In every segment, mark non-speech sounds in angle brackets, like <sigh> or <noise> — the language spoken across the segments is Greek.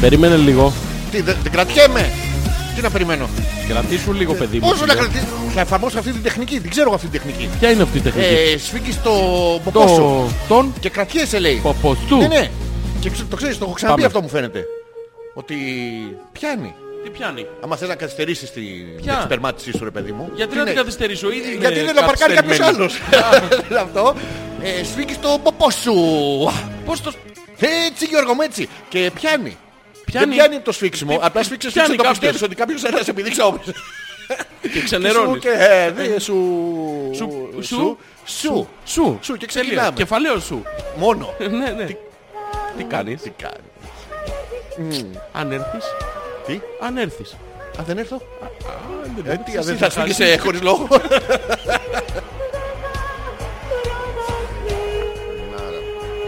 Περίμενε λίγο. Τι, δεν δεν κρατιέμαι. Τι να περιμένω. Κρατήσου λίγο, παιδί μου. Όσο να λέω. κρατήσει. Θα εφαρμόσω αυτή την τεχνική. Δεν ξέρω εγώ αυτή την τεχνική. Ποια είναι αυτή η τεχνική. Ε, Σφίγγει το μποκό σου. το... Τον Και κρατιέσαι λέει. ποπό του. Ναι, ναι. Και ξε- το ξέρεις, το έχω ξαναπεί Πάμε. αυτό μου φαίνεται. Ότι πιάνει. Τι πιάνει. Άμα θες να καθυστερήσεις την Ποια? εξπερμάτισή σου, ρε παιδί μου. Γιατί Είναι- Ε, να την καθυστερήσω, ήδη είμαι Γιατί δεν να παρκάρει κάποιος καθυστερημένη. άλλος. <laughs> Είναι αυτό. Ε, σφίγγεις το ποπό σου. Ε, Πώς το... Έτσι Γιώργο μου έτσι. Και πιάνει. Πιάνει. Δεν πιάνει το σφίξιμο. Τι- Απλά σφίξε πιάνει σφίξε το κάποιος. πιστεύεις ότι κάποιος ένας επειδή ξαόπησε. <laughs> Και Σου ξενερώνεις. και ε, δε, σου... Σου- Σου. σου- Σου. Σου. Σου Τελείως. και ξεκινάμε. Κεφαλαίος σου. Μόνο. ναι, ναι. Τι, κάνεις. Τι κάνεις. Αν έρθεις. Τι? Αν έρθεις. Αν δεν έρθω. δεν Ε, τι, αν δεν Εσύ θα θα σφίγγεις κάνεις. ε, χωρίς <laughs> λόγο.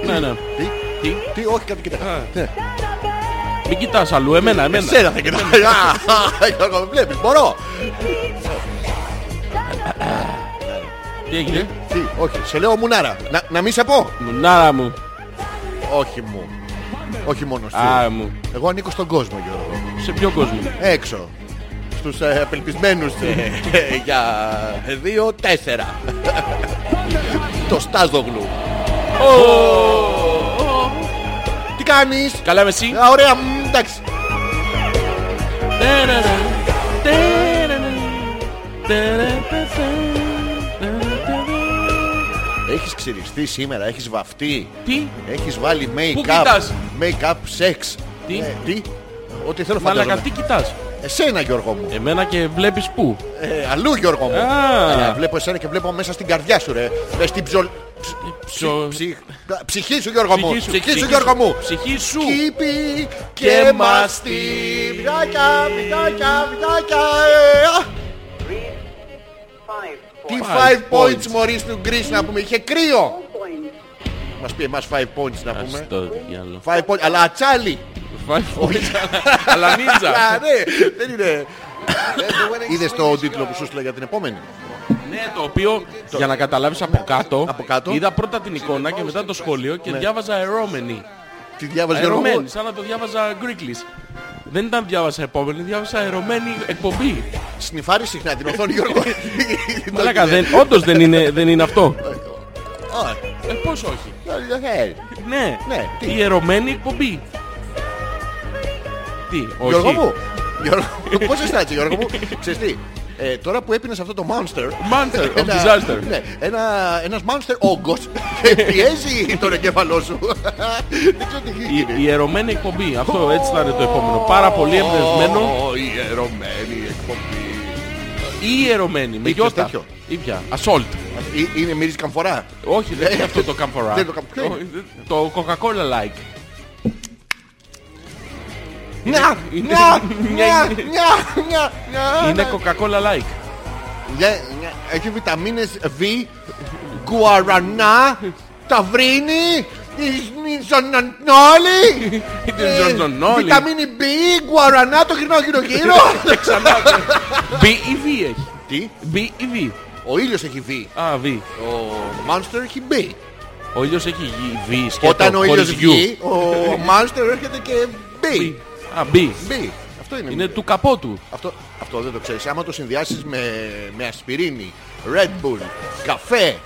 Ναι, ναι. Τι. Τι. Τι, όχι κάτι κοιτά. Ναι. Μην κοιτάς αλλού, εμένα, εμένα. Εσένα θα κοιτάει. Α, <laughs> Γιώργο, με βλέπεις. Μπορώ. Τι έγινε. Τι, όχι. Σε λέω μουνάρα. Να- Να μην σε πω. Μουνάρα μου. Όχι μου. Όχι μόνος σου. Α, μου. Εγώ ανήκω στον κόσμο, Γιώργο. Σε ποιο κόσμο. Έξω. Στους ε, απελπισμένους ε, ε, για δύο τέσσερα. Το Στάζογλου. Τι κάνεις. Καλά είμαι εσύ. Α, Ωραία, μ, εντάξει. Ταραρα, ταραρα, ταραρα, ταραρα. Έχεις ξυριστεί σήμερα, έχεις βαφτεί. Τι. Έχεις βάλει make-up. κοιτάς? Make-up sex. Τι? Ε, τι. Ό,τι θέλω Μαλακα, φαντάζομαι. τι κοιτάς. Εσένα Γιώργο μου. Εμένα και βλέπεις πού. Ε, αλλού Γιώργο μου. Α. Ε, βλέπω εσένα και βλέπω μέσα στην καρδιά σου ρε. Μες στην ψολ... Ψο- Ψυχή, ψυχή σου Γιώργο μου. Ψυχή σου Γιώργο μου. Ψυχή σου. Κήπη και και μαστί. μαστί. Βιδάκια, βιδάκια, βιδάκια. ε, α. Τι Five 5 points points. μωρίς του Γκρίς να πούμε. Είχε κρύο. Μας πει εμάς 5 points να πούμε. Στο διάλογο. 5 points. Αλλά ατσάλι. Α, <laughs> Αλανίτσα. ναι. Δεν <laughs> είναι. Είδες το τίτλο που σου έστειλα για την επόμενη. Ναι, το οποίο για να καταλάβεις από κάτω, Ναι. Από κάτω. είδα πρώτα την εικόνα και μετά το σχόλιο και διάβαζα αερόμενη. Τη διάβαζε Γιώργο μου. Αερωμένη, σαν να το διάβαζα Γκρίκλις. Δεν ήταν διάβασα επόμενη, διάβασα αερωμένη εκπομπή. Σνιφάρει συχνά την οθόνη Γιώργο. Μαλάκα, δεν, όντως δεν είναι, δεν είναι αυτό. Α, Ε, πώς όχι. ε, Ναι, Ναι, τι. η ερωμένη εκπομπή. Τι, όχι. Γιώργο μου, Γιώργο, πώς είσαι έτσι Γιώργο μου, ξέρεις τι, ε, τώρα που έπινες αυτό το Monster, Monster of ένα- disaster. ναι, ένα, ένας Monster <laughs> όγκος ε, πιέζει τον εγκέφαλό σου. Δεν ξέρω τι Η, γίνεται. η ερωμένη εκπομπή. Αυτό έτσι θα είναι το επόμενο. Πάρα πολύ εμπνευσμένο. Ω, Η ερωμένη εκπομπή. Ή ερωμένη. Με Ήπιας γιώτα. τέτοιο. Ήπια. Ασόλτ. Ε, Είναι μυρίζεις καμφορά. Όχι, δεν Ε, είναι αυτό αυτό- το καμφορά. δεν το Ε. καμ- ποιο είναι? Όχι, δεν- Το Coca-Cola like. Νια, είναι- νια, νια, είναι- νια, νια, νια. Είναι Coca-Cola like. Ναι, ναι, Έχει βιταμίνες Β, γκουαρανά, ταυρίνη, ζωνανόλη, ε, Ζωνανόλη. βιταμίνη B, γκουαρανά, το γυρνάω γύρω γύρω. B ή V έχει. Τι, B ή V. ο ήλιος έχει Β, Α, V. ο Monster έχει B. Ο ήλιος έχει γη- V σκέτο. Όταν ο χωρίς ήλιος U. βγει, ο Monster έρχεται και B. Α, B. B. Αυτό είναι. Είναι του καπότου. Αυτό, αυτό δεν το ξέρεις. Άμα το συνδυάσεις με, με ασπιρίνη, Red Bull, καφέ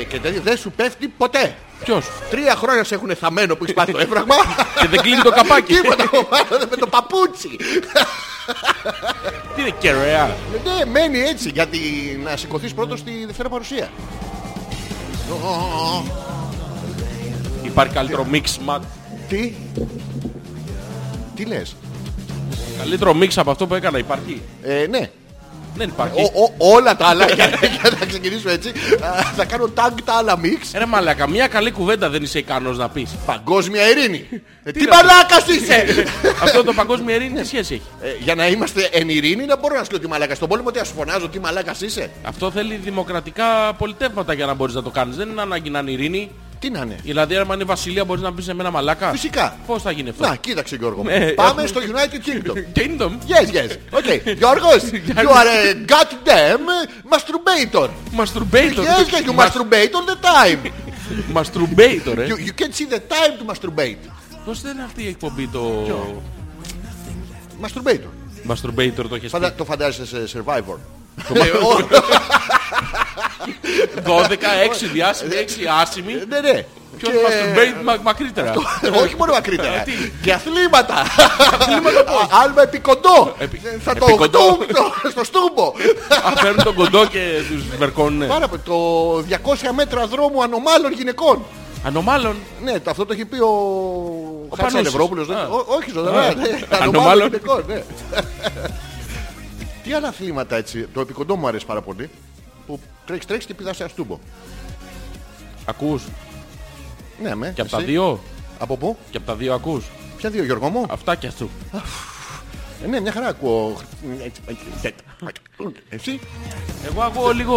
ε, και τέτοιο, δεν σου πέφτει ποτέ. Ποιος. Τρία χρόνια σε έχουν θαμένο που έχεις πάθει το έβραγμα. Και δεν κλείνει το καπάκι. Τίποτα <laughs> κομμάτι με το παπούτσι. Τι είναι κεραία. ναι, μένει έτσι γιατί να σηκωθείς πρώτος στη δευτέρα παρουσία. Υπάρχει καλύτερο μίξ. μα- Τι. Τι λες. Καλύτερο μίξ από αυτό που έκανα υπάρχει. Ε, ναι. Δεν Ο, υπάρχει. ο- όλα τα άλλα, <laughs> για, για να ξεκινήσω έτσι, α, θα κάνω tag τα άλλα μίξ. Ρε μαλακα, μια καλή κουβέντα δεν είσαι ικανός να πεις. Παγκόσμια ειρήνη. Ε, Τι να μαλάκας είσαι! Αυτό το παγκόσμιο ειρήνη τι σχέση έχει. Ε, για να είμαστε εν ειρήνη, να μπορώ να σου λέω τι μαλάκα. Στον πόλεμο τι ας φωνάζω, τι μαλάκα είσαι. Αυτό θέλει δημοκρατικά πολιτεύματα για να μπορείς να το κάνεις. Δεν είναι ανάγκη να είναι ειρήνη. Τι να είναι. Δηλαδή, άμα είναι βασιλεία, μπορείς να πεις σε μένα μαλάκα. Φυσικά. Πώς θα γίνει αυτό. Να, κοίταξε Γιώργο. μου. Ναι, Πάμε έχουμε- στο United Kingdom. Kingdom. Yes, yes. Okay. Γιώργος, you are a goddamn masturbator. Masturbator. Yes, yes, you masturbate all the time. Masturbator, ε. You, you can see the time to masturbate. Πώς δεν είναι αυτή η εκπομπή το... Masturbator. Masturbator το έχεις Φαντα- πει. Το φαντάζεσαι σε survivor. 12, 6 διάσημοι, 6 άσημοι. Ναι, ναι. Ποιος Και- masturbate μα- <laughs> μακρύτερα. Όχι μόνο μακρύτερα. Και αθλήματα. Α, Άλμα επικοντό. Επι- Θα το επικοντό. χτούμπτω στο στούμπο. Α, Παίρνουν τον κοντό και τους ναι. μερκώνουνε. Πάρα πολύ. Το 200 μέτρα δρόμου ανομάλων γυναικών. Ανομάλων. Ναι, το- αυτό το έχει πει ο, ο Χάτσαν Πανούσης. Ευρωπούλος. Α. Όχι, ζωντανά. ναι. Τα Ανομάλων. ανομάλων γυναικών, ναι. Τι άλλα αθλήματα έτσι. Το επικοντό μου αρέσει πάρα πολύ. Που τρέχεις τρέχεις και πηδάς σε ένα στούμπο. Ακούς. Ναι, με. Και από τα εσύ. δύο. Από πού? Και από τα δύο ακούς. Ποια δύο, Γιώργο μου. Αυτά και αυτού. Ε, ναι, μια χαρά ακούω. Εσύ. Εγώ Ε, ακούω λίγο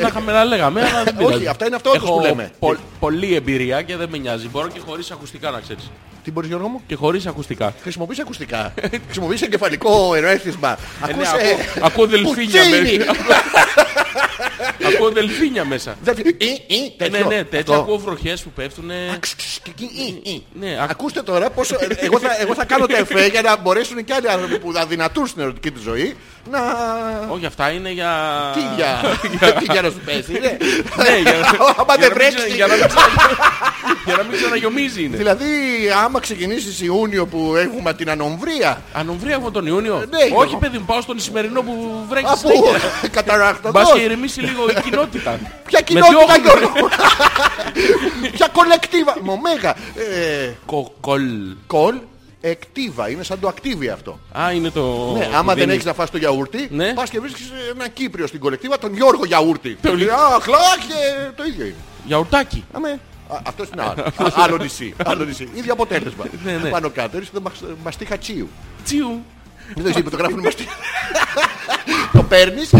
να είχαμε να λέγαμε, αλλά δεν πειράζει. Όχι, αυτά είναι αυτό Έχω που λέμε. πο- πολλή εμπειρία και δεν με νοιάζει. Μπορώ και χωρίς ακουστικά να ξέρεις. Τι μπορείς Γιώργο μου. Και χωρίς ακουστικά. Χρησιμοποιείς <laughs> ακουστικά. Χρησιμοποιείς εγκεφαλικό ερέθισμα. Ε, ναι, Ακούσε... ακούω, ακούω δελφίνια Πουτσίνι. μέσα. ακούω δελφίνια μέσα. Δεν φυ- Ι, Ι, Ε, ναι, τέτοιο. ναι, τέτοια Αυτό. ακούω βροχές που πέφτουν. Ξ, ξ, κι, κι, Ι, Ι. Ναι, ακού... Ακούστε τώρα πόσο... ε, Εγώ θα, εγώ θα κάνω τα εφέ για να μπορέσουν και άλλοι άνθρωποι που αδυνατούν στην ερωτική του ζωή να... Όχι, αυτά είναι για... Τι για... Τι για να σου πέσει, ναι. Ναι, για... Άμα για να μην δεν ξε- τρέξει. Για να μην ξε- για να μην ξαναγιομίζει είναι. Δηλαδή, άμα ξεκινήσεις Ιούνιο που έχουμε την ανομβρία, Ανομβρία από τον Ιούνιο. Ναι, Γιώργο. Όχι, παιδί μου, πάω στον Ισημερινό που βρέχεις. αφού συνέχεια. Μπα καταρακτοδός. και ηρεμήσει λίγο η <laughs> κοινότητα. Ποια κοινότητα, Γιώργο. Ποια κολεκτίβα. Μομέγα. Ε, Κοκολ. Κολ εκτίβα. Είναι σαν το ακτίβι αυτό. Α, είναι το. Ναι, άμα δεν δίνει. έχεις να φας το γιαούρτι, Ναι. πας και βρίσκεις ένα Κύπριο στην κολεκτίβα, τον Γιώργο Γιαούρτι. Πολύ. Αχ, λαχ, ε, το ίδιο είναι. Γιαουρτάκι. Αμέ. Α, αυτός είναι <laughs> άλλο. Α, άλλο νησί. Άλλο νησί. Ίδιο αποτέλεσμα. Ναι, ναι. Πάνω κάτω έρχεται μασ- μαστίχα τσίου. Τσιου. Δεν το είπε, το γράφουν μαστίχα. <laughs> Το παίρνεις <laughs> και-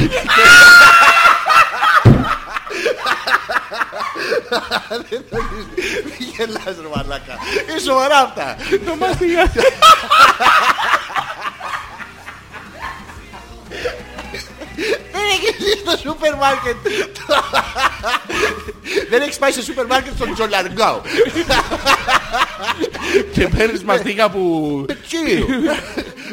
Δεν το έχεις. Μη γελάς ρε μαλάκα. Είναι σοβαρά αυτά. Το μάθηγα. Δεν έχεις δει στο σούπερ μάρκετ. Δεν έχεις πάει σε σούπερ μάρκετ στον Τζολαργκάο. Και παίρνει μαστίγα που. Τσίου.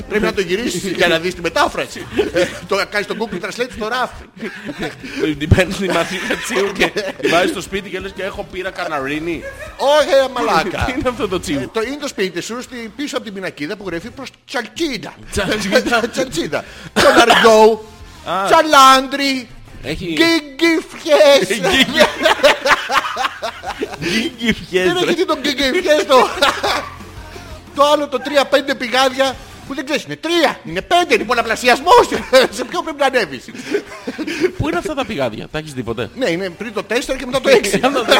Πρέπει να το γυρίσεις για να δεις τη μετάφραση. Ε, Το κάνεις το Google Translate στο ράφι. Την παίρνεις τη μαστίγα τσιου και τη βάζεις στο σπίτι και λες και έχω πήρα καναρίνη. Όχι ρε Τι ε, μαλάκα. <laughs> είναι αυτό το τσιου. Το είναι το σπίτι σου στη- πίσω από την πινακίδα που γράφει προς Τσαλκίδα. Τσαλκίδα. Τσαλκίδα. Τζολαργκάο. Τσαλάντρι. Έχει. Γκίγκιφιές. Γκίγκι Δεν έχει φιέζε. δει τον Γκίγκιφιές το... <laughs> Το άλλο το 3-5 πηγάδια που δεν ξέρεις είναι τρία, είναι πέντε, είναι πολλαπλασιασμός. <laughs> Σε ποιο πρέπει να ανέβεις. Πού είναι αυτά τα πηγάδια, τα έχεις δει ποτέ. Ναι, είναι πριν το 4 και μετά το 6. Δεν <laughs>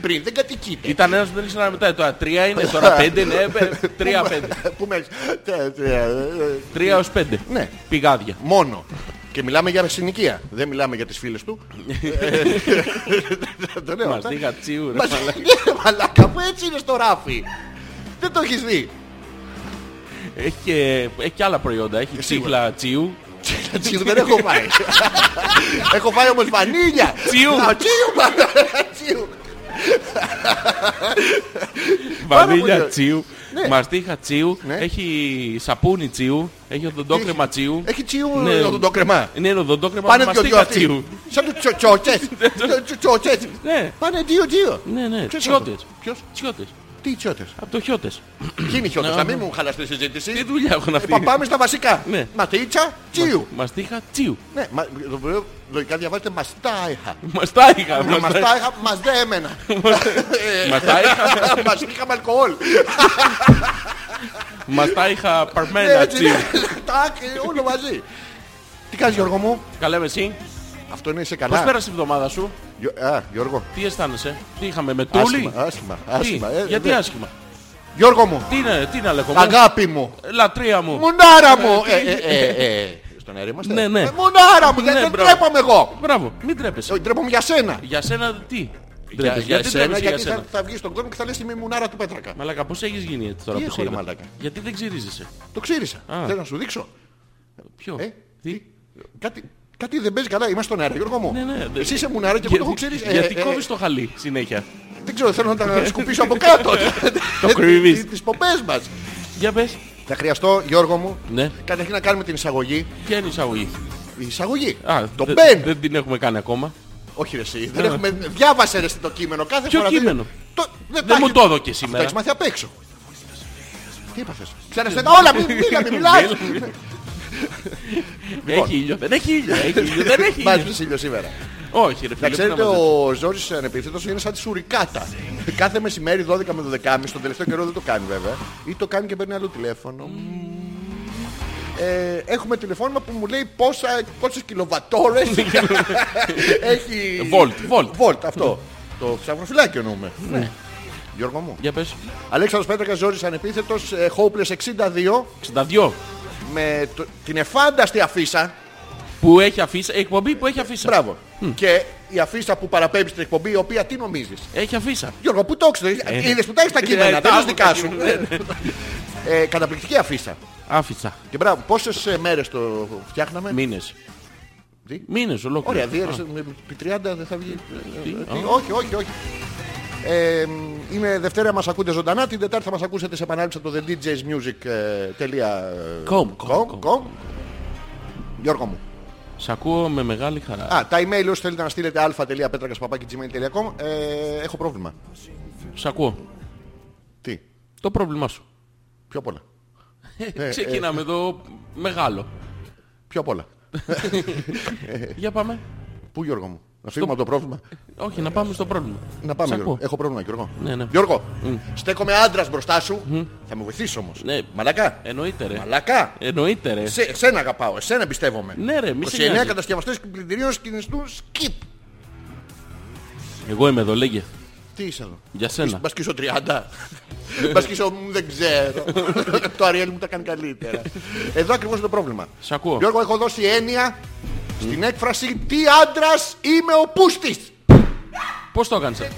πριν δεν κατοικείται. Ήταν ένας που δεν ήξερα να μετράει. Τώρα τρία είναι, <laughs> τώρα πέντε είναι. Ναι, πε- Τρία πέντε. Πού με έχεις? Τε- τε- ε, Τρία ως πέντε. Ναι. Πηγάδια. Μόνο. Και μιλάμε για συνοικία. Δεν μιλάμε για τις φίλες του. Ε, Το λέω αυτά. Μαστίγα τσιου. ρε Ναι, Μας- μαλάκα. Ναι, <laughs> Μαλάκα, που έτσι είναι στο ράφι. Δεν το έχεις δει. Έχει και, έχει και άλλα προϊόντα. Ε, Έχει τσίχλα τσίου. Τσιου δεν έχω πάει. έχω πάει όμως βανίλια. Τσιου. Α, Τσιου. μαλάκα, Τσιου. Πάρα Βανίλια πολύ. τσίου. Ναι. Μαστίχα τσίου. Ναι. Έχει σαπούνι τσίου. Έχει οδοντόκρεμα τσίου. Έχει τσιου Ναι. το το κρεμά. Ναι, είναι οδοντόκρεμα Πάνε με δυο-δυο μαστίχα αυτοί. τσίου. Σαν τους τσο- <laughs> τσοτσές. Τσο- τσοτσές. Ναι. Πάνε δύο-δύο. Ναι, ναι. Ποιος Τσιώτες. αυτός? Ποιος? Τσιώτες. Τι τσιώτες. Από το χιώτες. Ποιοι είναι οι χιώτες. Ναι, Να ναι. μην μου χαλαστεί η συζήτηση. Τι δουλειά έχουν αυτοί. Πα- Πάμε στα βασικά. Ναι. Ματίτσα, τσίου. Μαστίχα τσίου. Ναι, μα- το βιβλίο λογικά διαβάζεται μαστάιχα. Μαστάιχα. <laughs> Να μαστά- Μαστάιχα, Ναι, μας Ε. δε <laughs> εμένα. Μαστάιχα. Μας είχαμε αλκοόλ. Μαστάιχα παρμένα Έτσι, Ναι, ναι. τσίου. τάκ, όλο μαζί. Τι κάνεις Γιώργο μου. Καλέ με εσύ. Αυτό είναι είσαι Πώς καλά. πέρασε η εβδομάδα σου. Γιω- Α, Γιώργο. Τι αισθάνεσαι. Τι είχαμε με τούλι. Άσχημα, άσχημα, Τι, άσχημα. Ε, γιατί ναι. άσχημα. Γιώργο μου, Τι είναι, τι είναι αλεχομό. αγάπη μου, Λατρεία μου. μουνάρα μου. Ε, ε, ε, ε, Στον αέρα είμαστε. Ναι, ναι. Ε, Μουνάρα μου, δεν Ναι, δεν μπράβο. τρέπομαι εγώ. Μπράβο, μην τρέπεσαι. Ε, Τρέπομαι για σένα. Για σένα τι. Για- Τρέπεσαι. Για Γιατί σένα, τρέπεσαι για γιατί θα- σένα. θα βγεις στον κόσμο και θα λες είμαι η μουνάρα του Πέτρακα. Μαλάκα, πώς έχεις γίνει έτσι τώρα Τι που έχω, σε ρε είδα. μαλάκα. Γιατί δεν ξυρίζεσαι. Το ξύρισα. Α. Θέλω να σου δείξω. Ποιο. Ε, τι. Κάτι, κάτι δεν παίζει καλά. Είμαστε στον αέρα, Γιώργο μου. Ναι, ναι, δεν- Εσύ είσαι μουνάρα και εγώ το έχω Ε, ξέρει. γιατί κόβεις το Ναι. χαλί συνέχεια. <laughs> Δεν ξέρω, θέλω να τα σκουπίσω από κάτω. Ε, Το κρύβεις. Τις πομπές μας. Για πες. Θα χρειαστώ, Γιώργο μου, Ναι. καταρχήν να κάνουμε την εισαγωγή. Ποια είναι η εισαγωγή. Η εισαγωγή. Α, το δε- Ben. Δεν την έχουμε κάνει ακόμα. Όχι, ρε, εσύ. Δεν έχουμε... Διάβασε ρε, εσύ το κείμενο κάθε Ναι. Ποιο φορά. δεν- κείμενο? Το... τα Δεν μου έχει- το έδωκες Τα έχεις σήμερα. μάθει απ' έξω. Τι είπατε. Ξαναστενά όλα. μη- Μίλα, μη μιλάς. <laughs> Λοιπόν. Έχει ήλιο. Δεν έχει ήλιο. Έχει <laughs> ήλιο. Δεν έχει ήλιο. Μάζεις ήλιο σήμερα. Όχι, ρε Να φίλε. τι ξέρετε, μας λέτε. ο Ζόρις ανεπιθύτως είναι σαν τη σουρικάτα. Κάθε μεσημέρι 12 με 12.30, τον τελευταίο καιρό δεν το κάνει βέβαια. Ή το κάνει και παίρνει άλλο τηλέφωνο. Ε, έχουμε τηλεφώνημα που μου λέει πόσα, πόσες κιλοβατόρες έχει... Volt, volt. Volt, αυτό. το ξαφροφυλάκι εννοούμε. Ναι. Γιώργο μου. Για πες. Αλέξανδρος Πέτρακας, Ζόρις ανεπίθετος, ε, Hopeless 62, 62. με το- την εφάνταστη αφίσα. Που έχει αφήσει. Εκπομπή που έχει αφήσει. Μπράβο. Και η αφίσα που παραπέμπει στην εκπομπή, η οποία τι νομίζεις. Έχει αφήσει. Γιώργο, πού το ξέρεις, είδες που τα έχεις τα Ε, τα κείμενα, δεν είναι άκουσα δικά σου. κείμενα, ναι. Ε, Καταπληκτική αφίσα. Άφησα. Και μπράβο, πόσες ε, μέρες το φτιάχναμε. Μήνες. Τι? Μήνες ολόκληρο. Ωραία, δύο ώρες, με- επί 30 δεν θα βγει. Ε, τι, Όχι, όχι, όχι. Ε, μ, είναι Δευτέρα μας ακούτε ζωντανά, την Τετάρτη θα μας ακούσετε σε επανάληψη από το ε, Com, com, thedjsmusic.com Γιώργο μου. Σ' ακούω με μεγάλη χαρά. Α, τα email όσοι θέλετε να στείλετε α.πέτρακας.gmail.com ε, Έχω πρόβλημα. Σ' ακούω. Τι, Το πρόβλημά σου. Ε, πιο πολλά. Ε, Ξεκινάμε εδώ μεγάλο. Πιο πολλά. Ε. Για πάμε. Πού Γιώργο μου, να φύγουμε από το πρόβλημα. Όχι, να πάμε στο πρόβλημα. Να πάμε Σ' Γιώργο. ακούω. Έχω πρόβλημα Γιώργο. Ναι, ναι. Γιώργο, στέκομαι άντρας μπροστά σου. Θα με βοηθήσει όμως. Ναι. Μαλακά. Εννοείται ρε. Μαλακά. Εννοείται ρε. Σε, εσένα αγαπάω, εσένα εμπιστεύομαι. Ναι, ρε, μη σε 29 νοιάζει. κατασκευαστές πλυντηρίων σκινιστού skip. Εγώ είμαι εδώ, λέγε. Τι είσαι εδώ. Για σένα. Μπα σκίσω 30. <laughs> Μπα σκίσω «Μ, δεν <laughs> ξέρω. το Αριέλ μου τα κάνει καλύτερα. Εδώ ακριβώς είναι το πρόβλημα. Σ' ακούω. Γιώργο, έχω δώσει έννοια στην έκφραση Τι άντρας είμαι ο πούστης. Πώς το έκανες.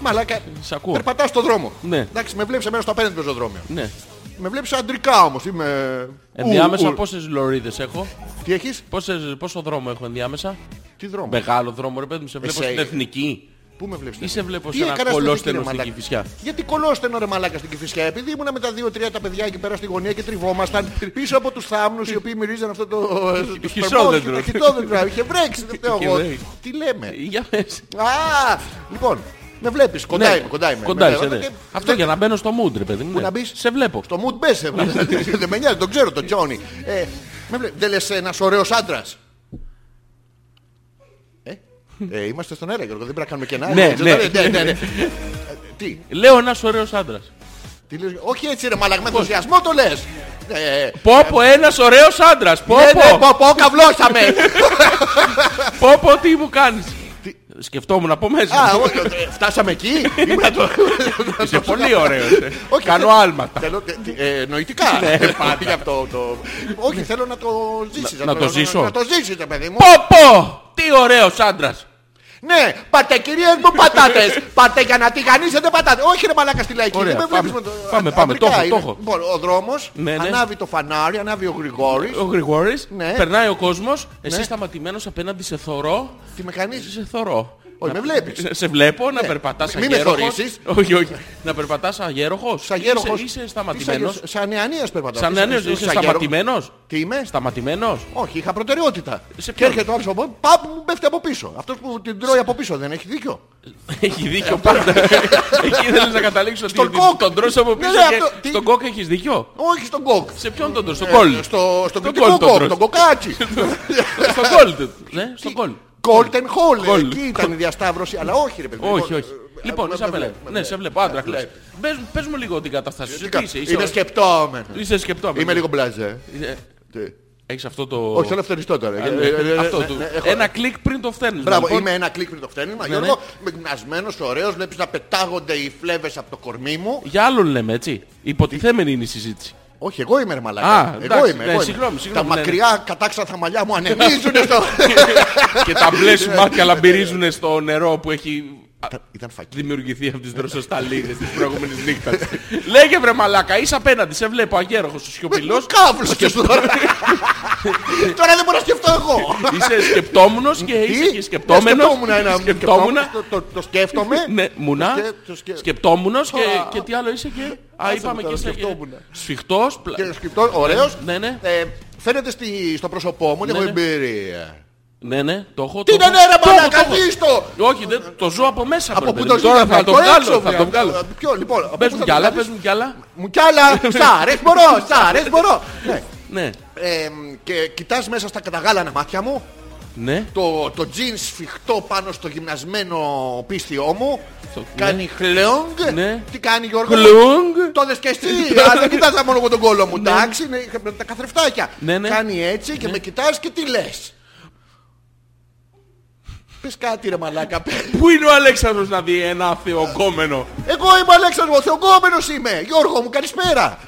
Μαλάκα. Σ' ακούω. Περπατάς στον δρόμο. Ναι. Εντάξει, με βλέπεις εμένα στο απέναντι πεζοδρόμιο. Ναι. Με βλέπεις αντρικά όμως. Είμαι... Ου, Ενδιάμεσα ου. πόσες λωρίδες έχω. Τι έχεις, Πόσες, πόσο δρόμο έχω ενδιάμεσα. τι δρόμο. Μεγάλο δρόμο, ρε παιδί μου, σε βλέπω Εσέ- στην εθνική. Πού με βλέπεις. Ή σε βλέπω Τι σε ένα έκανας στην κολόστενο Εθνική, ρε στην μαλάκα? Κηφισιά. Γιατί κολόστενο ρε μαλάκα στην Κηφισιά. Επειδή ήμουνα με τα δύο-τρία τα παιδιά εκεί πέρα στη γωνία και τριβόμασταν πίσω από τους θάμνους οι οποίοι μυρίζαν αυτό το. το χισόδεντρο. σπερμόδι, το χιτόδεντρο. Είχε βρέξει, δεν φταίω Είχε εγώ. βρέξει. Τι λέμε. Για πες. Α, λοιπόν, με βλέπεις, κοντά Ναι. είμαι. Ναι, Κοντά είμαι. Κοντά Με είσαι, βλέπω ναι. και Αυτό για να μπαίνω στο mood, ρε παιδί μου. να ναι. μπεις? Σε βλέπω. Στο mood μπέσε. μα. Ναι, <laughs> Δεν με νοιάζει, τον ξέρω τον Τζόνι. Ε, με βλέ- Δεν λες ε, ένας ωραίος άντρας. Ε, ε, είμαστε στον αέρα Γιώργο, δεν πρέπει να κάνουμε κενά. Ναι, Έτσι, ναι. ναι. Ε, Τι, Λέω ένας ωραίος άντρας. τι λες, όχι έτσι ρε μαλακ, με ενθουσιασμό το λες. Ε, Πω πω ένας ωραίος άντρας. Πω ναι, ναι, πω. πω, πω, <laughs> καβλώσαμε. Πω πω τι μου κάνεις. Σκεφτόμουν από μέσα. Α, μου. όχι, ε, φτάσαμε εκεί. Ήμουνα το- <laughs> Είσαι πολύ ωραίος. ε. <laughs> Όχι, Κάνω Ναι, θέλω- άλματα. Θέλω, τε- τι- ε, νοητικά. Πήγε από το- το- Όχι, θέλω να το ζήσεις. να το ζήσω. Να το ζήσεις, ρε παιδί μου. Πω πω. Τι ωραίος άντρας. Ναι, πάτε κυρίες μου πατάτες. πάτε για να τηγανίσετε πατάτες. Όχι ρε μαλάκα στη λαϊκή. Ωραία, δεν με βλέπεις πάμε. με το- Πάμε, α- πάμε, το αντρικά έχω, το είναι. έχω. Λοιπόν, ο δρόμος, Ναι, ναι. ανάβει το φανάρι, ανάβει ο Γρηγόρης. Ο Γρηγόρης. Ναι. Περνάει ο κόσμος. Εσύ Ναι. σταματημένος απέναντι σε θωρό. Τι με κάνεις. Σε θωρώ. Όχι, Να- με βλέπεις. Ναι. Σε βλέπω να περπατάς Μη- μη με αγέροχος. θωρήσεις. Όχι, όχι. Να περπατάς αγέροχος. Σαν γέροχος. Είσαι- Είσαι Τι σταματημένος. σαν- Σαν νεανίας περπατάω. Σαν Τι ένα σαν- είσαι σαν γέρο- σταματημένος. Τι είμαι. Σταματημένος. Όχι, είχα προτεραιότητα. Σε Και ποιον? έρχεται ο άλλος από πάνω, παπ, μου πέφτει από πίσω. Αυτός που την τρώει από πίσω δεν έχει δίκιο. Έχει δίκιο Ε, πάντα. Εκεί ήθελες να καταλήξω ότι Στον ότι κόκ. τον τρως από Ναι, πίσω ναι, και αυτό, τι- στον κόκ έχεις δίκιο. Όχι στον κοκ. Σε ποιον τον τρως, στον Ε, κόλ. Στο, στο Στον κριτικό κόλ τον κοκ, τρως. τον <laughs> κοκάτσι. <laughs> Ε, Στον κόλ. του. Ναι, στον κόλ. Golden Hall. Gold. Εκεί ήταν η διασταύρωση, αλλά όχι ρε παιδί. Όχι, Ε, όχι. ε, Λοιπόν, με- είσαι με απέναντι. βλέπει, με Ναι, βλέπει. σε βλέπω, άντρας Με κλασ. βλέπει. Πες, πες μου λίγο την κατάσταση σου. Τι είσαι, Είμαι είσαι, σκεπτόμενος. είσαι σκεπτόμενος. Είμαι λίγο μπλαζέ. Ε, Τι. Έχεις αυτό το... Όχι, θέλω φτεριστό τώρα. Ε, Ε, ε, ε, Αυτό ε, του. ε, έχω- Ένα κλικ πριν το φθαίνεις. Μπράβο, λοιπόν. είμαι ένα κλικ πριν το φταίνιμα. Ναι, ναι. Γιώργο, με γνασμένος, ωραίος, βλέπεις να πετάγονται οι φλέβες από το κορμί μου. Για άλλον λέμε, έτσι. Υποτιθέμενη είναι η συζήτηση. Όχι, εγώ είμαι ρε Α, μαλάκα. Εγώ εντάξει, είμαι. ναι, εγώ είμαι. συγγνώμη, Τα συγγνώμη, ναι, ναι. μακριά κατάξαθα μαλλιά μου ανεμίζουν στο... <laughs> Και τα μπλε σου <laughs> μάτια λαμπυρίζουν στο νερό που έχει Ήταν φακή. δημιουργηθεί από τις δροσοσταλίδες της προηγούμενης νύχτας. <laughs> Λέγε βρε μαλάκα, είσαι απέναντι, σε βλέπω αγέροχος, σιωπηλός. Καύλος και στο Τώρα δεν μπορώ να σκεφτώ εγώ. <laughs> <laughs> Είσαι σκεπτόμουνος και είσαι Τι? και σκεπτόμενος. Σκεπτόμουν ένα. Σκεπτόμουνα. Το- το- Το σκέφτομαι. Ναι, μουνά. σκε- το σκε- Σκεπτόμουνος και, Α. και τι άλλο είσαι και... Α, Άσε είπαμε μου και τώρα, είσαι και... σκεπτόμουν. Σφιχτός. πλα- Και σκεπτό, ωραίος. Ναι, ναι. Ε, Φαίνεται στη- στο πρόσωπό μου, Ναι, έχω ναι. εμπειρία. Ναι, ναι, το έχω. Τι το να έχω. ναι, ρε Το έχω, μαλάκα, το έχω. δίστο. Όχι, δεν, το ζω από μέσα. Από βρε, πού παιδί. το Τώρα ζήτηκα, θα το το βγάλω, έξω, θα βρε. το βγάλω. Ε, Ποιο, λοιπόν, από Πες πού μου θα κι το άλλα, βγάλεις? πες μου κι άλλα. Μου κι άλλα, <laughs> σάρες μπορώ, σάρες μπορώ. Ναι. Ναι, Ε, μ, και κοιτάς μέσα στα καταγάλανα μάτια μου, ναι. το, το jeans σφιχτό πάνω στο γυμνασμένο πίστιό μου, Στο- κάνει χλεόγκ, Ναι. τι κάνει Γιώργο, Κλουγκ. το δες και εσύ, αλλά δεν κοιτάζα μόνο εγώ τον κόλλο μου, εντάξει, είναι είχα- τα καθρεφτάκια. Ναι, ναι. Κάνει έτσι και με κοιτάς και τι λες. Πες κάτι ρε μαλάκα, πες. Πού είναι ο Αλέξανδρος να δει ένα θεοκόμενο. Εγώ είμαι Αλέξανδρος, θεοκόμενος είμαι, Γιώργο μου καλησπέρα.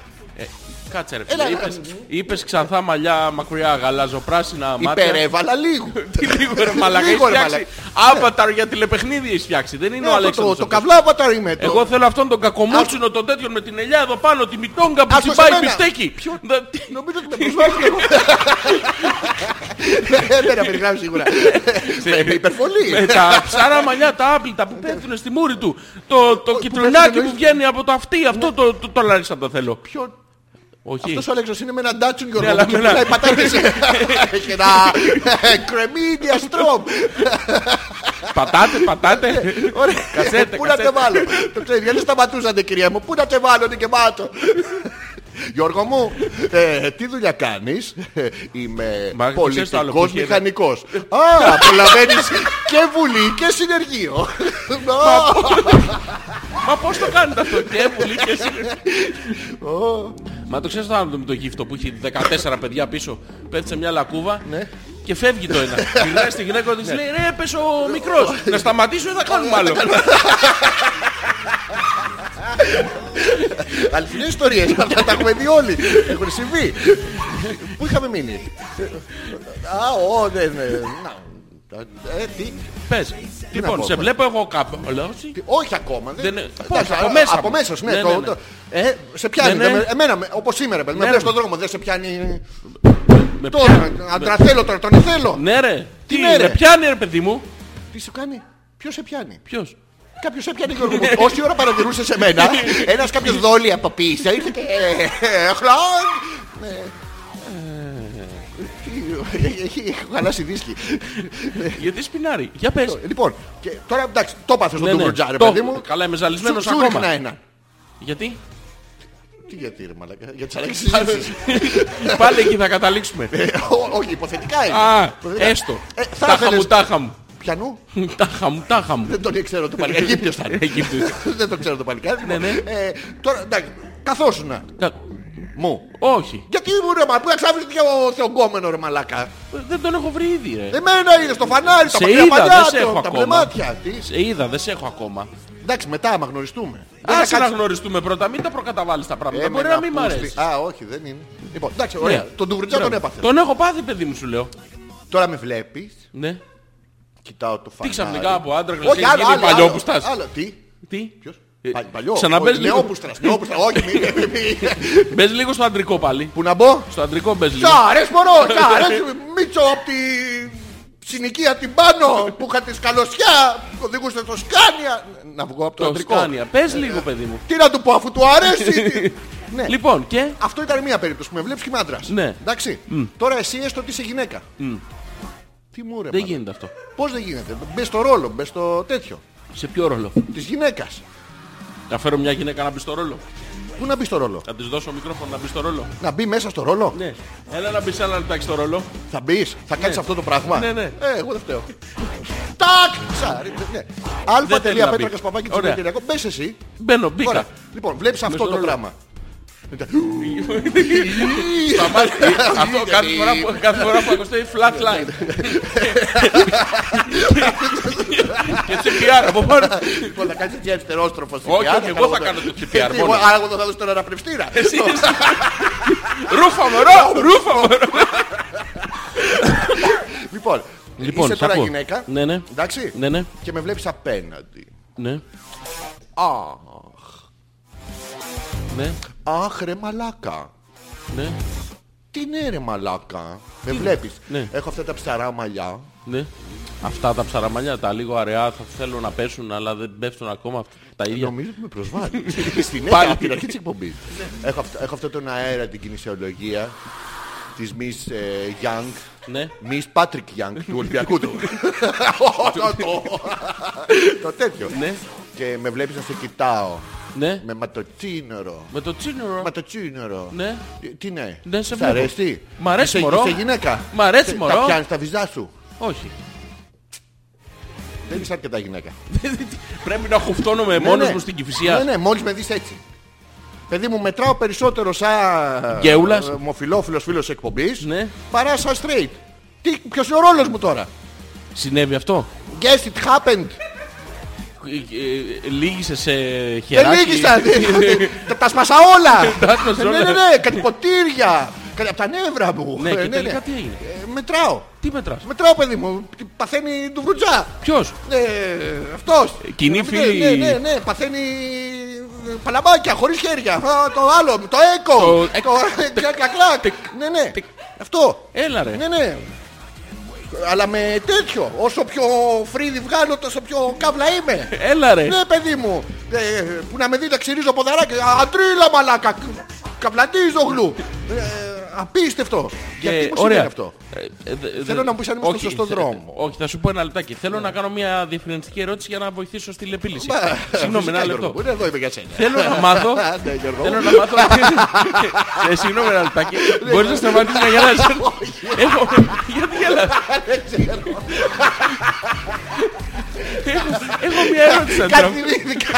Κάτσε ρε Έλα, φίλε, είπες, είπες ξανθά μαλλιά μακριά, γαλαζοπράσινα μάτια. Υπερέβαλα λίγο. Τι λίγο ρε μαλάκα, έχεις Λίγο, ρε, φτιάξει. Άβαταρ για τηλεπαιχνίδι έχεις φτιάξει, δεν είναι ο Ναι, αυτό Το, Αλέξανδρος. το αυτός. καβλάβαταρ είμαι. το- Εγώ θέλω αυτόν τον κακομούτσινο, τον τέτοιον με την ελιά εδώ πάνω, τη μητόγκα που Άστο σε τσιμπάει μένα. πιφτέκι. Δε- τι- <laughs> Νομίζω ότι με προσβάλλει λίγο. Ναι, Δεν περιγράφει σίγουρα. Με- με Με Υπερβολή. τα ψάρα μαλλιά, τα άπλυτα που πέφτουν στη μούρη του. Το, το κυτρινάκι πέφτουνε, που βγαίνει από το αυτί, αυτό το, το, το Λάρισα το θέλω. Ποιο- Όχι. Αυτός ο Αλέξος είναι με έναν τάτσουν Γιώργο. Ναι, αλλά μου, με Ναι. Και ένα- πουλάει πατάτες. Και ένα κρεμίδια στρόμ. Πατάτε, <laughs> πατάτε. Κασέτε, Ε, Πού να κασέτε. τε βάλω. Το ξέρεις, δεν σταματούσατε κυρία μου. Πού να τε βάλω, είναι γεμάτο. Γιώργο μου, ε, τι δουλειά κάνεις Ε, Είμαι Μα, ξέρεις το άλλο που είχε πολιτικός ένα- μηχανικός Α, απολαμβάνεις και βουλή και συνεργείο Να. Μα πώς το κάνετε αυτό, και μου λέει και εσύ. Μα το ξέρεις το άλλο με το γύφτο που έχει 14 παιδιά πίσω, πέφτει σε μια λακκούβα Ναι. και φεύγει το <laughs> ένα. Γυρνάει στη γυναίκα της λέει ρε πες ο μικρός, Ναι. να σταματήσω ή θα κάνουμε άλλο. Αληθινές ιστορίες, <laughs> αυτά τα έχουμε δει όλοι. Έχουν συμβεί. Πού είχαμε μείνει. Α, ω, δεν... ε, να. Ε, τι, Πες, λοιπόν, πω, σε μα. βλέπω εγώ κάπου. Λέω, «Τσι, τι- όχι ακόμα. Δεν- εντάξει, πώς, από μέσα Από μου. μέσος, ναι. Ναι, το- ναι, ναι. το- ε, σε πιάνει. Ναι, δεν ναι. με- Εμένα, με- όπως σήμερα, παιδί, με Ναι, βλέπεις ρε. στον δρόμο, δεν σε πιάνει. με Τώρα, πιάνει». αντραθέλω τώρα, τον εθέλω. Ναι ρε, τι ναι, ρε. με πιάνει ρε παιδί μου. Τι σου κάνει, ποιος σε πιάνει. Ποιος. Κάποιος έπιανε Γιώργο μου. Όση ώρα παρατηρούσες εμένα, ένας κάποιος δόλι από πίσω ήρθε και... ε, χλόν. Ε, ε, τι- Έχει έχω χαλάσει δίσκη. Γιατί σπινάρει. Για πες. Λοιπόν, και τώρα εντάξει, το πάθες Ναι, τον ναι. Τουμπροτζά, ρε Το- παιδί μου. Καλά, είμαι ζαλισμένος Σου- σου ρίχνα ακόμα. ένα. Γιατί. Τι γιατί ρε μαλακά, για τις αλλαγές συζήτησης. Πάλι εκεί θα καταλήξουμε. Ε, Ό- Όχι, υποθετικά είναι. Α, Υποθετικά. έστω. Ε, θα Τάχα μου, ήθελες- τάχα μου. Πιανού, Τάχα μου, τάχα μου. δεν τον ξέρω <laughs> το παλικάρι. Αιγύπτιος θα <laughs> είναι. Αιγύπτιος. Δεν τον ξέρω το παλικάρι. Ναι, ναι. Ε, Τώρα, εντάξει, καθόσουνα. Κα- Ε, Μου. Όχι. Γιατί μου ρε μαλακά, πού να ξάβρισαι ο θεογκόμενο ρε μαλακά. Δεν τον έχω βρει ήδη, ρε. Εμένα είδε στο φανάρι, τα Σε μακριά είδα, δεν παλιά σε έχω του, τα ακόμα. πλεμάτια της. Σε είδα, δεν σε έχω ακόμα. Εντάξει, μετά άμα γνωριστούμε. Δεν θα Άσε να κάτσεις- γνωριστούμε πρώτα, μην τα προκαταβάλεις τα πράγματα. Έμενα Μπορεί να μην μ' πούστη. αρέσει. Ε, Α, όχι, δεν είναι. Λοιπόν, εντάξει, ωραία. Ναι. Τον Τουβουρτζά τον Μπράβο. έπαθε. Τον έχω πάθει, παιδί μου, σου λέω. Τώρα με βλέπεις, Ναι. κοιτάω το φανάρι. ξαφνικά από άντρα, Όχι, γλασίδι, άλλο, γίνει άλλο, παλιό άλλο, που στάς. Άλλο, τι. Τι. Ποιος? Ε, Πα- Παλιό. ξαναμπες Όχι, λίγο. νεόπουστρας, νεόπουστρας. Όχι, μη- μη- <laughs> μη- Μπες λίγο στο αντρικό πάλι. Πού να μπω. Στο αντρικό μπες λίγο. Τσάρες <laughs> μωρό, τσάρες. Μίτσο από τη συνοικία την πάνω που είχα τη σκαλωσιά. Οδηγούσε το Σκάνια. Να βγω από το Το αντρικό. Σκάνια. Πες λίγο, παιδί μου. Τι να του πω αφού του αρέσει. <laughs> τι- ναι. Λοιπόν, και. Αυτό ήταν μία περίπτωση που με βλέπεις και είμαι άντρας. Ναι. Εντάξει. Τώρα εσύ έστω ότι είσαι γυναίκα. Τι μου ρε. Δεν μάνα. γίνεται αυτό. Πώς δεν γίνεται. Μπες στο ρόλο, μπες στο τέτοιο. Σε ποιο ρόλο. Της γυναίκας. Να φέρω μια γυναίκα να μπει στο ρόλο. Πού να μπει στο <laughs> ρόλο. Να της δώσω μικρόφωνο να μπει στο ρόλο. Να μπει μέσα στο ρόλο. Ναι. Έλα να μπει ένα λεπτάκι στο ρόλο. Θα μπεις, θα κάνεις αυτό το πράγμα. Ναι, ναι. Ε, εγώ δεν φταίω. Τάκ! Ξάρι, ναι. Αλφα θέλει να τελεία μπει. πέτρακα παπάκι Ωραία. τσιμέντιακό. Μπες εσύ. Μπαίνω, μπήκα. Ωραία. Λοιπόν, βλέπεις στο αυτό το ρόλο. πράγμα. Αυτό κάθε φορά που, κάθε φορά που ακουστεί flat line. και CPR από πάνω. Λοιπόν, θα κάνεις έτσι αριστερόστροφο. στην Όχι, Τιάνα, όχι, εγώ κάνω θα το- κάνω το Γιατί CPR εγώ- μόνο. Άρα εγώ δεν θα δώσω τον αναπνευστήρα. Εσύ είσαι. Ρούφα μωρό, ρούφα μωρό. Λοιπόν, Λοιπόν, είσαι σ' τώρα ακούω. γυναίκα. Ναι, ναι. Εντάξει. Ναι, ναι. Και με βλέπεις απέναντι. Ναι, Αχ, ναι, αχ ρε μαλάκα. ναι. Τι ναι ρε μαλάκα. Με βλέπεις. Ναι. Έχω αυτά τα ψαρά μαλλιά. Ναι. Αυτά τα ψαραμαλιά, τα λίγο αραιά θα θέλω να πέσουν, αλλά δεν πέφτουν ακόμα αυτά τα ίδια. Νομίζω ότι με προσβάλλει. <laughs> Στην Πάλι. Ναι. έκανα από την αρχή της εκπομπής. έχω, αυτό, έχω αυτό τον αέρα, την κινησιολογία της Miss ε, Young. Ναι. Miss Patrick Young του Ολυμπιακού <laughs> του. Το- το- Το τέτοιο. Ναι. Και με βλέπεις να σε κοιτάω. Ναι. Με ματοτσίνορο. Με το τσίνουρο. Ματοτσίνορο. Ναι. Ε, Τι ναι. Ναι, σε Σ' βλέπω. αρέσει. Μ' αρέσει, Είσαι- μωρό. Είσαι γυναίκα. Μ' αρέσει, Τα- μωρό. Τα πιάνεις τα βυζά σου. Όχι. Δεν είσαι αρκετά γυναίκα. Πρέπει να χουφτώνομαι Ναι, μόνος ναι. μου στην Ναι, κυφυσία. ναι, μόλις με δεις έτσι. Παιδί μου, μετράω περισσότερο σαν Γεούλας. ομοφιλόφιλος φίλος εκπομπής Ναι. παρά σαν straight. Τι, ποιος είναι ο ρόλος μου τώρα. ναι. Συνέβη αυτό. Guess it happened. Ε, ε, Λύγησε σε Δεν χεράκι. λίγησα. <laughs> Τα- Τα σπάσα όλα. Τα σπάσα Ναι, όλα. ναι, ναι. Κατυποτήρια. Κάτι από τα νεύρα μου. Ναι, και τελικά τι έγινε? Ε, Μετράω. Τι μετράς. Μετράω, παιδί μου. Παθαίνει του βρουτζά. Ποιος. Ε, αυτός. κοινή Ναι, φίλη. Ναι, ναι, ναι, παθαίνει ε, παλαμπάκια, χωρίς χέρια. Α, το άλλο, το έκο. Το- Το <laughs> κλακ, κλακ, κλακ. Ναι, ναι. Αυτό. Έλα ρε. Ναι, ναι. Αλλά με τέτοιο. Όσο πιο φρύδι βγάλω, τόσο πιο καύλα είμαι. Ε, Έλα ρε. Ναι, παιδί μου. Ε, που να με δείτε, ξυρίζω ποδαράκι. Αντρίλα, μαλάκα. Καυλατίζω γλου. Ε, απίστευτος. Γιατί μου Ε, ωραία. συμβαίνει αυτό. Ε, ε, δε- Θέλω να μου πεις αν είμαι στο Όχι, σωστό θε- δρόμο. Ναι. Όχι, θα σου πω ένα λεπτάκι. Θέλω να κάνω μια διευκρινιστική ερώτηση για να βοηθήσω στη λεπίληση. Μα, Συγγνώμη, φυσικά, ένα Γιώργο λεπτό. μου, είναι εδώ είμαι για σένα. Θέλω να μάθω. Ναι, Γιώργο. Θέλω να μάθω. <laughs> Ε, Συγγνώμη, ένα λεπτάκι. Μπορείς να σταματήσεις να <laughs> γελάς. Έχω. Γιατί <laughs> γελάς. Έχω- Έχω μια ερώτηση. Αντρέα. Κάτι δίδικα.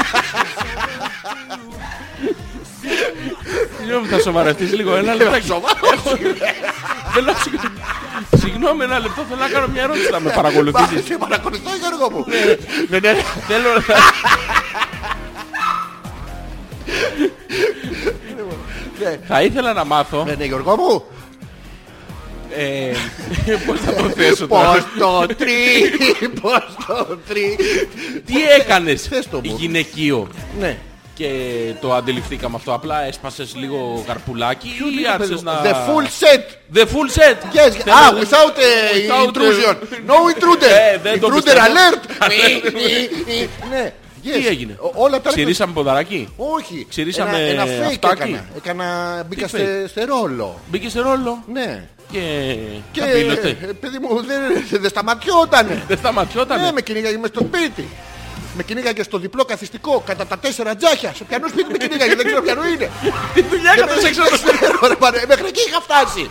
Συγγνώμη, θα σοβαρευτείς λίγο. Ένα λεπτάκι. Θέλω να συγγνώμη. Συγγνώμη, ένα λεπτό. Θέλω να κάνω μια ερώτηση. Θα με παρακολουθήσεις. Σε παρακολουθώ Γιώργο μου. Ναι, ναι, θέλω να... Ναι. Θα ήθελα να μάθω Ναι, ναι, Γιώργο μου. ε, πώς θα το θέσω τώρα. Πώς το <laughs> τρί, πώς το τρί. Τι έκανες Θες το μου. γυναικείο Ναι. και το αντιληφθήκαμε αυτό. Απλά έσπασες λίγο καρπουλάκι ή Το άρχισες να... The full set. The full set. Yes. Θέλω- Ah, without uh, Without, uh, intrusion. No intruder. Ε, δεν το Intruder πιστεύω. <laughs> alert. Ναι. Yes. Τι έγινε. Ο- Όλα τα Ξηρίσαμε ποδαράκι. Όχι. Ξηρίσαμε Ένα, ένα fake αυτάκι. έκανα. έκανα μπήκα Τι σε, σε ρόλο. Μπήκε σε ρόλο Ναι. και... Και Καμπύλωτε. ε, παιδί μου δεν, δεν σταματιότανε. Δεν Ναι, σταματιότανε. με κυνήγαγε μες στο σπίτι. Με κυνήγαγε στο διπλό καθιστικό κατά τα τέσσερα τζάχια. Σε πιανό σπίτι με κυνήγαγε, δεν ξέρω πιανό <laughs> είναι. Τι δουλειά ναι, έκανες έξω <laughs> από το σπίτι. Ωραία, πάρε, Μέχρι εκεί είχα φτάσει.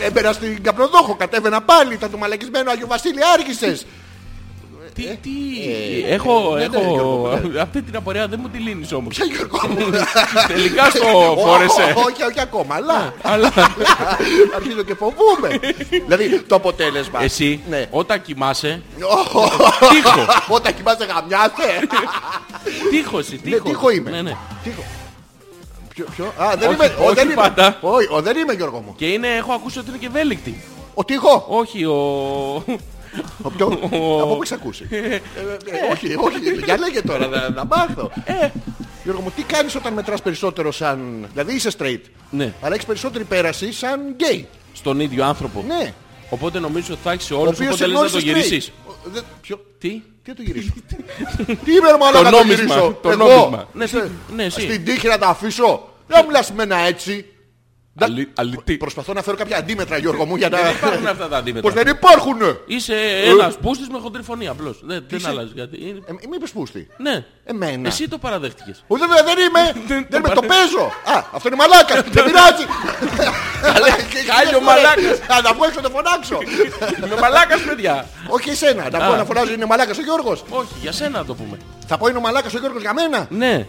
Έμπαινα στην καπνοδόχο, κατέβαινα πάλι. Ήταν του μαλακισμένου Άγιο Βασίλη, άργησες. Τι, τι... Έχω, Ε, ναι, ναι, Γιώργο, έχω... ναι. Αυτή την απορία δεν μου τη λύνεις όμως. Ποια Γιώργο μου. <laughs> Τελικά στο Ω, φόρεσε. ω, Όχι, όχι ακόμα, <laughs> αλλά Αλλά <laughs> αρχίζω και φοβούμαι. Δηλαδή το αποτέλεσμα. εσύ <laughs> Ναι. όταν κοιμάσαι Ω, Τείχος. Όταν κοιμάσαι γαμιάστε. Τείχο εσύ, τείχο. Ναι, τείχο είμαι. Ναι, ναι. Τείχο. Ποιο, ποιο? Α, δεν Όχι, είμαι. ο, όχι δεν είμαι. πάντα. Όχι, ο, δεν είμαι Γιώργο μου. Και είναι, έχω ακούσει ότι είναι και ευέλικτη. Ο τείχο. Όχι, ο... <laughs> Ο ποιο? Ο- Από πού έχεις ακούσει. Ε, ε, ε, Όχι, όχι. Για λέγε τώρα να- να μάθω. Ε. Γιώργο μου, τι κάνεις όταν μετράς περισσότερο σαν... Δηλαδή είσαι straight. Ναι. Αλλά έχεις περισσότερη πέραση σαν gay. Στον ίδιο άνθρωπο. Ναι. Οπότε νομίζω ότι θα έχεις Ο όλους, οποίος οπότε λες να το εγνώρισε γυρίσεις. straight. Ο- δεν- Ποιο... Τι? Τι να το γυρίσω. Τι είμαι ρε μαλάκα να το νόμισμα, γυρίσω. το Εγώ. νόμισμα. Ναι, Στε- εσύ- ναι, εσύ. Στην τύχη να τα αφήσω. Δεν μιλάς με ένα έτσι. Αλη- Αλητή. Προσπαθώ να φέρω κάποια αντίμετρα Γιώργο μου για να... Δεν υπάρχουν αυτά τα Πως αντίμετρα. δεν Ε, υπάρχουνε. Είσαι ένας πούστης με χοντρή φωνή απλώς. Ναι, Δεν, δεν αλλάζει κάτι. Είναι- Ε, μη είπες πούστη. Ναι. Εμένα. Εσύ το <laughs> παραδέχτηκες. Ο, δεν, δεν είμαι! <laughs> Δεν- δεν είμαι, το παίζω! Α, αυτό είναι <laughs> μαλάκας! Δεν πειράζει! <laughs> Χάλιο μαλάκας. Α, Να βγω έξω να <laughs> φωνάξω! Είμαι μαλάκας παιδιά. Όχι εσένα, να βγω Α. να φωνάζω είναι μαλάκας ο Γιώργος! Όχι, για σένα να το πούμε. Θα πω είναι ο μαλάκας ο Γιώργος για μένα! Ναι.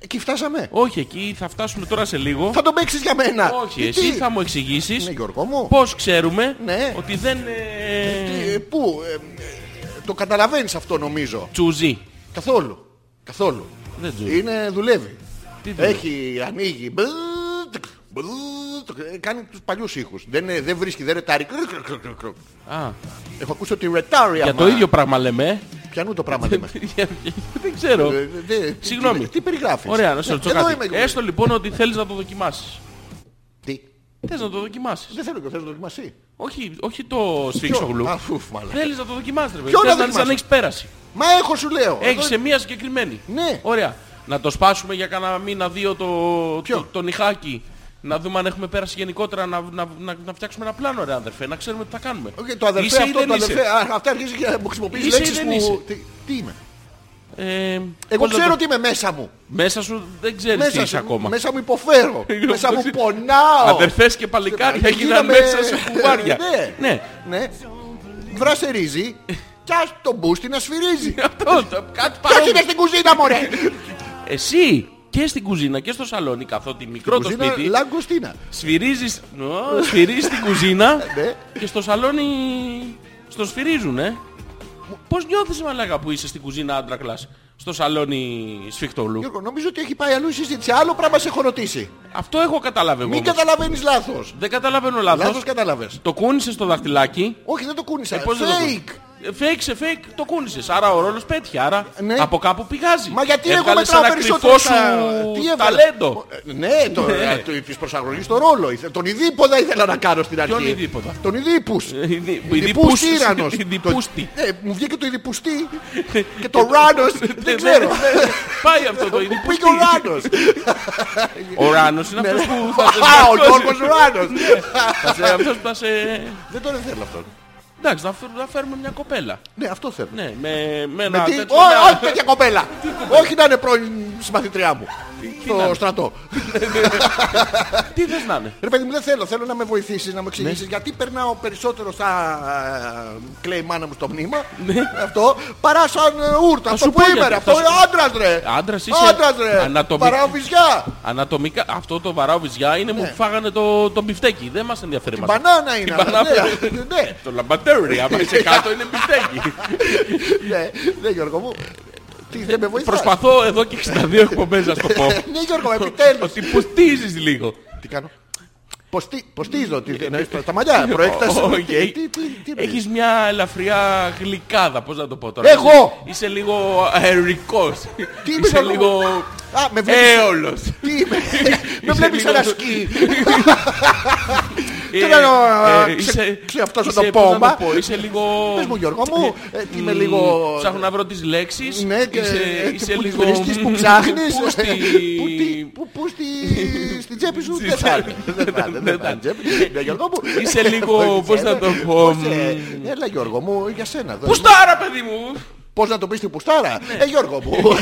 Εκεί φτάσαμε! Όχι, εκεί θα φτάσουμε τώρα σε λίγο. Θα τον παίξεις για μένα! Όχι, Ε, εσύ τι? θα μου εξηγήσεις Ναι, Γιώργο μου! πώς ξέρουμε Ναι. ότι δεν... ε, Ε, Πού, ε, ε, το καταλαβαίνεις αυτό νομίζω! Τσουζί. Καθόλου! Καθόλου! Δεν τζουζί. Είναι, δουλεύει! Τι δουλεύει? Έχει, ανοίγει! Μπλ, τκ, μπλ, τκ, ε, Κάνει τους παλιούς ήχους. Δεν, ε, δεν βρίσκει, δεν ρετάρει. Κρυκ, κρυκ, κρυκ, κρυκ, κρυκ. Α, Έχω ακούσει ότι ρετάρει για άμα- το ίδιο πράγμα λέμε. ε. Πιανού το <laughs> πράγμα λέμε. Δεν ξέρω. Ε, δε- τι- Συγγνώμη. Τι, τι περιγράφεις. Ωραία, να σε Ναι, ρωτήσω εδώ κάτι. είμαι εγώ. Έστω λοιπόν ότι θέλεις να το δοκιμάσεις. Τι. Θες να το δοκιμάσεις. Δεν θέλω και θέλω δοκιμασί. Όχι, όχι το σφίξογλου. Αφού μάλλον. Θέλεις να το δοκιμάσεις, ρε παιδί. Ποιο Θες να να δεις αν δοκιμάσω? έχεις πέραση. Μα έχω σου λέω. Έχεις Εδώ- σε μία συγκεκριμένη. Ναι. Ωραία. Να το σπάσουμε για κανένα μήνα, δύο το, Ποιο? το, το νυχάκι. Να δούμε αν έχουμε πέραση γενικότερα, να, να, να, να φτιάξουμε ένα πλάνο, ρε αδερφέ, να ξέρουμε τι θα κάνουμε. Οκ, Το αδερφέ Είσαι ή αυτό, δεν το είσαι. αδερφέ. α, Αυτά αρχίζει και μου χρησιμοποιείς Είσαι ή λέξεις δεν που. είσαι. Τι- Τι είμαι. Ε, Εγώ πώς να ξέρω το- ότι είμαι μέσα μου. Μέσα σου δεν ξέρεις τι Μέσα είσαι σου, ακόμα. Μέσα μου υποφέρω. <laughs> Εγώ μέσα μου ξέρω. πονάω. Αδερφές και παλικάρια Γίναμε- γίναν μέσα σε κουβάρια. Ναι. ναι. <laughs> Ναι. Βράσε ρύζι και ας τον μπούστι να <laughs> σφυρίζει. Αυτό, το- κάτι Ποιος παρόμοιο. είναι στην κουζίνα μωρέ. Εσύ και στην κουζίνα και στο σαλόνι καθότι μικρό το Κουζίνα σπίτι λαγκοστίνα. σφυρίζεις, Ω, σφυρίζεις την κουζίνα Ναι. και στο σαλόνι στο σφυρίζουν, ε. Πώς νιώθεις μαλάκα που είσαι στην κουζίνα άντρακλας στο σαλόνι σφιχτολού. Γιώργο, νομίζω ότι έχει πάει αλλού η συζήτηση. Άλλο πράγμα σε έχω ρωτήσει. Αυτό έχω καταλάβει εγώ. Μην όμως. καταλαβαίνεις λάθος. Δεν καταλαβαίνω λάθος. Λάθος κατάλαβες. Το κούνησες στο δαχτυλάκι. Όχι, δεν το κούνησα. Ε, πώς δεν το Fake. κούνησες. Ε, Fake σε fake το κούνησες. Άρα ο ρόλος πέτυχε. Άρα Ναι. από κάπου πηγάζει. Μα γιατί εγώ Έβγαλες μετράω ένα περισσότερο κρυφό σου στα- Τι έβγαλα? ταλέντο. Ε, Ναι, το, Ναι. της προσαγωγής το ρόλο. ήθε- Τον ειδήποδα ήθελα να κάνω στην αρχή. Ποιον ειδήποδα? Τον ειδήπους. Ε, Ειδήπους Ειδιπούς τύρανος. Ειδιπούστη. Το- Ναι, μου βγήκε το ειδηπουστή και το ράνος. Ναι, Δεν ξέρω. Πάει αυτό το Μου ειδιπούστη. πήγε ο ράνος. Ο Ράνος είναι αυτός που θα σε... Α, ο Γιώργος Ράνος. θα σε- Αυτός που θα σε... Δεν τον θέλω αυτόν. Εντάξει, να φέρ- να φέρουμε μια κοπέλα. Ναι, αυτό θέλω. Ναι, με, με Με ένα τι- τέτοιο... ναι. Ω, ένα- Όχι τέτοια κοπέλα. Όχι να είναι πρώην συμμαθητριά μου. Στο στρατό. Τι θες να είναι. Ρε παιδί μου δεν θέλω, θέλω να με βοηθήσεις, να μου Ναι. εξηγήσεις γιατί περνάω περισσότερο στα ε, κλαίει η μάνα μου στο μνήμα αυτό, παρά σαν ε, ούρτα, αυτό Ναι. σου που πω είμαι γιατί, ρε, θα αυτό σου- είναι άντρας ρε, Άντρας είσαι άντρας ρε, ανατομικά. παρά βυζιά, Ανατομικά, αυτό το βαράω βυζιά είναι Ναι. μου φάγανε το, το μπιφτέκι. Δεν μας ενδιαφέρει μας. μπανάνα είναι, αλλά μπανάνα. ναι, ναι, Το λαμπατέρι, άμα είσαι κάτω είναι μπιφτέκι. <laughs> ναι, ναι Γιώργο μου, τι δεν με βοηθάς, Προσπαθώ εδώ και 62 εκπομπές να σου το πω. <laughs> ναι Γιώργο μου, επιτέλους, Ότι υποστίζεις λίγο. τι κάνω, Ποστί- ποστίζω, τι Ναι. εννοείς, τα- τα μαλλιά, προέκταση, Ε, Οκ. τι- τι- τι- τι εννοείς. Έχεις μια ελαφριά γλυκάδα, πώς να το πω τώρα. Εγώ! Είσαι- Είσαι λίγο αερικός. Τι είμαι Είσαι εγώ? λίγο Α, με βλέπεις, έολος. τι <laughs> είμαι, με βλέπεις Ε, λίγο- ένα σκι, Ε, Τι να λέω, ε, ε, είσαι- ξε- ξεαυτός είσαι- το πώς να πόμα. πω, Είσαι λίγο... πες μου Γιώργο μου, ε, τι είμαι Μμμ, λίγο, Ψάχνω να βρω τις λέξεις. Ναι, και Είσαι- έτσι είσαι που τις λίγο... βρίσκεις, που ψάχνεις. Πού στη- Που τι- που- Που <laughs> στη- στην τσέπη σου Στη δεν θα τσέπη. είναι. Δεν θα είναι, δεν θα είναι τσέπη. Ναι, Γιώργο μου. Είσαι λίγο, πώς να το πω, Πώς, μ. ε, Έλα Γιώργο μου, για σένα. Πού Ναι. στάρα, παιδί μου! Πώς να το πεις την πουστάρα. Ε Γιώργο μου,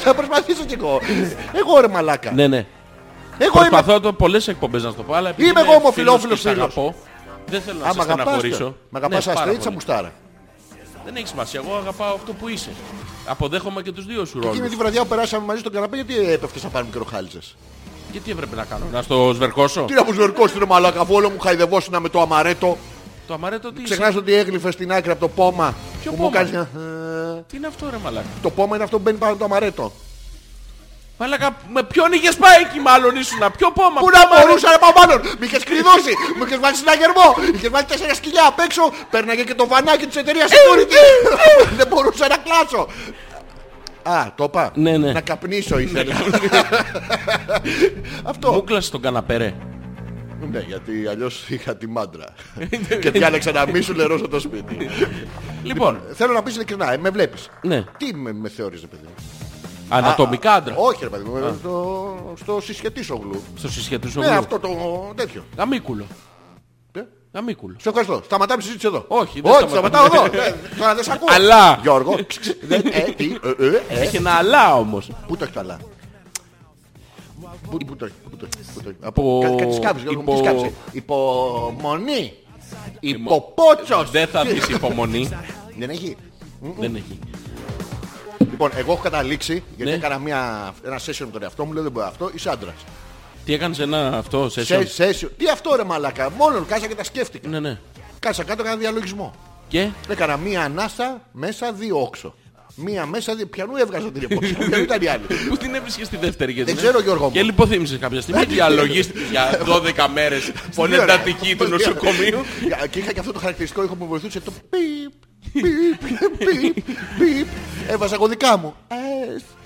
<laughs> θα προσπαθήσω κι εγώ. Εγώ ρε μαλάκα. Ναι, ναι. Εγώ είμαι... Προσπαθώ το πολλές εκπομπές να σου το πω, αλλά επειδή Είμαι εγώ ομοφυλόφιλος φίλος και σε φίλος. αγαπώ, δεν θέλω να Άμα σε αγαπάς, στεναχωρήσω. με αγαπάς Ναι, πάρα αστρίτσα πολύ. μουστάρα. Δεν έχει σημασία. Εγώ αγαπάω αυτό που είσαι. Αποδέχομαι και τους δύο σου Εκείνη ρόλους. τη βραδιά που περάσαμε μαζί στον καναπέ, γιατί έπεφτες να πάρουμε μικροχάλιτσες. Και τι έπρεπε να κάνω, να στο σβερκώσω. Τι να μου ζορκώσει ρε μαλάκα, αφού όλο μου χαϊδευόσουνα με το αμαρέτο. Το αμαρέτο τι είσαι. Ξεχνάς ότι έγλυφες στην άκρη από το πόμα. Ποιο που μου πόμα? κάνεις ένα- Τι είναι αυτό ρε μαλάκα. Το πόμα είναι αυτό που μπαίνει πάνω από το αμαρέτο. Μαλάκα με ποιον είχες πάει εκεί μάλλον ήσουνα. Ποιο πόμα. Πού ποιο να αμαρέτο. μπορούσα να πάω μάλλον! Μ' είχες κρυδώσει! Μ' είχες βάλει στην αγερμό! Μ' είχες βάλει τέσσερα σκυλιά απ' έξω! Πέρναγε και το βανάκι της εταιρείας Security! <laughs> Δεν μπορούσα να κλάσω! Α, το είπα. Ναι, ναι. Να καπνίσω ήθελα. <laughs> Αυτό. Μου κλασσε τον καναπέ ρε. Ναι, γιατί αλλιώς είχα τη μάντρα. Ε, ναι. Και διάλεξα να μη σου λερώσω το σπίτι. Λοιπόν, Θέλω να πεις ειλικρινά, ε, με βλέπεις. ναι. Τι με, με θεώρησε, παιδί. μου? Ανατομικά άντρα. Όχι, ρε παιδί μου, στο, στο συσχετήσογλου. Στο συσχετισμό. Ναι, μου. αυτό το τέτοιο. Γαμίκουλο. Ε, Γαμίκουλο. Σε ευχαριστώ. Σταματάμε τη συζήτηση εδώ. Όχι, δεν Όχι, σταματάω σταματάμε. εδώ. Ε, Τώρα δεν σε ακούω. Αλλά. Γιώργο. Δεν- ε, τι, ε, ε, ε. Έχει ένα αλλά όμως. Πού το έχεις το αλλά. Πού πού το έχεις, πού το έχεις, πού το έχεις. Υπο- Κα- Κάτι σκάβεις, Γιώργο μου, τι υπο- σκάβεις. Υπομονή. Υποπότσος. Δεν θα δεις <laughs> υπομονή. Δεν έχει. Δεν έχει. Λοιπόν, εγώ έχω καταλήξει, γιατί Ναι. έκανα μια, ένα session με τον εαυτό μου, λέω δεν μπορεί αυτό, είσαι άντρας. Τι έκανες ένα αυτό Σε, session. session. Τι αυτό ρε μαλακά, μόνο κάσα και τα σκέφτηκα. Ναι, ναι. Κάσα κάτω, έκανα διαλογισμό. Και Έκανα μία ανάσα, μέσα, δύο όξο. Μία μέσα, δύο. Πιανού έβγαζα την <laughs> επόμενη. Πιανού ήταν η άλλη. Πού την έβρισκες στη δεύτερη γιατί. Δεν ξέρω, Γιώργο μου. Και λιποθύμησες κάποια στιγμή. Διαλογίστηκε <laughs> για 12 μέρες στην Δύο, ρε. εντατική του νοσοκομείου. Και είχα και αυτό το χαρακτηριστικό ήχο που μου βοηθούσε. Το πιπ, πιπ, πιπ, πιπ. Έβαζα εγώ δικά μου.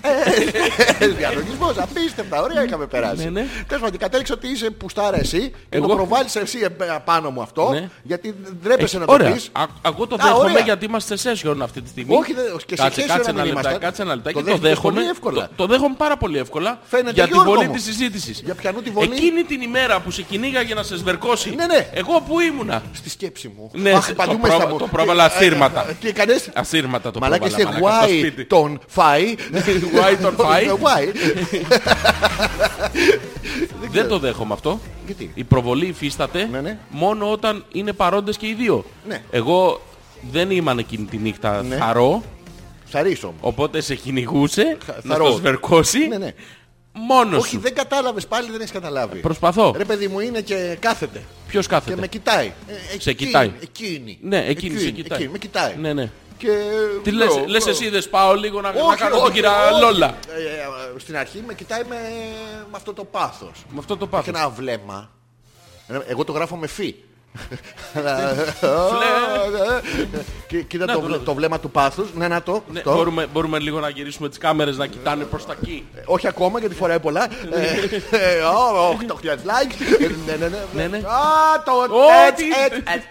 Ε, <laughs> Διαλογισμό, απίστευτα, ωραία είχαμε περάσει. Ναι, ναι. Τέλο πάντων, κατέληξε ότι είσαι πουστάρα εσύ και Εγώ- το προβάλλεις εσύ επ- απάνω μου αυτό, Ναι. γιατί ντρέπεσαι να το Ωραία. πεις. Α- εγώ το Α, δέχομαι ωραία. γιατί είμαστε σε session αυτή τη στιγμή. Όχι, δεν- και σε κάτσε, session κάτσε αν ένα ήμασταν. λεπτά, κάτσε ένα λεπτάκι. Το Το, δέχτηκες πολύ δέχομαι. εύκολα. Το, το δέχομαι πάρα πολύ εύκολα. Φαίνεται, για τη Γιώργο βολή μου. τη συζήτηση. Για ποιανού τη βολή? Εκείνη την ημέρα που σε κυνήγα για να σε σβερκώσει. Ναι, ναι. Εγώ που ήμουνα. Στη σκέψη μου. Ναι, Αχ, το παντού πρόβα- μέσα μου. το πρόβαλα Ε, ασύρματα. ε, Τι κανείς. Ασύρματα το Μαλάκα πρόβαλα. σε μαλάκα, στο why σπίτι. τον φάει. <laughs> Why τον φάει. Why. Δεν το δέχομαι αυτό. Γιατί? Η προβολή υφίσταται Ναι, ναι. μόνο όταν είναι παρόντες και οι δύο. Ναι. Εγώ δεν ήμουν εκείνη τη νύχτα Ναι. θαρό, Ψαρίσω. οπότε σε κυνηγούσε να θαρό. το σβερκώσει Ναι, ναι. μόνος Όχι, σου. δεν κατάλαβες πάλι, δεν έχεις καταλάβει. Προσπαθώ. Ρε παιδί μου είναι και κάθεται. Ποιος Και κάθεται. με κοιτάει. Ε, εκείνη, κοιτάει. Εκείνη. Ναι, εκείνη σε κοιτάει. εκείνη, με κοιτάει. Ναι, ναι. Και... Τι λες, λέω, λες λέω, εσύ δεν σπάω λίγο να, να όχι, κάνω όχι, την κυρία όχι. Λόλα. Ε, ε, Στην αρχή με κοιτάει με, με αυτό το πάθος. Με αυτό το Έχει πάθος. ένα βλέμμα. Ένα- Εγώ το γράφω με φι. Και Κοίτα Να το το βλέ- βλέπεις. το βλέμμα του πάθους. Ναι, να το. Ναι, το. μπορούμε, μπορούμε λίγο να γυρίσουμε τις κάμερες να κοιτάνε προς τα εκεί. Ε, Όχι ακόμα γιατί φοράει πολλά. Ναι. Ε, ε, ω, 8.000 likes. Ε, Ναι, ναι, ναι. Ναι, ναι. Α, το Ω, έτσι, τι- έτσι, έτσι.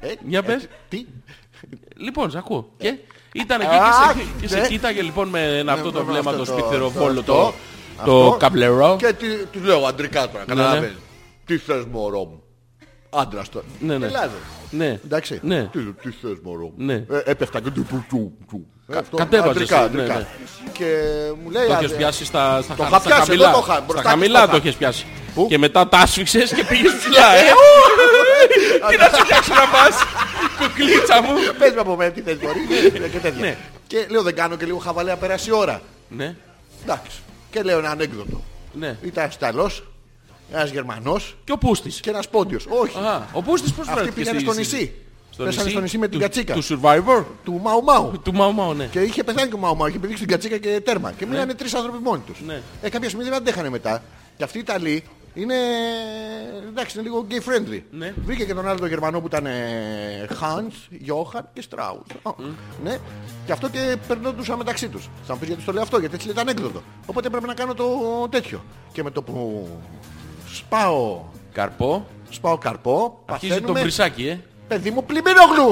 Ε, Για πες. ε, Τι. Λοιπόν, σε ακούω. Και ήταν εκεί Ε, Α, και σε, και ναι. σε κοίταγε λοιπόν με ένα αυτό με το Ναι, αυτό βλέμμα το- το σπίθερο το- βόλο το- το, αυτό. το καπλερό. Ναι, Και τι- τους λέω αντρικά τώρα. Καταλάβες. Τι θες μωρό μου. Άντρας τώρα. Ναι, ναι. Ελάδες. Ναι. Εντάξει. Ναι. Τι, τι θες μωρό μου. Ναι. Ε, έπεφτα και του του του του. Ε, αυτό, κατέβαζες, αντρικά, ναι, αντρικά. ναι. Και μου λέει... Το άντε, έχεις πιάσει στα, στα, Το χα- είχα στα πιάσει, χαμηλά. εγώ το είχα, μπροστά στα και χαμηλά στο το χα. έχεις πιάσει. Πού? Και μετά τα άσφιξες και πήγες <laughs> ψηλά. Ε, ου, Τι να σε φτιάξω να πας, κουκλίτσα μου. Πες με από μένα τι θες μπορεί. και τέτοια. Ναι. Και λέω δεν κάνω και λίγο χαβαλέ να περάσει η ώρα. Ναι, Εντάξει. Και λέω ένα ανέκδοτο. ναι. Ήταν Ιταλός, ένας Γερμανός Και ο Πούστης. και ένας Πόντιος. Όχι. Α, ο Πούστης πώς Αυτοί βρέθηκε πήγανε στη- στο στη- νησί. στο Πέσανε νησί στο νησί με την του- κατσίκα. Του Survivor, Του Μαου Μαου. του Μαου Μαου, ναι. Και είχε πεθάνει και ο Μαουμάου, είχε πηδήξει την κατσίκα και τέρμα. Και μείνανε τρεις άνθρωποι μόνοι τους. Ναι. Ε, κάποια στιγμή δεν αντέχανε μετά. Και αυτοί οι Ιταλοί είναι. εντάξει, είναι λίγο gay friendly. Ναι. Βρήκε και τον άλλο τον Γερμανό που ήταν ε, Hans, Johann και Strauss. Α, Ναι. Και αυτό και περνόντουσαν μεταξύ τους. Θα μου πεις γιατί στο λέω αυτό, γιατί έτσι λέει ήταν έκδοτο. Οπότε πρέπει να κάνω το τέτοιο. Και με το που σπάω, Καρπό, σπάω καρπό, αρχίζει το παθαίνουμε, βρυσάκι, ε. Παιδί μου, πλημμύρογλου!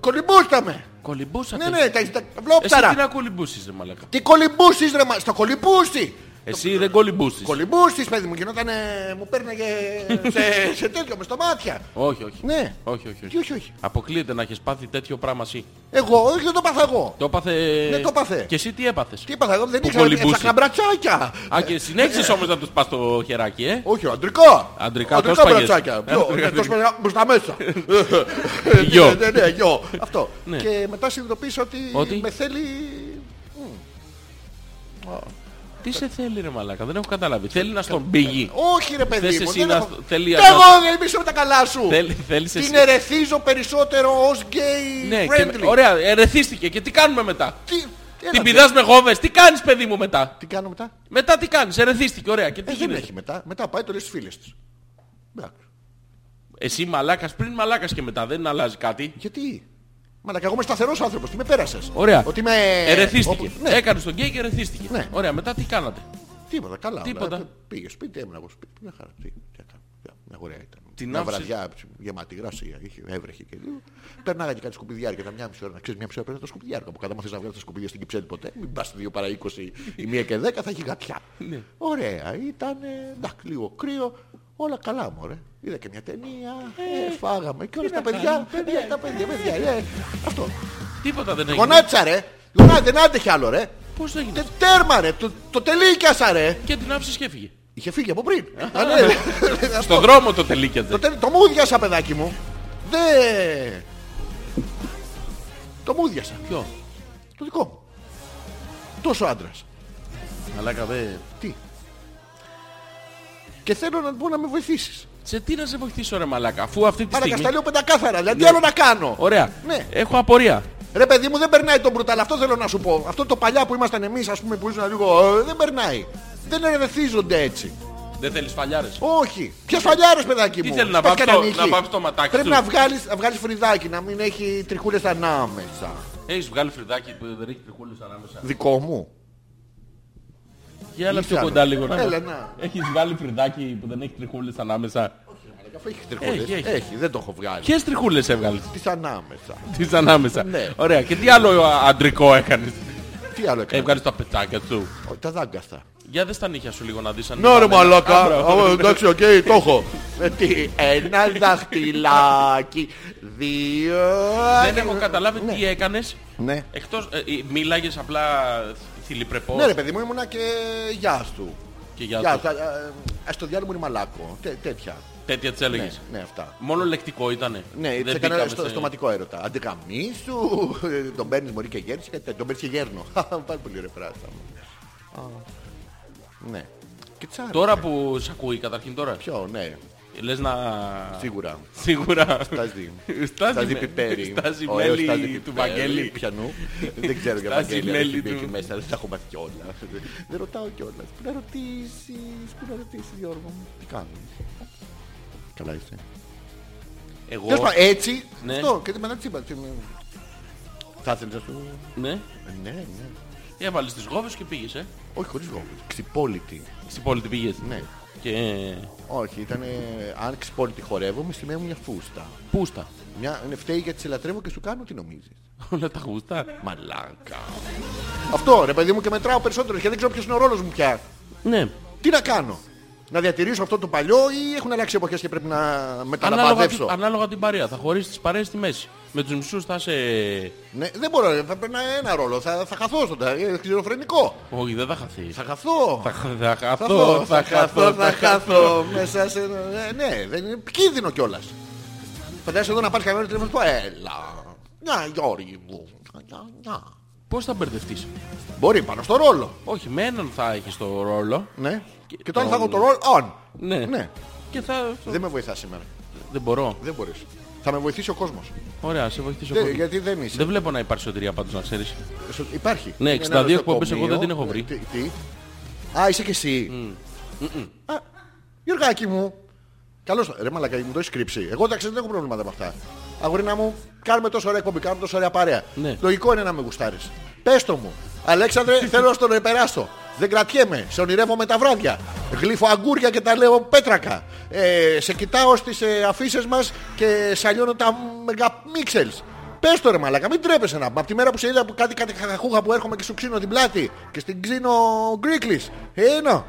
Κολυμπούστα με! Κολυμπούσατε. Ναι, ναι, τα, τα Ε, Εσύ τι βλόπταρα! να κολυμπούσεις, ρε μαλακά. Τι κολυμπούσει, ρε μα, στο κολυμπούσι! Εσύ δεν κολυμπούσεις. Κολυμπούσι, παιδί μου, γινόταν. μου παίρναγε σε, σε τέτοιο με στο μάτια. Όχι, όχι. Ναι. Όχι, όχι, Τι όχι. όχι, όχι. Αποκλείεται να έχεις πάθει τέτοιο πράγμα εσύ. Εγώ, όχι, δεν το πάθα εγώ. Το έπαθε... Ναι, το έπαθε. Και εσύ τι έπαθες. Τι είπα, εγώ δεν Που ήξερα. κολυμπούσι. Έψαχνα μπρατσάκια. Α, και συνέχισες όμως να τους πας το χεράκι, ε. Όχι, αντρικά. Αντρικά, αντρικά το σπάγες. Ε, μπρατσάκια. Ποιο, Αντρικά, εκτός με- μπρος <laughs> τα μέσα. Γιο. Ναι, ναι, ναι, γιο. Αυτό. Ναι. Και μετά συνειδητοποίησα ότι, Ότι? με θέλει. Τι σε θέλει ρε μαλάκα, δεν έχω καταλάβει. Θέλει να στον πήγει. Όχι, ρε Θες παιδί μου. εσύ δεν να- έχω- θέλει να- Εγώ δεν είμαι με τα καλά σου. Θέλει, θέλεις εσύ. Την ερεθίζω περισσότερο ως gay Ναι, και, friendly. ωραία, ερεθίστηκε. Και τι κάνουμε μετά. Τι, έλα, Την τι- πηδάς με γόβες, τι κάνεις παιδί μου μετά. Τι κάνω μετά. Μετά τι κάνεις, ερεθίστηκε, ωραία. Και τι Ε, δεν γίνεται. έχει μετά. Μετά πάει το λες στις φίλες της. Εντάξει. Εσύ μαλάκας πριν μαλάκας και μετά, δεν αλλάζει κάτι. Γιατί. Μαλάκα, εγώ είμαι σταθερός άνθρωπος. Τι με πέρασες. Ωραία. Ότι με... Ερεθίστηκε. Όπου- Ναι. Ναι. Έκανε τον γκέι και ερεθίστηκε. Ναι. Ωραία, μετά τι κάνατε. Τίποτα. Καλά. όλα. Τίποτα. Ε, Πήγε σπίτι, έμενα εγώ σπίτι. Μια χαρά. Τι, τι έκανα. Μια- Μια ωραία ήταν. Την Μια άφησες. βραδιά γεμάτη γρασία. Είχε, έβρεχε και λίγο. Περνάγα και κάτι σκουπιδιάρια. Ήταν μια μισή ώρα. Να ξέρεις, μια μισή ώρα πέρασε τα σκουπιδιάρια. Που κατά μάθες να βγάλεις τα σκουπίδια στην κυψέλη ποτέ. Μην πας 2 παρά 20 ή 1 και 10 θα έχει γατιά. Ωραία. Ήταν ε, εντάξει, λίγο κρύο. Όλα καλά μου, ρε. Είδα και μια ταινία. Ε, φάγαμε. Και όλα τα παιδιά. παιδιά, Τα παιδιά, παιδιά. ε, Αυτό. Τίποτα δεν έγινε. Γονάτισα, ρε. Λέω, «Να, δεν άντεχε άλλο, ρε. Πώς έγινε. Τε- Τέρμα, ρε. Το, το τελίκιασα, ρε. Και την άφησες και έφυγε. Είχε φύγει από πριν. Α, ναι. Στον δρόμο το Το τελίκιαζε. τέλει- Το μούδιασα, παιδάκι μου. Δε. Το μούδιασα. Ποιο. Το δικό μου. Τόσο άντρας. Μαλάκα δε. Τι. Και θέλω να πω να με βοηθήσεις. Σε τι να σε βοηθήσω ρε μαλάκα, αφού αυτή τη Άρα στιγμή... τα λέω πεντακάθαρα. Δηλαδή τι άλλο να κάνω. Ωραία. Ναι. Έχω απορία. Ρε παιδί μου δεν περνάει τον μπρουτάλ. Αυτό θέλω να σου πω. Αυτό το παλιά που ήμασταν εμείς ας πούμε που ήσουν λίγο. ε, Δεν περνάει. Δεν ερεθίζονται έτσι. Δεν θέλεις φαλιάρες. Όχι. Ποιε φαλιάρε, παιδάκι μου. Τι θέλει να Σπάς βάψει το- κανένα νύχι. να βάψει το ματάκι Πρέπει του. να βγάλεις να βγάλεις φρυδάκι, να μην έχει τριχούλες ανάμεσα. Έχεις βγάλει φρυδάκι που δεν έχει τριχούλες ανάμεσα. Δικό μου. Για έλα πιο Ήρθα. κοντά λίγο να Έλα, μας- να. Έχεις βάλει φρυδάκι που δεν έχει τριχούλες ανάμεσα. Αφού Έχει τριχούλες. Έχει, έχει. Έχει, δεν το έχω βγάλει. Ποιες τριχούλες έβγαλες Τις ανάμεσα. τις ανάμεσα. Ναι. Ωραία. Και τι άλλο α, αντρικό έκανες. Τι άλλο έκανες. Έβγαλες τα πετάκια του. Ο, Τα δάγκαστα. Για δες τα νύχια σου λίγο να δεις αν... Ναι, ρε είναι μαλάκα. Α, Α, Εντάξει, οκ, το έχω. Ε, τι, Ένα δαχτυλάκι. Δύο. ε, Δεν έχω καταλάβει τι έκανες. Ναι. Εκτός... ε, ε, Μίλαγες απλά θηλυπρεπώς. Ναι, ρε παιδί μου, ήμουνα και γεια του. Και για Γεια το- σου. Α ε, το διάλογο είναι μαλάκο. Τε- Τέτοια. Τέτοια τις έλεγες. Ναι, αυτά. Μόνο λεκτικό ήτανε. Ναι, Δεν έτσι έκανα μπήκαμε στο, σε- στοματικό έρωτα. Αντικαμίσου, τον παίρνεις μωρή και γέρνεις, κάτι τέτοιο. τον παίρνεις και <laughs> γέρνο. Πάρα πολύ ωραία φράση. Α, Ναι. Και τσάρα. Τώρα που σ' ακούει καταρχήν τώρα. Ποιο, ναι, Λες να... σίγουρα. Σίγουρα. <laughs> Στάζει. Στάζει Στάζει με- πιπέρι. Στάζει Ωραίο στάζει μέλι πιπέρι. του Βαγγέλη. Πιανού. Δεν ξέρω για Στάζει Βαγγέλη. μέλι Μέλι του. του. Μέσα, δεν τα έχω μάθει κιόλας. Δεν ρωτάω κιόλας. Πού να ρωτήσεις, πού να ρωτήσεις Γιώργο μου. Τι κάνεις. Καλά είσαι. Εγώ. Τέλος πάντων, έτσι. Ναι. Αυτό και μετά τσίπα. τι- Θα ήθελες να σου... Ναι. Ναι, ναι. Έβαλες τις γόβες και πήγες, ε. Όχι, χωρίς γόμπες. Ξυπόλυτη. Στην πόλη την πήγες. Ναι. Και... ε, Όχι, ήταν αν ξυπόλυτη χορεύω, με σημαίνει μια φούστα. Πούστα. <laughs> Μια ναι, φταίει γιατί σε λατρεύω και σου κάνω τι νομίζεις. Όλα τα γούστα. Μαλάκα. Αυτό ρε παιδί μου και μετράω περισσότερο και δεν ξέρω ποιος είναι ο ρόλος μου πια. Ναι. Τι να κάνω. Να διατηρήσω αυτό το παλιό ή έχουν αλλάξει εποχές και πρέπει να Ανάλογα, μεταλαμπαδεύσω. ανάλογα την παρέα. Θα χωρίσεις τις παρέες στη μέση. Με τους μισούς θα είσαι... Ναι, δεν μπορώ, ρε, θα παίρνω ένα ρόλο. Θα, θα χαθώ στον τα- ε, σχιζοφρενικό. Όχι, δεν θα χαθείς. Θα χαθώ. Θα χα- θα χαθώ, θα χαθώ, θα χαθώ. χαθώ. Μέσα σε... ε, ναι, δεν είναι επικίνδυνο κιόλας. Φαντάζεσαι εδώ να πάρεις κανένα τηλέφωνο και να σου πω, έλα. Να, Γιώργη μου. Να, να. Πώς θα μπερδευτείς. Μπορεί πάνω στο ρόλο. Όχι, με έναν θα έχεις το ρόλο. Ναι. Και- Και, τώρα θα το- έχω το ρόλο on. Ναι. Και θα... Δεν με βοηθάς σήμερα. Δεν μπορώ. Δεν μπορείς. Θα με βοηθήσει ο κόσμος. Ωραία, σε βοηθήσω. Δεν- Ε, Γιατί δεν είσαι. Δεν βλέπω να υπάρχει σωτηρία πάντως να ξέρεις. Στο- Υπάρχει. Ναι, Είναι ένας 62 εκπομπές, νοσοκομείο. εγώ Ε, δεν την έχω βρει. Τι, τι. Α, είσαι και εσύ. Α, Γιωργάκη μου. Καλώς. Ρε μαλακά, μου το έχεις κρύψει. Εγώ εντάξει δεν έχω προβλήματα με αυτά. Αγορίνα μου, κάνουμε τόσο ωραία εκπομπή, κάνουμε τόσο ωραία παρέα. Ναι. Λογικό είναι να με γουστάρεις. Πες το μου. Αλέξανδρε, <laughs> θέλω να στον περάσω. Δεν κρατιέμαι, σε ονειρεύομαι τα βράδια. Γλύφω αγκούρια και τα λέω πέτρακα. Ε, σε κοιτάω στις ε, αφήσεις μας και σαλιώνω τα μεγαμίξελς. Πες το ρε μαλάκα, μην τρέπεσαι να πούμε. Από τη μέρα που σε είδα που κάτι κάτι χαχαχούχα που έρχομαι και σου ξύνω την πλάτη και στην ξύνω γκρίκλις. Ε, νο.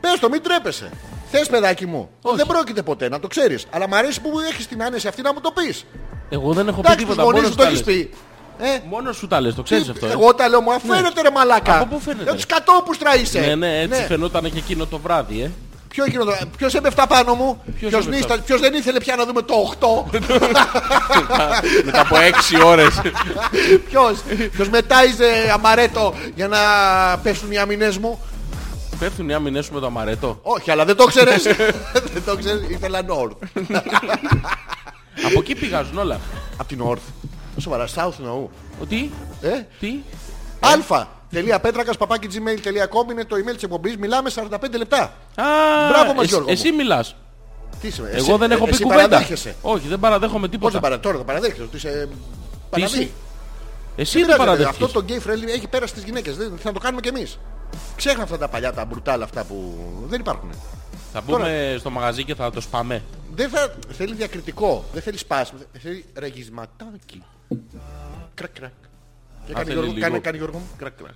Πες το, μην τρέπεσαι. Θες παιδάκι μου. Δεν πρόκειται ποτέ, να το ξέρεις. Αλλά μ' αρέσει που έχεις την άνεση αυτή να μου το πεις. Εγώ δεν έχω πει Εντάξει, τους τίποτα. γονείς Μόνος σου σου το τα έχεις λες. πει. Ε, Μόνος σου τα λες, το ξέρεις τι- αυτό. ε. Εγώ τα λέω, μου αφαίνεται ρε μαλάκα. Από πού φαίνεται? Για τους κατόπουστρα είσαι. Ναι, ναι, έτσι φαινόταν και εκείνο το βράδυ, ε. Ποιο εκείνο το... Ποιος έπεφτα πάνω μου, ποιος, έπεφτα? νύστα- ποιος δεν ήθελε πια να δούμε το 8, Μετά από 6 ώρες. ποιος, ποιος μετάιζε αμαρέτο για να πέσουν οι αμυνές μου. Πέφτουν οι άμυνες σου με το αμαρέτο. Όχι, αλλά δεν το ξέρες. δεν το ξέρεις, ήθελα North. από εκεί πηγάζουν όλα. Απ' την North. Σοβαρά, South νοού. Ότι, Ε, τι, αλφα.πέτρακας.gmail.com είναι το email της εκπομπής. Μιλάμε 45 λεπτά. Α, Μπράβο μας, εσ- Γιώργο μου. Εσύ μιλάς. Τι είσαι, Εγώ δεν έχω πει εσύ κουβέντα. παραδέχεσαι. Όχι, δεν παραδέχομαι Πώς δεν τίποτα. παρα... Τώρα το παραδέχεσαι ότι είσαι ε, παραβή. είσαι? Εσύ δεν Πειράζει, Αυτό παραδέχτηκες. το gay friendly έχει πέρα στις γυναίκες. Δεν, θα το κάνουμε κι εμείς. Ξέχνα αυτά τα παλιά, τα μπρουτάλ αυτά που δεν υπάρχουν. Θα μπούμε στο μαγαζί και θα το σπάμε. Δεν θα... Θέλει διακριτικό. Δεν θέλει σπάσιμο. Θέλει ραγισματάκι. Κρακ, κρακ. Και κάνει θέλει Γιώργο, λίγο. κάνει, κάνει Γιώργο μου. Κρακ, κρακ.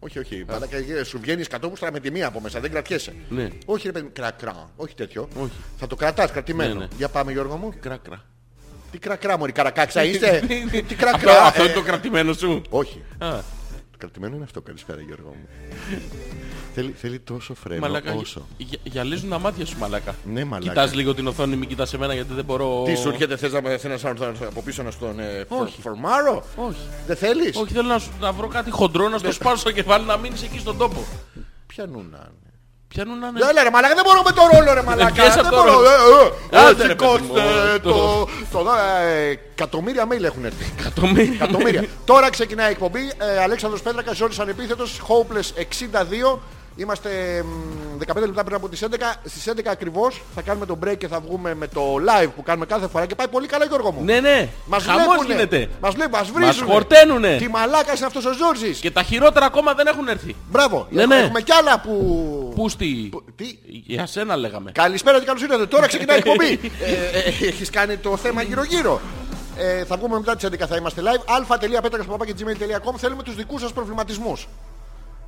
Όχι, όχι. Μαλάκα, ε, σου βγαίνει κατόπουστρα με τη μία από μέσα. Δεν κρατιέσαι. Ναι. Όχι, ρε παιδί μου. Κρακ, κρακ. Όχι τέτοιο. Όχι. Θα το κρατάς κρατημένο. Ναι, ναι. Για πάμε, Γιώργο μου. Κρακ, κρακ. Τι κρακρά, Μωρή, <laughs> καρακάξα είστε. Τι Ναι, Αυτό- κρακρά. Αυτό ε, είναι το κρατημένο σου. Όχι. Α, Το κρατημένο είναι αυτό, καλησπέρα Γιώργο <laughs> μου. θέλει, θέλει τόσο φρένο Μαλακά, Ε, όσο. γυα- γυαλίζουν τα μάτια σου, μαλακά. Ναι, μαλάκα. Κοιτάς λίγο την οθόνη, μην κοιτάς εμένα γιατί δεν μπορώ... Τι σου έρχεται, θες να με θέλεις να- να- από πίσω να στον ε, φο- Όχι. φορμάρω. Όχι. Δεν θέλεις. Όχι, θέλω να, σου, να βρω κάτι χοντρό, να στο σπάσω στο κεφάλι, να μείνεις εκεί στον τόπο. Ποια νούνα είναι. Πιανού να είναι... Έλα Ναι, ρε μαλάκα, δεν μπορώ με το ρόλο ρε μαλάκα. πιάσα Δεν το μπορώ. ρόλο. Ε, ε, ε, Άντε, ρε, παιδί Σηκώστε μου, το... το- ε, Εκατομμύρια mail έχουν έρθει. Εκατομμύρια. Εκατομμύρια. Τώρα ξεκινάει η εκπομπή. Ε, Αλέξανδρος Πέτρακας, Ζόρις Ανεπίθετος, Hopeless 62. Είμαστε μ, 15 λεπτά πριν από τις 11. Στις 11 ακριβώς θα κάνουμε το break και θα βγούμε με το live που κάνουμε κάθε φορά και πάει πολύ καλά Γιώργο μου. Ναι, ναι. Μας Χαμός βλέπουνε. γίνεται. Μας βλέπουν, μας βρίζουνε. χορταίνουνε. Τι μαλάκας είναι αυτός ο Ζόρζης. Και τα χειρότερα ακόμα δεν έχουν έρθει. Μπράβο. Ναι, ναι. Έχουμε κι άλλα που... Πού στη... που- Τι. Για σένα λέγαμε. Καλησπέρα και καλώς ήρθατε. Τώρα ξεκινάει η εκπομπή. ε, ε, έχεις κάνει το θέμα γύρω-γύρω. Ε, θα βγούμε μετά τις 11 θα είμαστε live. α.πέτρακα.gmail.com Θέλουμε τους δικούς σας προβληματισμούς.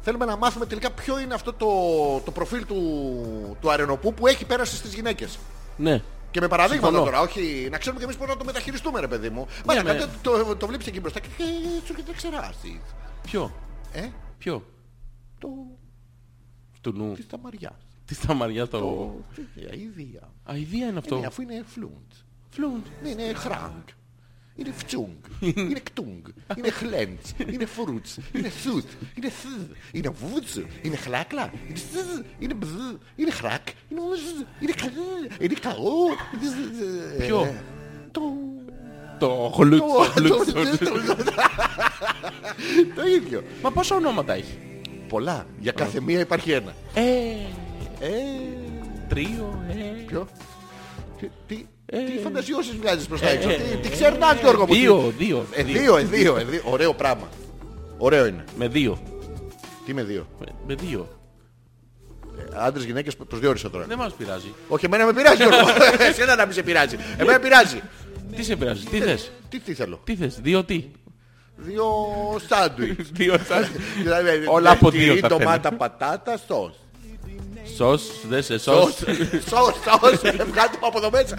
Θέλουμε να μάθουμε τελικά ποιο είναι αυτό το, το προφίλ του, του αρενοπού που έχει πέρασε στις γυναίκες. Ναι. Και με παραδείγματα Συμφωνώ. τώρα, όχι να ξέρουμε κι εμείς πώς να το μεταχειριστούμε, ρε παιδί μου. Μάλιστα, με- κάτι το, το βλέπεις εκεί μπροστά και ε, σου έρχεται ξεράστη. Ποιο. Ε, Ποιο. το. Του νου. της ταμαριάς. Τι στα μαριά το... Το. τι, η ιδέα. Αιδία είναι Ναι, αυτό. αφού είναι φλούντ. Φλουντ. Ναι, είναι χράνκ. Είναι φτσούγκ. είναι κτούγκ. είναι χλέντ. είναι φρούτ. Είναι θούτ. Είναι θυ. Είναι βούτς. Είναι χλάκλα. Είναι θυ. Είναι μπζ. Είναι χράκ. Είναι ζ. Είναι καλ. Είναι καό. Είναι ζ, ζ. Ποιο? Ε, Το. Το χλουτ. το- το το- χλουτ, το χλουτ. το- το- Το ίδιο. Μα πόσα ονόματα έχει. Πολλά. Για κάθε μία υπάρχει ένα. Ε, Ε, τρίο, ε. Ποιο? Τι- Τι, τι φαντασιώσεις βγάζεις προς τα έξω. Τι- Τι ξερνάς Γιώργο μου. τι- ε, Δύο, δύο. Ε, δύο, ε, δύο, ε, δύο. Ωραίο πράγμα. Ωραίο είναι. Με δύο. Τι με δύο. Με- Με δύο. Άντρες, γυναίκες, τους διόρισα τώρα. Δεν μας πειράζει. Όχι, εμένα με <laughs> πειράζει Γιώργο. Ε, Εσένα να μην σε πειράζει. Εμένα με πειράζει. Τι σε πειράζει, Ναι. τι θες. Τι, τι θέλω. Τι θες, δύο <laughs> τι. Δύο <laughs> σάντουιτ. Δύο θα- Δηλαδή, Όλα από τυρί, δύο τα Ντομάτα, πατάτα, σος. Σως, δεν σε Σος, σως. σος, σος. Βγάλτε μου από εδώ μέσα.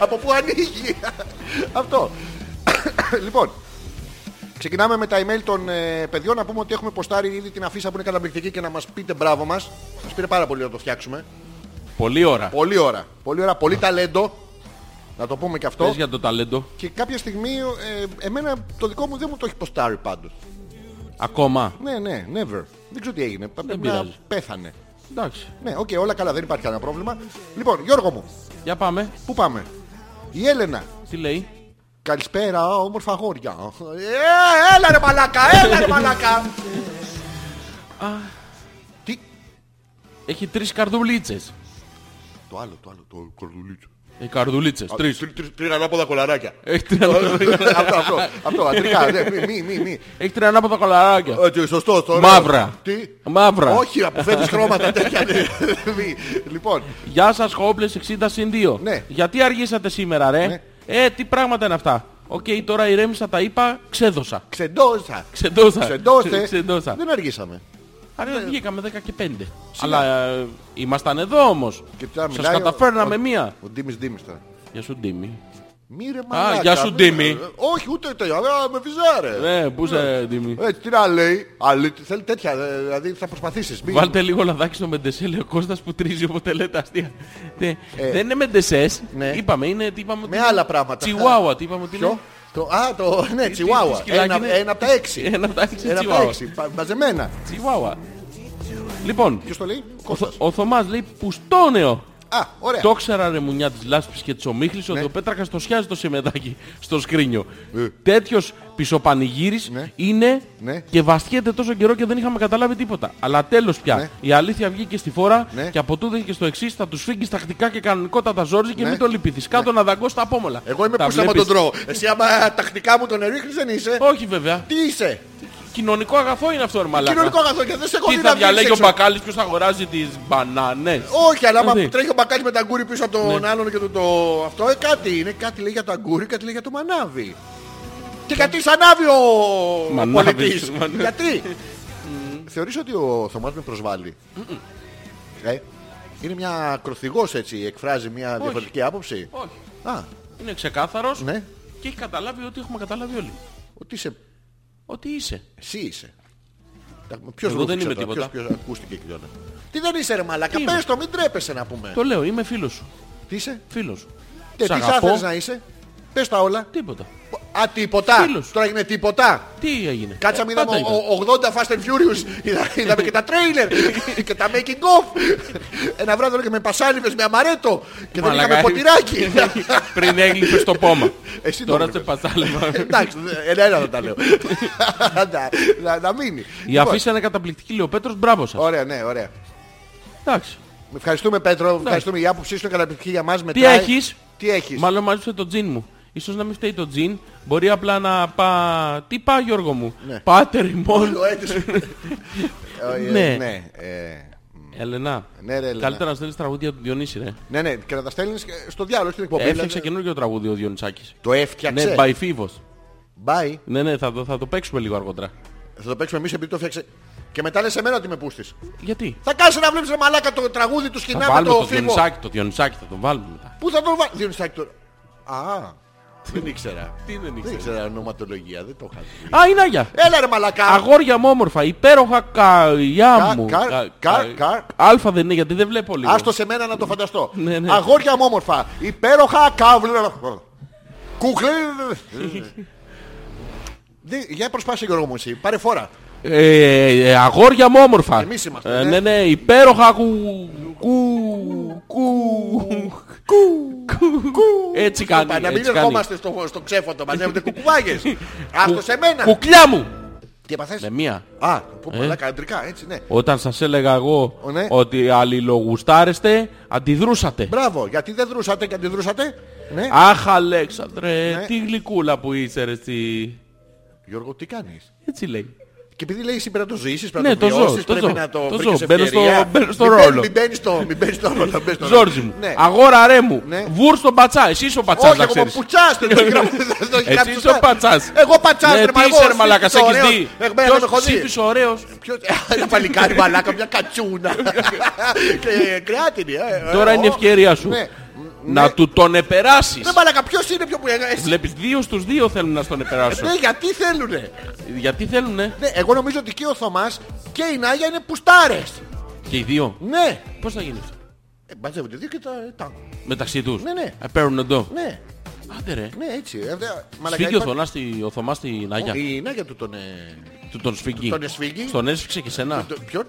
Από πού ανοίγει. Αυτό. Λοιπόν, ξεκινάμε με τα email των ε, παιδιών. Να πούμε ότι έχουμε ποστάρει ήδη την αφίσα που είναι καταπληκτική και να μας πείτε μπράβο μας. Μας πήρε πάρα πολύ να το φτιάξουμε. Πολύ ώρα. Πολύ ώρα. Πολύ ώρα, πολύ ταλέντο. Να το πούμε και αυτό. Πες για το ταλέντο. Και κάποια στιγμή, ε, εμένα το δικό μου δεν μου το έχει ποστάρει πάντως. Ακόμα. Ναι, ναι, never. Δεν ξέρω τι έγινε. Πρέπει να πειράζει. πέθανε. Εντάξει. Ναι, οκ, όλα καλά, δεν υπάρχει κανένα πρόβλημα. Λοιπόν, Γιώργο μου, Για πάμε. πού πάμε. Η Έλενα. Τι λέει. Καλησπέρα, όμορφα γόρια. Ε, έλα ρε μαλάκα, έλα ρε μαλάκα. Τι, Έχει τρεις καρδουλίτσες. το άλλο, το άλλο, το κορδουλίτσο. Ε, καρδουλίτσες. Τρεις. Τρία ανάποδα κολαράκια. Έχει τρία ανάποδα- Αυτό, αυτό, αυτό, αντρικά, ναι, μη, μη, μη, μη. Έχει τρία ανάποδα κολαράκια. Ε, σωστός, τώρα. Μαύρα. Τι. Μαύρα. Όχι, αποφεύγεις χρώματα τέτοια. ναι. Μη. λοιπόν, Γεια σας χόπλες 60 συν 2. Ναι. Γιατί αργήσατε σήμερα ρε. Ναι. Ε, τι πράγματα είναι αυτά. Οκ, τώρα ηρέμησα τα είπα, ξέδωσα. ξεντόσα. Ξεντώσα. Ξεντώστε. Ναι, Ξεντώσα. Δεν αργήσαμε. Άρα βγήκαμε 10 και 5. Αλλά ε, ήμασταν εδώ όμως. Και τώρα Σας μιλάει ο- καταφέρναμε ο- μία. Ο Ντίμης Ντίμης τώρα. Γεια σου Ντίμη. Μύρε μαλάκα. γεια σου, μη- Ντίμη. Όχι, ούτε τέτοια. Α, Με βυζάρε. Ναι, πού είσαι Ντίμη. Έτσι, τι να λέει. Αλλά θέλει τέτοια. ε, Δηλαδή θα προσπαθήσεις. Μη- Βάλτε λίγο λαδάκι στο μεντεσέ, ο Κώστας που τρίζει όποτε λέτε αστεία. Ναι, δεν είναι μεντεσές, Ε. ναι. είπαμε, είναι τι είπαμε. Με άλλα πράγματα. Τσιουάουα, τι είπαμε ότι Ποιο? είναι. Το, α, το, ναι, τσιουάουα. τι σκυλάκι Ένα, είναι? ένα από τα έξι. <laughs> Ένα από τα έξι Ένα από τα τσιουάουα. έξι. πα- Μαζεμένα. Τσιουάουα. Λοιπόν, Ποιος το λέει? ο, Θο- ο Θωμάς λέει πουστόνεο. Α, ωραία. Το ήξερα ρε μουνιά της λάσπης και της ομίχλης ότι ο Πέτρακας το σιάζει το σεμεδάκι στο σκρίνιο. Ναι. Ε. Τέτοιος πισωπανηγύρης Ναι. είναι Ναι. και βαστιέται τόσο καιρό και δεν είχαμε καταλάβει τίποτα. Αλλά τέλος πια Ναι. η αλήθεια βγήκε στη φόρα Ναι. και από τούδε και στο εξής θα τους φύγεις τακτικά και κανονικότατα ζόρι και Ναι. μην το λυπηθείς. Κάτω να δαγκώσει τα απόμολα. Εγώ είμαι Τα που άμα βλέπεις. τον τρώω. Εσύ άμα τακτικά μου τον ερίχνεις δεν είσαι. Όχι βέβαια. Τι είσαι. Κοινωνικό αγαθό είναι αυτό ρε μαλάκα. Κοινωνικό αγαθό και δεν σε έχω Τι δει θα να βγεις διαλέγει ο έξω. μπακάλις ποιος θα αγοράζει τις μπανάνες. Όχι, αλλά άμα Δηλαδή. τρέχει ο μπακάλι με τα αγκούρι πίσω από τον Ναι. άλλον και το, το- αυτό, ε, κάτι είναι. Κάτι λέει για το αγκούρι, κάτι λέει για το μανάβι. Και γιατί σ' ανάβει ο Μανάβης, πολιτής. μανάβης. <laughs> Γιατί. Θεωρείς ότι ο Θωμάς με προσβάλλει. Ε, είναι μια ακροθυγός έτσι, εκφράζει μια διαφορετική άποψη. Όχι. Α, Είναι ξεκάθαρος ναι. και έχει καταλάβει ότι έχουμε καταλάβει όλοι. Ότι είσαι, Ότι είσαι. εσύ είσαι. Τα- Ποιος Εγώ δεν ρούφιξε είμαι τώρα, τίποτα. Ποιος, ποιος ακούστηκε και κιόλας. Τι δεν είσαι ρε μαλάκα, Τι πες είμαι. το, μην τρέπεσαι να πούμε. Το λέω, είμαι φίλος σου. Τι είσαι, Φίλος σου. τε, Σ' Ε, τι θα αγαπώ. θες να είσαι. Πες τα όλα. Τίποτα. Α, τίποτα. Φίλος. Τώρα έγινε τίποτα. Τι έγινε. Κάτσαμε, Ε, είδαμε πάντα ήταν. ο- ο- 80 Fast and Furious. Είδα- Είδαμε και τα τρέιλερ και τα making of. Ένα βράδυ και με πασάλιβες, με αμαρέτο. Και δεν Μαλάκα, είχαμε ποτηράκι. <laughs> Πριν έγλυπε το πόμα. Εσύ Τώρα το σε βλέπεις. πατάλευα. Εντάξει, ένα ένα θα τα λέω. Να- να- Να μείνει. Η Λοιπόν, αφήσα είναι καταπληκτική, λέει ο Πέτρος, μπράβο σας. Ωραία, ναι, ωραία. Εντάξει. Ευχαριστούμε Πέτρο, ευχαριστούμε η άποψή σου είναι καταπληκτική για μας. Τι έχεις? Ε, Τι έχεις. Μάλλον μάζεψε το τζιν μου. Ίσως να μην φταίει το τζιν. Μπορεί απλά να πά... Τι πά Γιώργο μου. Ναι. Πάτερ ημών. Ο έτος. <laughs> Ε, Ναι. Ναι, ε, Ελενά. Ναι, ρε, Ελενά. Καλύτερα να στέλνεις τραγούδια του Διονύση ρε. ναι, ναι, και να τα στέλνεις στο διάλογο στην εκπομπή. Έφτιαξε δηλαδή. καινούργιο τραγούδι ο Διονυσάκης. Το Ναι, έφτιαξε. by Fivos. Bye. Ναι, ναι, θα το, θα το παίξουμε λίγο αργότερα. Θα το παίξουμε εμείς επειδή το έφτιαξε. Και μετά λες εμένα ότι με πούστης. Γιατί. Θα κάτσε να βλέπεις μαλάκα το τραγούδι του Θα σκηνά με βάλουμε το το φίβο. Διονυσάκι, το Διονυσάκι θα το βάλουμε μετά. Πού θα το βάλει. Διονυσάκη τώρα. Α, δεν ήξερα. Τι δεν Δεν ήξερα. ήξερα ονοματολογία, δεν το είχα δει. Α, είναι Άγια. Έλα ρε μαλακά. Αγόρια μου όμορφα, υπέροχα Κα- καλιά μου. καρ- Κα- καρ- κα- καρ. Αλφα δεν είναι γιατί δεν βλέπω λίγο. Άστο σε μένα να το φανταστώ. Ναι, ναι. Αγόρια μου όμορφα. Υπέροχα καύλα. Κουκλί. Δεν- Για προσπάθησε Γιώργο μου εσύ. Πάρε φόρα. Ε, ε, αγόρια μου όμορφα. Εμείς είμαστε, Ε, ναι. ναι, ναι, υπέροχα κου... Κου... Κου... Κου... Έτσι κάνει, Να μην έτσι κάνει. ερχόμαστε στο, στο ξέφωτο. Μαζεύονται κουκουβάγες. Άστο σε μένα. Κουκλιά μου! Τι έπαθες. Με μία. Α, που Ε. μαλάκα αντρικά, έτσι ναι. Όταν σας έλεγα εγώ Ω, ναι. ότι αλληλογουστάρεστε, αντιδρούσατε. Μπράβο, γιατί δεν δρούσατε και αντιδρούσατε. Ναι. Αχ Αλέξανδρε, Ναι. τι γλυκούλα που είσαι ρε εσύ. Γιώργο, τι κάνεις. Έτσι λέει. Και επειδή λέει σήμερα το ζήσεις, πρέπει Ναι, να το το ζω, βιώσεις, το πρέπει ζω, να το, το βρεις ζω. ως Μπαίνω στο- ευκαιρία. μπαίνω στο Μην μπαίνεις- ρόλο. Μην μπαίνεις στο, μην μπαίνεις στο ρόλο. μπαίνεις στο Ζόρζι ρόλο. μου, Ναι. αγόρα ρε μου, Ναι. βουρ στον πατσά, εσύ είσαι ο πατσάς Όχι, να εγώ είμαι ξέρεις. πουτσάς, δεν το <laughs> έχει γράψει- δεν το έχει Εσύ γράψει είσαι σωστά. ο πατσάς. Εγώ πατσάς, Ναι, ρε τι μαλακό, είσαι, ρε εσύ μαλάκα, είσαι σε έχεις ωραίος. δει. Εμένα Ποιος δεν έχω δει. ψήφισε ωραίος. Ποιος- <laughs> Ένα παλικάρι μαλάκα, μια <laughs> κατσούνα. Και κρεάτινη. ε, ε, Τώρα ε, είναι η ευκαιρία σου. Ναι. Να του τον επεράσεις. Ρε μαλάκα, ποιος είναι πιο που... ε, εσύ- Βλέπεις δύο στους δύο θέλουν να στον επεράσουν. Ναι, γιατί θέλουνε. Γιατί θέλουνε Ναι, εγώ νομίζω ότι και ο Θωμάς και η Νάγια είναι πουστάρες. και οι δύο. Ναι. Πώς θα γίνει αυτό. Ε, Μπατζεύονται δύο και τα... τα- Μεταξύ τους. Ναι, ναι. Ε, Παίρνουν εντό. Ναι, Άντε ρε. ναι, έτσι. Ε, δε- μαλακά, Σφίγγει ο υπάρχει- Θωμάς στη- ο Θωμάς στην Άγια. Η Νάγια του τον... ε, Του τον σφίγγει. Τον εσφίγγει. Στον έσφιξε και σένα. το- Ποιον?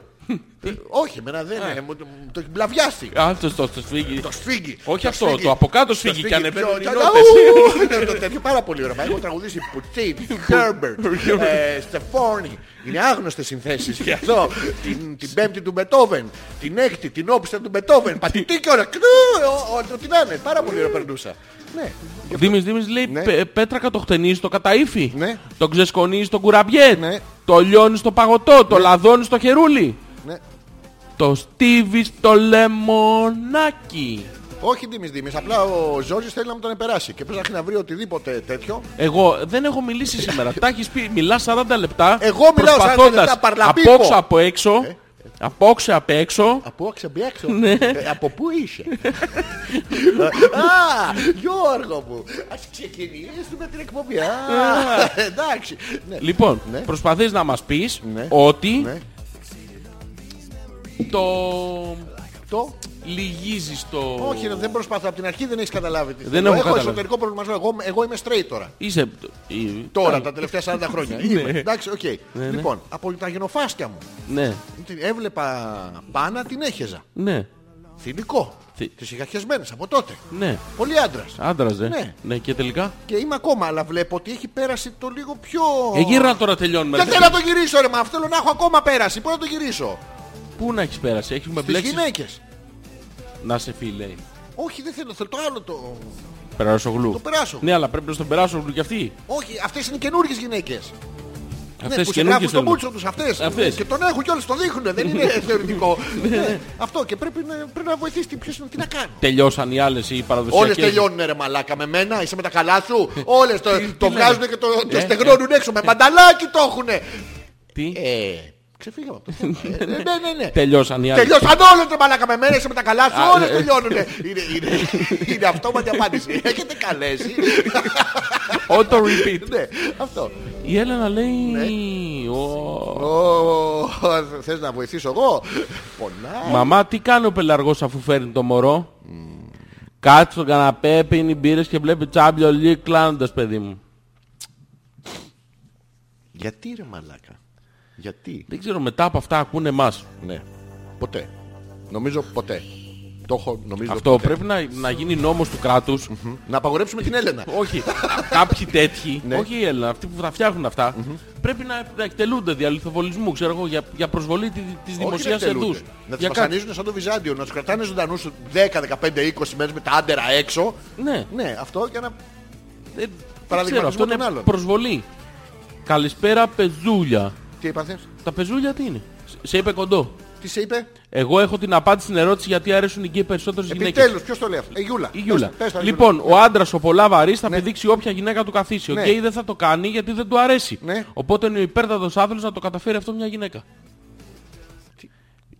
Ε, Όχι, εμένα δεν είναι. Μου το- μου Το έχει μπλαβιάσει. Αυτός το το σφίγγει. Το σφίγγει. Όχι Το αυτό, σφίγγει. το από κάτω σφίγγει και πιο- ανεβαίνουν οι τα- νότες. Αου! <laughs> Είναι το τέτοιο πάρα πολύ ωραίο. Μα Έχω τραγουδήσει Πουτίν, Χέρμπερτ, Στεφόνι. Είναι άγνωστες <laughs> συνθέσεις γι' αυτό. Την- Την πέμπτη του Μπετόβεν, την έκτη, την όπιστα του Μπετόβεν. Πατητή και όλα. Ό,τι να είναι. Πάρα πολύ ωραίο περνούσα. Ναι. Ο Δήμης Δήμης λέει Ναι. «Πε- πέτρακα το χτενίζει στο καταήφι. Ναι. Το ξεσκονίζει στο κουραμπιέτ. Ναι. Το λιώνει στο παγωτό. Το λαδώνει στο χερούλι. Ναι. Το στίβει στο λεμονάκι. Όχι Δήμης Δήμης, απλά ο Ζόρζης θέλει να μου τον επεράσει και ψάχνει να βρει οτιδήποτε τέτοιο. Εγώ δεν έχω μιλήσει <laughs> σήμερα. Τα έχεις πει, μιλάς 40 λεπτά. Εγώ μιλάω 40 λεπτά, Ναι. προσπαθώντας παρλαπίπο. Απόξω απ' έξω. Απόξω απ' έξω. Από αξεμπιάξω. Ναι. Ε, από πού είσαι. Α, Γιώργο μου. Ας ξεκινήσουμε την εκπομπή. Α, Εντάξει. Ναι. Λοιπόν, Ναι. προσπαθείς να μας πεις Ναι. ότι Ναι. το Το. λυγίζεις το... Όχι, ρε, δεν προσπαθώ. Από την αρχή δεν έχεις καταλάβει. τι θέλω. έχω Έχω καταλάβει. εσωτερικό προβληματισμό. Εγώ- Εγώ είμαι straight τώρα. Είσαι... Τώρα, τα τελευταία 40 χρόνια. Είμαι. Εντάξει, οκ. Λοιπόν, από τα γενοφάσκια μου. Ναι, Την Έβλεπα πάνα, την έχεζα. ναι, Θηλυκό. Τι- Τις είχα χεσμένες από τότε. ναι. Πολύ άντρας. Άντρας, ε. Ναι. ναι. και τελικά. Και είμαι ακόμα, αλλά βλέπω ότι έχει πέρασει το λίγο πιο... Ε, γύρνα τώρα τελειώνουμε. Δεν ρε. θέλω να το γυρίσω ρε μα αυτό θέλω να έχω ακόμα πέραση. Πού να το γυρίσω. Πού να έχεις πέρασει, έχεις με Τις μπλέξεις. γυναίκες. Να σε φίλε. Όχι δεν θέλω, θέλω το άλλο το, Περάσω γλου. το περάσω. Ναι, αλλά πρέπει να στον περάσω γλου κι αυτή. Όχι, αυτές είναι καινούργιες γυναίκες. Αυτές ναι, οι που καινούργιες συγγράφουν τον θέλουν. μπούτσο τους αυτές. Αυτές. Και τον έχουν κιόλας, το δείχνουν. Δεν είναι θεωρητικό. ναι, αυτό και πρέπει να, πρέπει να βοηθήσει την ποιος είναι, τι να κάνει. Τελειώσαν οι άλλες οι παραδοσιακές. Όλες τελειώνουν ρε μαλάκα με μένα, είσαι με τα καλά σου. Όλες τι το, το λένε. βγάζουν και το, το Ε, στεγνώνουν έξω. Με μανταλάκι το έχουνε. Τι. Ε, ξεφύγαμε από το θέμα. Ε, <laughs> ναι, ναι, ναι. Τελειώσαν οι άλλες. Τελειώσαν όλες ρε μαλάκα με μένα, είσαι με τα καλά σου, Α, όλες ε. τελειώνουνε. Είναι, είναι, είναι αυτόματη απάντηση. Έχετε καλέσει. Auto repeat. ναι, αυτό. Η Έλενα λέει... Ναι. «Ω, Ω, θες να βοηθήσω εγώ. Πονά. Μαμά, τι κάνει ο πελαργός αφού φέρνει το μωρό. Κάτσε στον καναπέ, πίνει μπύρες και βλέπει τσάμπιο λίγκ κλάνοντας παιδί μου. Γιατί ρε μαλάκα. Γιατί. Δεν ξέρω, μετά από αυτά ακούνε εμάς. Ναι. Ποτέ. Νομίζω ποτέ. Το έχω, νομίζω Αυτό ποτέ. πρέπει να, να γίνει νόμος του κράτους. Να απαγορέψουμε την Έλενα. όχι, α, κάποιοι τέτοιοι, Ναι. όχι οι Έλληνα, αυτοί που τα φτιάχνουν αυτά, πρέπει να, να εκτελούνται διαλυθοβολισμού, ξέρω εγώ, για, για προσβολή τη, της Όχι δημοσίας να εκτελούνται. εδούς. Να Για τις κάτι- βασανίζουν σαν το Βυζάντιο, να τους κρατάνε ζωντανούς 10, 15, 20 μέρες με τα άντερα έξω. Ναι, Ναι, αυτό για να... δεν- δεν Παραδειγματισμό ξέρω, αυτό των είναι άλλων. προσβολή. Καλησπέρα πεζούλια. Τι είπατε, Τα πεζούλια τι είναι. Σε- Σε είπε κοντό. τι σε είπε. Εγώ έχω την απάντηση στην ερώτηση γιατί αρέσουν οι γκέι περισσότερες γυναίκες. Επιτέλους, ποιος το λέει αυτό. Ε, Γιούλα. Η Γιούλα. Πες- πες τα, Γιούλα. Λοιπόν, ο άντρας ο πολλά βαρύς θα πηδήξει όποια γυναίκα του καθίσει. Ο Ναι. γκέι δεν θα το κάνει γιατί δεν του αρέσει. Ναι. Οπότε είναι ο υπέρτατος άθλο να το καταφέρει αυτό μια γυναίκα.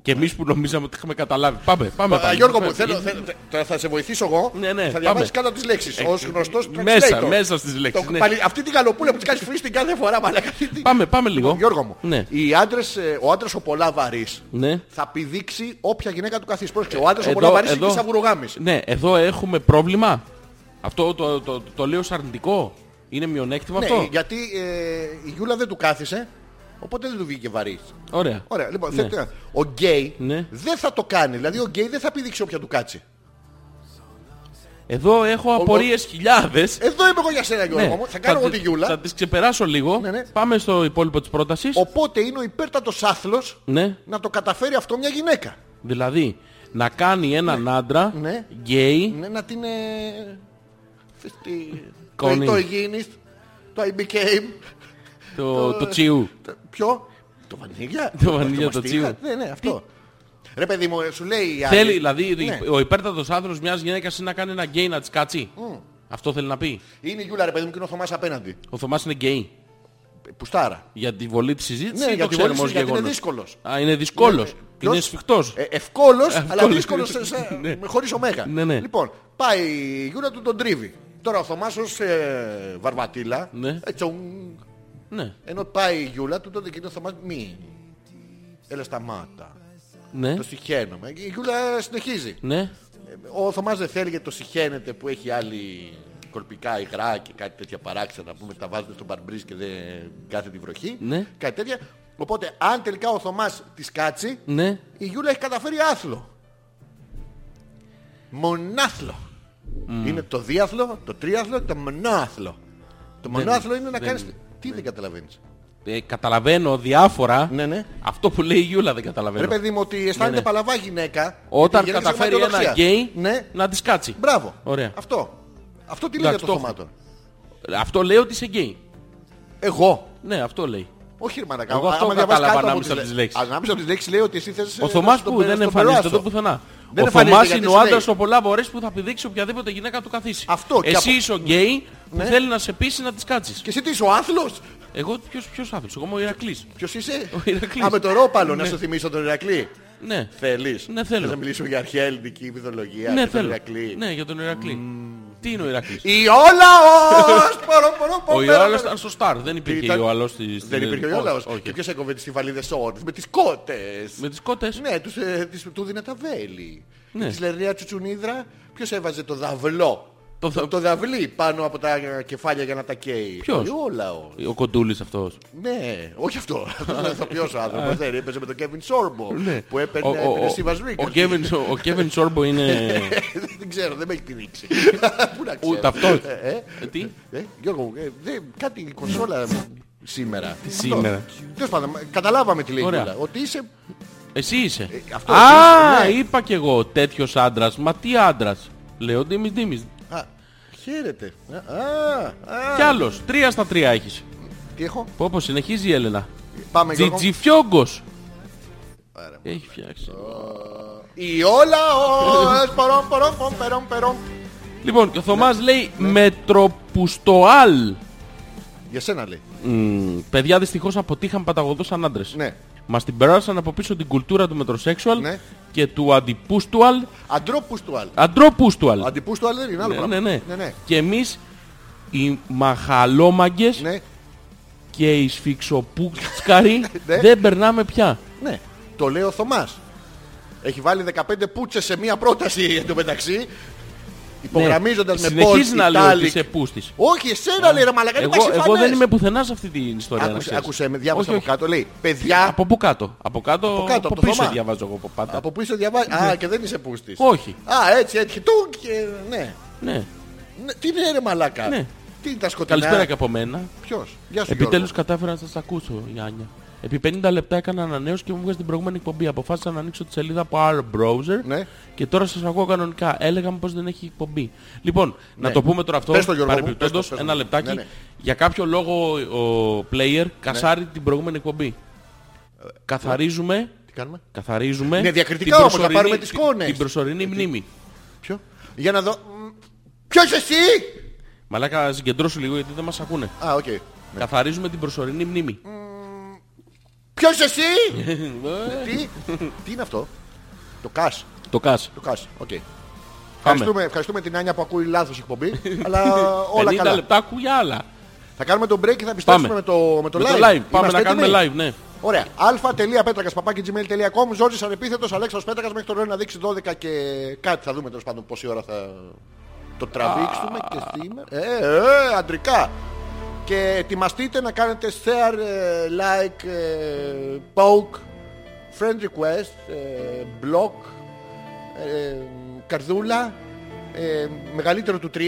Και εμείς που νομίζαμε ότι είχαμε καταλάβει. Πάμε, πάμε. Α, πάμε. Γιώργο μου, Πάμε. θέλω, θέλω- τώρα θα σε βοηθήσω εγώ. Ναι, ναι, θα διαβάσεις πάμε. Ε, κάτω τις λέξεις. Ως γνωστός Μέσα, translator. μέσα στις λέξεις, Το- ναι. πάλι- Αυτή την καλοπούλα που της κάνεις freestyle κάθε φορά, μαλάκα. τι- τι- Πάμε, πάμε λίγο. Γιώργο μου, Ναι. οι άντρες, ε, ο άντρας ο πολλά βαρύς Ναι. Ε, θα πηδήξει όποια γυναίκα του καθίσει. Πρόσεξε, ο άντρας ο Εδώ- πολλά βαρύς εδώ- είναι σαβουρογάμης. Ναι, εδώ έχουμε πρόβλημα. Αυτό το, το, το, το λέω ως αρνητικό. Είναι μειονέκτημα Ναι, αυτό. γιατί ε, η Γιούλα δεν του κάθισε, οπότε δεν του βγήκε βαρύς. Ωραία. Ωραία, λοιπόν, Ναι. θέλω- ο γκέι Ναι. δεν θα το κάνει. Δηλαδή, ο γκέι δεν θα πηδήξει όποια του κάτσει. Εδώ έχω απορίες χιλιάδες. Εδώ είμαι εγώ για σένα, Γιώργο μου. Ναι, Θα κάνω εγώ τη τις- Γιούλα. Ναι. Θα τις ξεπεράσω λίγο. Ναι, ναι. Πάμε στο υπόλοιπο της πρότασης. Οπότε είναι ο υπέρτατος άθλος Ναι. να το καταφέρει αυτό μια γυναίκα. Δηλαδή, να κάνει έναν άντρα Ναι. γκέι. Ναι, να την. Ε, στη- το Κονή. το Aeginis, το I became. Το, το τσιού. το- Ναι. Ποιο? Το βανίλια. <laughs> Το βανίλια, το μαστίγα. τσίου. Ναι, ναι, αυτό. Ρε παιδί μου, ε, σου λέει η άλλη. Θέλει, δηλαδή, Ναι. ο υπέρτατος άνθρωπος μιας γυναίκας είναι να κάνει ένα γκέι να της κάτσει. Αυτό θέλει να πει. Είναι η Γιούλα, ρε παιδί μου, και είναι ο Θωμάς απέναντι. Ο Θωμάς είναι γκέι. Πουστάρα. Για τη βολή της συζήτησης Ναι, ή για το τη ξέρουμε βολή ως της, γιατί είναι γεγονός. δύσκολος. Α, είναι δύσκολος. Ναι, ναι. Είναι Ποιος? σφιχτός. Ε, Ευκόλος, αλλά ε, Εύκολος. δύσκολος χωρίς ωμέγα. Ναι, ναι. Λοιπόν, πάει η Γιούνα του τον τρίβει. Τώρα ο Θωμάς ως ε, βαρβατήλα. Ναι. ε, τσουνγκ. Ναι, Ενώ πάει η Γιούλα του τότε και ο Θωμά μη. Έλα σταμάτα. ναι, Το συχαίνομαι. Η Γιούλα συνεχίζει. ναι. Ε, Ο Θωμάς δεν θέλει γιατί το συχαίνεται που έχει άλλη κολπικά υγρά και κάτι τέτοια παράξενα που μεταβάζουν στον μπαρμπρίζ και δεν κάθε τη βροχή. Ναι. Κάτι τέτοια. Οπότε αν τελικά ο Θωμάς της κάτσει, Ναι. η Γιούλα έχει καταφέρει άθλο. Μονάθλο. Είναι το διάθλο, το τρίαθλο, το μονάθλο. Το μονάθλο είναι να δεν- κάνεις... Τι δεν καταλαβαίνεις. Ε, καταλαβαίνω διάφορα. Ναι, ναι. Αυτό που λέει η Γιούλα δεν Ρε καταλαβαίνω. παιδί μου ότι αισθάνεται Ναι, ναι. παλαβά γυναίκα. Όταν γιατί γεννήθηκε με καταφέρει ένα ματιολοξία. γκέι Ναι, να της κάτσει. μπράβο. Ωραία. Αυτό. Αυτό τι λέει για Εντάξει, το το θωμά τώρα. Αυτό λέει ότι είσαι γκέι. Εγώ. Ναι, αυτό λέει. Όχι ρε μαλακά. Εγώ αυτό Άμα διαβάσεις κατάλαβα κάτω από ανάμεσα από τις λέξεις. Ανάμεσα από τις λέξεις λέει ότι εσύ θες... ε, Ο Θωμάς που δεν εμφανίζεται εδώ πουθενά. Δεν ο εμφανίζεται Θωμάς γιατί είναι ο σου άντρα λέει. ο πολλά βορέ που θα πηδήξει οποιαδήποτε γυναίκα του καθίσει. Αυτό και Εσύ από- είσαι ο γκέι που Ναι. θέλει να σε πείσει να της κάτσεις. Και εσύ τι είσαι ο άθλος. Εγώ ποιος άθλος, εγώ είμαι ο Ηρακλής. Ποιος είσαι. Ο Ηρακλής. Α με το ρόπαλο να Ναι. σου θυμίσω τον Ηρακλή. Ναι. Θέλεις. Ναι, θέλω. Θες να μιλήσουμε για αρχαία ελληνική μυθολογία. ναι, και τον θέλω. Ηρακλή. Ναι, για τον Ηρακλή. Τι είναι ο Ηρακλής. <laughs> Ιόλαος! Πορο, πορο, πορο, Ο Λοιπόν, πέρα, Ιωάλα πέρα. ήταν στο Σταρ. Δεν υπήρχε Ήταν- Ιωάλα στη. Δεν υπήρχε ο Ιόλαος. ναι. Όχι. Και ποιος έκοβε τις τυφαλίδες όρες. Με τις κότες. Με τις κότες. Ναι, τους, ε, τις, του δίνε τα βέλη. Ναι. Της Λερνία Τσουτσουνίδρα. Ποιος έβαζε το δαυλό. Το δα- το δαυλί πάνω από τα κεφάλια για να τα καίει. Ποιος? Ο Ιόλαος. Ο κοντούλης αυτός. Ναι, όχι <laughs> αυτό. Αυτός ήταν ηθοποιός ο άνθρωπος. Δεν έπαιζε με τον Κέβιν Σόρμπο. Που έπαιρνε Ναι. Ο- ο- έπαιρνε ο- Σίβας Ρίκας. ο Κέβιν- Ο Κέβιν Σόρμπο <laughs> είναι. Ε, Δεν ξέρω, δεν με έχει <laughs> πηδήξει. Πού να ξέρω. Ούτε αυτό. Ε, Ε, Τι. Ναι. Ε, Γιώργο, μου, ε, δε, κάτι η κονσόλα σήμερα. Σήμερα. Τέλος πάντων, καταλάβαμε τη λέει η Ωραία. Γιούλα. Ότι είσαι. Εσύ είσαι. Ε, αυτό Α, εσύ είσαι, ναι. είπα κι εγώ τέτοιος άντρας. Μα τι άντρας. Λέω Ντίμι Ντίμι. Α, χαίρετε. Α, α, α. Κι άλλος. Τρία στα τρία έχεις. Τι έχω. Πω πω συνεχίζει η Έλενα. Πάμε Γιώργο. Τζιτζιφιόγκος. Έχει φτιάξει. Η όλα ως Πορών, πορών, πορών, περών, περών. Λοιπόν, και ο Θωμάς λέει Μετροπουστοάλ. Για σένα λέει. Μμμ, Παιδιά δυστυχώς αποτύχαν παταγωδό σαν άντρες. Ναι. Μας την περάσαν από πίσω την κουλτούρα του μετροσέξουαλ Ναι. και του αντιπούστουαλ. Αντρόπους του άλλου. Αντρόπουστουαλ. Αντιπούς του άλλου δεν είναι άλλο Ναι, πράγμα. ναι, ναι, ναι. Και εμείς οι μαχαλόμαγκες Ναι, και οι σφιξοπούτσκαροι <laughs> Ναι. δεν περνάμε πια. ναι. Το λέει ο <laughs> Θωμάς. Έχει βάλει 15 πούτσες σε μία πρόταση εντωμεταξύ. Υπογραμμίζοντας με Συνεχίζεις bold, Ναι. να λέω ότι italic. είσαι πούστης. Όχι, εσένα λέει ρε μαλακά, είναι Εγώ, εγώ ταξιφανές. δεν είμαι πουθενά σε αυτή την ιστορία. να Άκουσε, ξέρεις. άκουσε με, διάβασα Όχι, από κάτω. Λέει, παιδιά, Από πού κάτω. Από κάτω, από, κάτω, από το πίσω θωμά. διαβάζω εγώ από πάντα. από πού είσαι διαβάζει. Α, και δεν είσαι πούστης. Ναι. Όχι. Α, έτσι, έτσι. Τούγκ και ναι. Ναι. Ναι, Τι είναι ρε μαλακά. Ναι. Τι είναι τα σκοτεινά. Καλησπέρα και από μένα. Ποιος. Γεια σου Επιτέλους κατάφερα να σας ακούσω, Γιάννη. Επί 50 λεπτά έκανα ανανέωση και μου βγάζει την προηγούμενη εκπομπή. Αποφάσισα να ανοίξω τη σελίδα από άλλο browser Ναι. και τώρα σας ακούω κανονικά. Έλεγα μου πως δεν έχει εκπομπή. Λοιπόν, να το πούμε τώρα αυτό, Ναι. Πες το, Γιώργο μου, παρεμπιπτόντως, πες το, πες το. ένα λεπτάκι. Ναι, ναι. Για κάποιο λόγο ο player κασάρει την προηγούμενη εκπομπή. Καθαρίζουμε, Γιώργο. Τι κάνουμε. καθαρίζουμε Ε, Ναι, διακριτικά όμως, θα προσωρινή- πάρουμε τις σκόνες. την προσωρινή μνήμη. Ποιο. Για να δω. Μ, Ποιος εσύ. Μαλάκα συγκεντρώσου λίγο γιατί δεν μας ακούνε. Α, οκ. Καθαρίζουμε την προσωρινή μνήμη. Mm. Ποιος εσύ. <laughs> Τι. Τι είναι αυτό. Το κας. Το κας. Το κας. Οκ. Πάμε. Ευχαριστούμε, ευχαριστούμε την Άνια που ακούει λάθος εκπομπή. αλλά <laughs> όλα 50 καλά. λεπτά ακούγια άλλα. Θα κάνουμε το break και θα επιστρέψουμε Πάμε. με το, με το Με το live. live. Πάμε Είμαστε να κάνουμε έτοιμοι? live, ναι. Ωραία. αλφα.πέτρακα.gmail.com Ζόρζη ανεπίθετο, Αλέξα Πέτρακας μέχρι το ρόλο να δείξει 12 και κάτι. Θα δούμε τέλος πάντων πόση ώρα θα το τραβήξουμε και σήμερα. Ε, ε, αντρικά. Και ετοιμαστείτε να κάνετε share, ε, like, ε, poke, friend request, ε, block, ε, καρδούλα, ε, μεγαλύτερο του 3,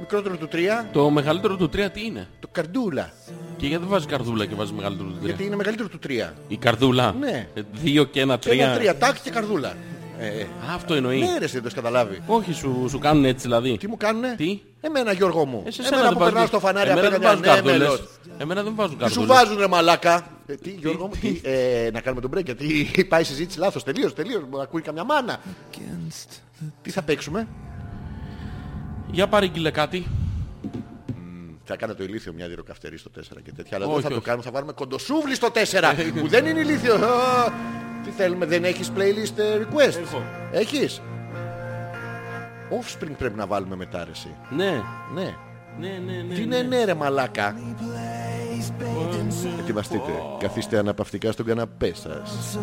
μικρότερο του 3, Το μεγαλύτερο του 3 τι είναι. το καρδούλα. Και γιατί δεν βάζεις καρδούλα και βάζεις μεγαλύτερο του 3. Γιατί είναι μεγαλύτερο του 3. Η καρδούλα. Ναι. 2 και 1, 3. Τρία, τρία, τάκ και καρδούλα. Ε, ε. Αυτό εννοεί. Ναι, ρε, εσύ δεν το έχεις καταλάβει. Όχι, σου, σου κάνουν έτσι δηλαδή. Τι μου κάνουνε. Τι? Εμένα, Γιώργο μου. Ε, σε σένα Εμένα δεν που βάζουν- περνάω στο φανάρι Εμένα δεν απέναντι βάζουν ένα καρδούλες. μέλος. Εμένα δεν βάζουν Τι σου καρδούλες. βάζουν, ρε μαλάκα. Ε, τι, Γιώργο μου, τι, ε, να κάνουμε τον break, γιατί <laughs> πάει η συζήτηση λάθος. Τελείως, τελείως. Μου ακούει καμιά μάνα. Τι θα παίξουμε. Για παρήγγειλε κάτι. Θα κάνω το ηλίθιο μια διροκαυτερή στο 4 και τέτοια, αλλά Όχι, δεν θα το όχι. Ε, κάνουμε. Θα βάλουμε κοντοσούβλι στο 4 που δεν είναι ηλίθιο. Α, Τι θέλουμε, δεν έχεις playlist ε, request. Έχω. Έχεις. Offspring πρέπει να βάλουμε μετά, ρε, εσύ. Ναι. Ναι. Ναι, ναι, ναι. Τι ναι. ναι ναι ρε μαλάκα Ετοιμαστείτε Καθίστε αναπαυτικά στον καναπέ σας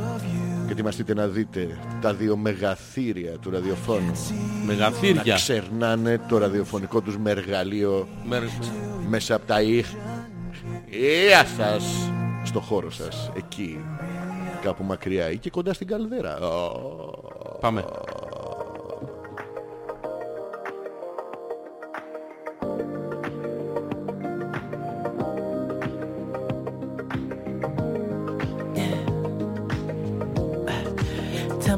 Και ετοιμαστείτε να δείτε Τα δύο μεγαθύρια του ραδιοφώνου ναι. Μεγαθύρια. Ξερνάνε το ραδιοφωνικό τους μεργαλείο Μερ- Μέσα από τα ήχ Γεια σας Στο χώρο σας Εκεί Κάπου μακριά ή και κοντά στην καλδέρα Πάμε. Tell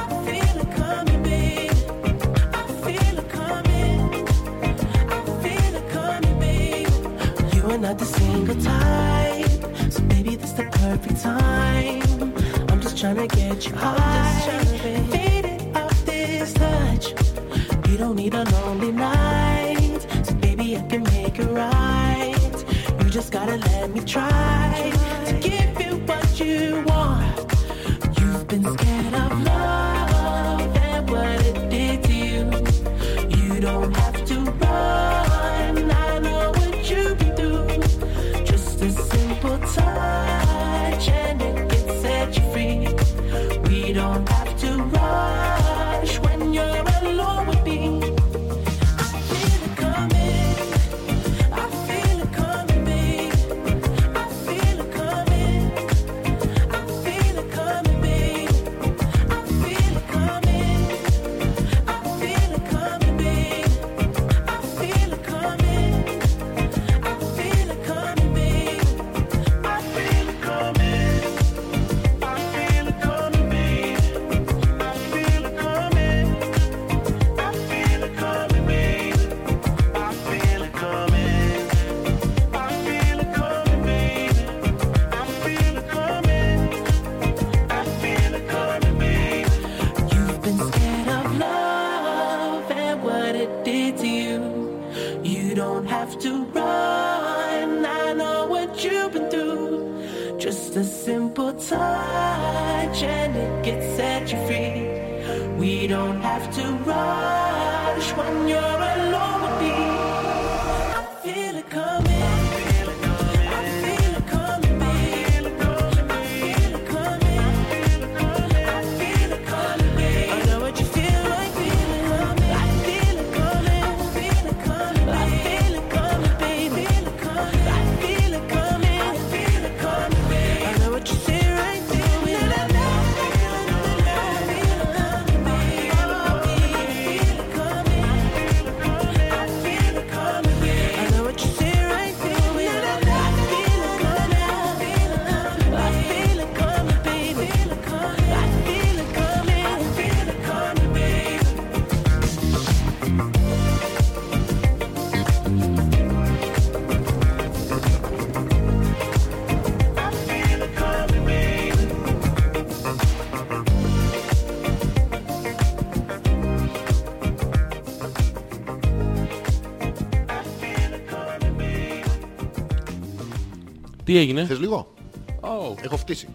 I feel it coming, babe. I feel it coming. I feel it coming, babe. You are not the single type, so baby, this the perfect time. I'm just tryna get you high, faded off this touch. You don't need a lonely night, so baby, I can make it right. You just gotta let me try to give you what you want. You've been scared of love and what it did to you. You don't have to run. I know what you've been through. Just a simple touch and it can set you free. We don't have to rush when you're alone with me. I feel it coming. I feel it coming, babe. I feel it coming. I feel it coming, babe. I feel it coming. I feel it coming, babe. did to you. You don't have to run. I know what you've been through. Just a simple touch and it can set you free. We don't have to rush when you're alone with me. I feel it coming. I feel it coming, babe. I feel it coming. I feel it coming, babe. I know what you feel like feeling coming. I feel it coming. I feel it coming. I feel it coming, babe. I feel it coming. I feel it coming. I feel it coming, babe. I know what you feel right there. We love it. I feel it coming, babe. I feel it coming. I feel it coming, babe. I know what you feel right there. We love it. I feel it coming. I feel it coming. I feel it coming, babe. I feel it coming. I feel it coming. I feel it coming, babe. I feel it coming, babe. I feel it coming, babe. Τι έγινε. Θες λίγο. Ω, Έχω φτύσει.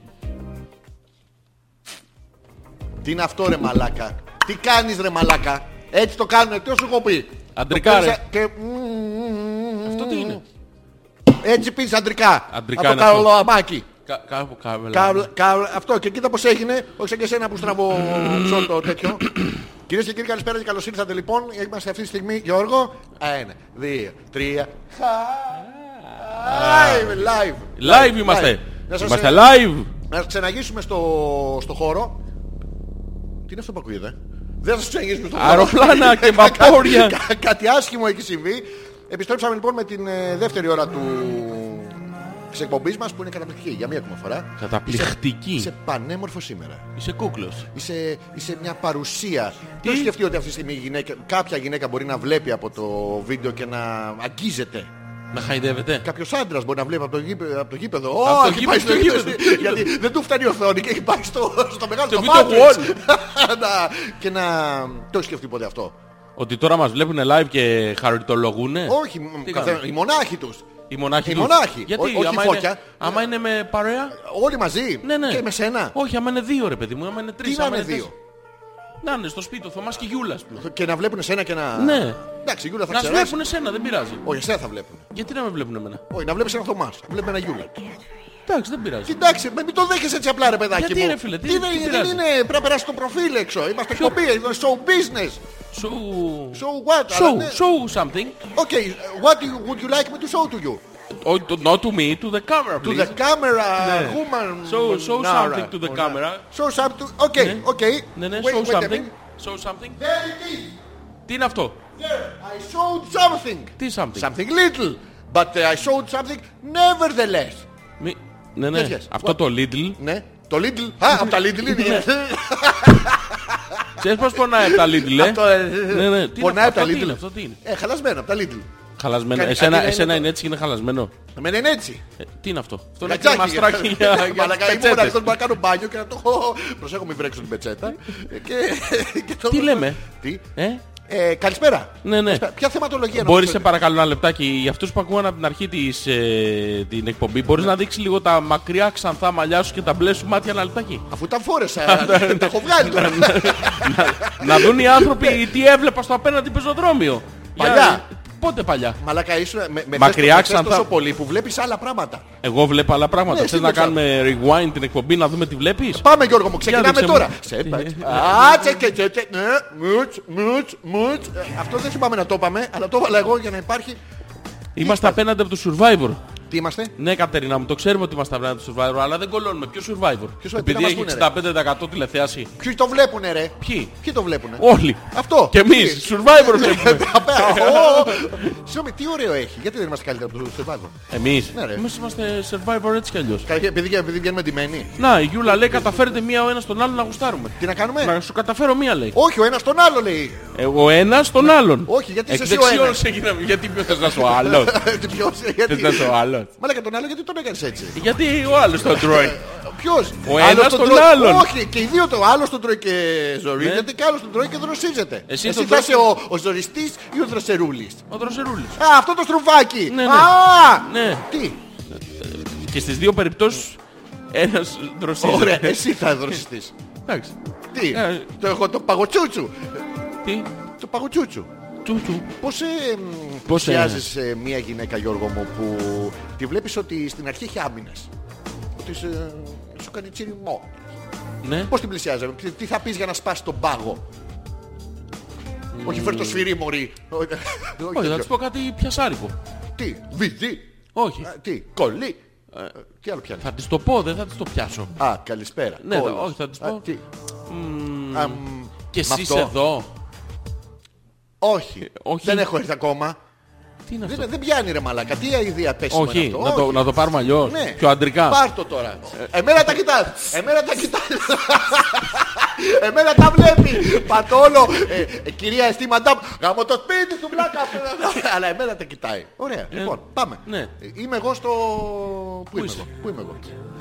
Τι είναι αυτό ρε μαλάκα. Τι κάνεις ρε μαλάκα. Έτσι το κάνουνε. Τι σου έχω πει. Αντρικά, Το παίρνεις ρε. α- Και... μμμ, Αυτό τι είναι. Έτσι πίνεις αντρικά. Αντρικά Από είναι αυτό. Ναι. το αμάκι. Κα- Κάπου Καύλα, κάβελα. καύλα, αυτό και κοίτα πως έγινε, όχι σαν και εσένα που στραβώ ψώνω το τέτοιο. Κυρίες και κύριοι καλησπέρα και καλώς ήρθατε λοιπόν. Είμαστε αυτή τη στιγμή Γιώργο. Ένα, δύο, τρία. Live, live. Live είμαστε. Να σας- ε- Είμαστε live. Να ξεναγήσουμε στο, στο χώρο. Τι είναι αυτό που ακούγεται. Δεν θα σας ξεναγήσουμε στο χώρο. Αεροπλάνα και βαπόρια. <laughs> Κα- κα- κάτι άσχημο έχει συμβεί. Επιστρέψαμε λοιπόν με την ε, δεύτερη ώρα του... Της εκπομπής μας που είναι καταπληκτική για μία ακόμα φορά. Είσαι Καταπληκτική. πανέμορφο σήμερα. Είσαι κούκλος. Είσαι, είσαι μια παρουσία. Ποιο σκεφτεί ότι αυτή τη στιγμή η γυναίκα, κάποια γυναίκα μπορεί να βλέπει από το βίντεο και να αγγίζεται. Να χαϊδεύετε. Κάποιος άντρας μπορεί να βλέπει από το, γήπεδο. Από το γήπεδο. Ω, Από το έχει πάει στο γήπεδο, γήπεδο. στο γήπεδο. <laughs> Γιατί δεν του φτάνει η οθόνη και έχει πάει στο, στο μεγάλο Στο στο video Matrix. <laughs> Να- και να. Το έχει σκεφτεί ποτέ αυτό. Ότι τώρα μας βλέπουν live και χαριτολογούνε. Όχι, μ, Ε, Τι καθένα- κάνουν? οι μονάχοι του. Οι μονάχοι. Οι τους. μονάχοι. Γιατί Ό- όχι άμα, φώκια. είναι, άμα είναι με παρέα. Όλοι μαζί. Ναι, ναι. Και με σένα. Όχι, άμα είναι δύο ρε παιδί μου. Άμα είναι τρεις. Τι να άμα είναι τέσσερις. δύο. Να είναι στο σπίτι ο Θωμάς και η Γιούλα. ας πούμε. Και να βλέπουν εσένα και να. Ναι. Εντάξει, η Γιούλα θα Να σε ξέρει. βλέπουν εσένα, δεν πειράζει. Όχι, εσένα θα βλέπουν. Γιατί να με βλέπουν εμένα. Όχι, να βλέπεις ένα Θωμάς. Βλέπεις ένα Γιούλα. Εντάξει, δεν πειράζει. Κοιτάξτε, με- μην το δέχεσαι έτσι απλά ρε παιδάκι Γιατί, μου. ρε, φίλε, τι- Τι τι είναι, δεν πειράζει. είναι, πρέπει να περάσει το προφίλ έξω. Είμαστε εκπομπή, είναι show business. Show. Show what, αλλά Show, ναι. show something. Okay, uh, what do you, would you like me to show to you? Όχι, το- not to me, to the camera, To please. the camera, woman. Show- show Nara. something to the Ωραία. camera. Show something, okay, Ναι. okay. Ναι, ναι, Wait, show wait a something. minute. Show something. There it is. Τι είναι αυτό. There, I showed something. Τι something. Something little. But uh, I showed something nevertheless. Μη- Ναι, ναι. Τέτοιες. Αυτό το Lidl. Ναι, το little. Α, από τα little είναι. Ξέρεις πως πονάει από τα Lidl, <laughs> ε. Αυτό, ε, Ναι, ναι. Τι είναι Πονάει αυτό, από τα τι είναι little. αυτό, τι είναι. Ε, χαλασμένα από τα little. Χαλασμένο. Κάτι- Εσένα, κάτι είναι εσένα το- είναι έτσι και είναι χαλασμένο. Εμένα είναι έτσι. Ε, τι είναι αυτό. Αυτό είναι Κατσάκι. <laughs> κρεμαστράκι για, για τις Μαλακά, ήμουν κατσέτες. μοναχός, μπορώ να κάνω μπάνιο και να το έχω. Προσέχω, μην βρέξω την πετσέτα. Και- και το- Τι λέμε? Τι. Ε, Ε, Καλησπέρα. ναι, ναι. Ποια θεματολογία Μπορείς σε να παρακαλώ ένα λεπτάκι για αυτούς που ακούγαν από την αρχή της, ε, την εκπομπή μπορείς να δείξεις λίγο τα μακριά ξανθά μαλλιά σου και τα μπλε σου μάτια ένα <laughs> λεπτάκι Αφού τα φόρεσα, Ναι, τα έχω βγάλει τώρα. Να δουν οι άνθρωποι τι έβλεπα στο απέναντι πεζοδρόμιο Παλιά. Για- Πότε παλιά Μαλακά, ήσουν με- με θες- Μακριά με θες ξανθά. τόσο πολύ που βλέπεις άλλα πράγματα. Εγώ βλέπω άλλα πράγματα Ναι, Θες να σίγουρα. κάνουμε rewind την εκπομπή να δούμε τι βλέπεις Πάμε Γιώργο μου, ξεκινάμε δείξε μου. τώρα. Σε Ε, Άτσε και τσε, τσε, ναι, μουτς, μουτς, μουτς. Ε, Αυτό δεν θυμάμαι να το είπαμε, αλλά το έβαλα εγώ για να υπάρχει. Είμαστε απέναντι από το Survivor Τι είμαστε. Ναι, Κατερίνα μου, το ξέρουμε ότι είμαστε απέναντι στο Survivor, αλλά δεν κολώνουμε. Ποιος Survivor. Ποιος- τι Επειδή να έχει μας πούνε, 65% τηλεθέαση. Ποιοι το βλέπουνε ρε. Ποιοι. Ποιοι το βλέπουνε. Όλοι. Αυτό. Και εμείς. Τι. <laughs> Survivor βλέπουμε. Ω, Συγγνώμη, τι ωραίο έχει. Γιατί δεν είμαστε καλύτερα από το Survivor. Εμείς. Ναι, ρε. Εμείς είμαστε Survivor έτσι κι αλλιώς. Καλά, Επειδή, επειδή βγαίνουμε ντυμένοι. Να, η Γιούλα λέει καταφέρετε μία ο ένας τον άλλον να γουστάρουμε. Τι να κάνουμε. Να σου καταφέρω μία λέει. Όχι, ο ένας τον άλλο λέει. Ε, Ο ένας τον άλλον. Ναι. Όχι, γιατί είσαι Εκ εσύ ο δεξιών ένας. <laughs> σε γίναμε. Γιατί ποιο θες να σου άλλο. Ποιος, Θε γιατί... να σου άλλο. Android. Μαλάκα τον άλλο γιατί τον έκανες έτσι. Γιατί ο άλλος το Android. Ποιος? Ο ένας τον άλλον. Ναι. Όχι, και οι δύο το άλλος τον τρώει και ζορίζεται και άλλος τον τρώει και δροσίζεται. Εσύ Εσύ τον θα τρως- είσαι ο, ο ζοριστής ή ο δροσερούλης. Ο Δροσερούλης. Α, αυτό το στρουβάκι. Ναι, ναι. Α, Ναι. Τι. Και στις δύο περιπτώσεις ένας δροσερούλης. Ωραία, εσύ θα δροσιστείς. Εντάξει. Τι. Ε. Το έχω το παγοτσούτσου. Τι. Το παγοτσούτσου. Τσούτσου. Πώς ε, μ, Πώς, ε, πλησιάζεις, ε, μία γυναίκα Γιώργο μου που τη βλέπεις ότι στην αρχή έχει άμυνες. Ότι σε- σου κάνει τσιριμό. Ναι. Πώς την πλησιάζαμε, τι- τι θα πεις για να σπάσει τον πάγο. Όχι φέρ το σφυρί μωρή. Όχι, Όχι, θα τέτοιο. της πω κάτι πιασάρικο. Τι, βιδί, Όχι. Α, τι, κολλή. Ε, Τι άλλο πιάνεις. Θα της το πω, δεν θα της το πιάσω. Α, καλησπέρα. Ναι, Κόλλος. θα- όχι, θα της Α, πω. τι. Α, μ, Και εσύ με αυτό. είσαι εδώ. Όχι, Ε, όχι. δεν έχω έρθει ακόμα. Τι είναι αυτό. Δεν, δεν πιάνει ρε μαλάκα, τι ιδέα πέσιμο Όχι, είναι αυτό. να το, να το πάρουμε αλλιώς. Ναι. Πιο αντρικά. Πάρ' το τώρα. Ε, Εμένα τα κοιτάς. Εμένα τα κοιτάς. Εμένα τα βλέπεις. Πατώ όλο. Ε, ε, κυρία Εστί, μαντάμ, γάμω το σπίτι του πλάκα. Αλλά εμένα τα κοιτάει. Ωραία, λοιπόν, πάμε. Ε, ναι. Ε, Είμαι εγώ στο... Πού είμαι είσαι? εγώ. Πού είμαι εγώ.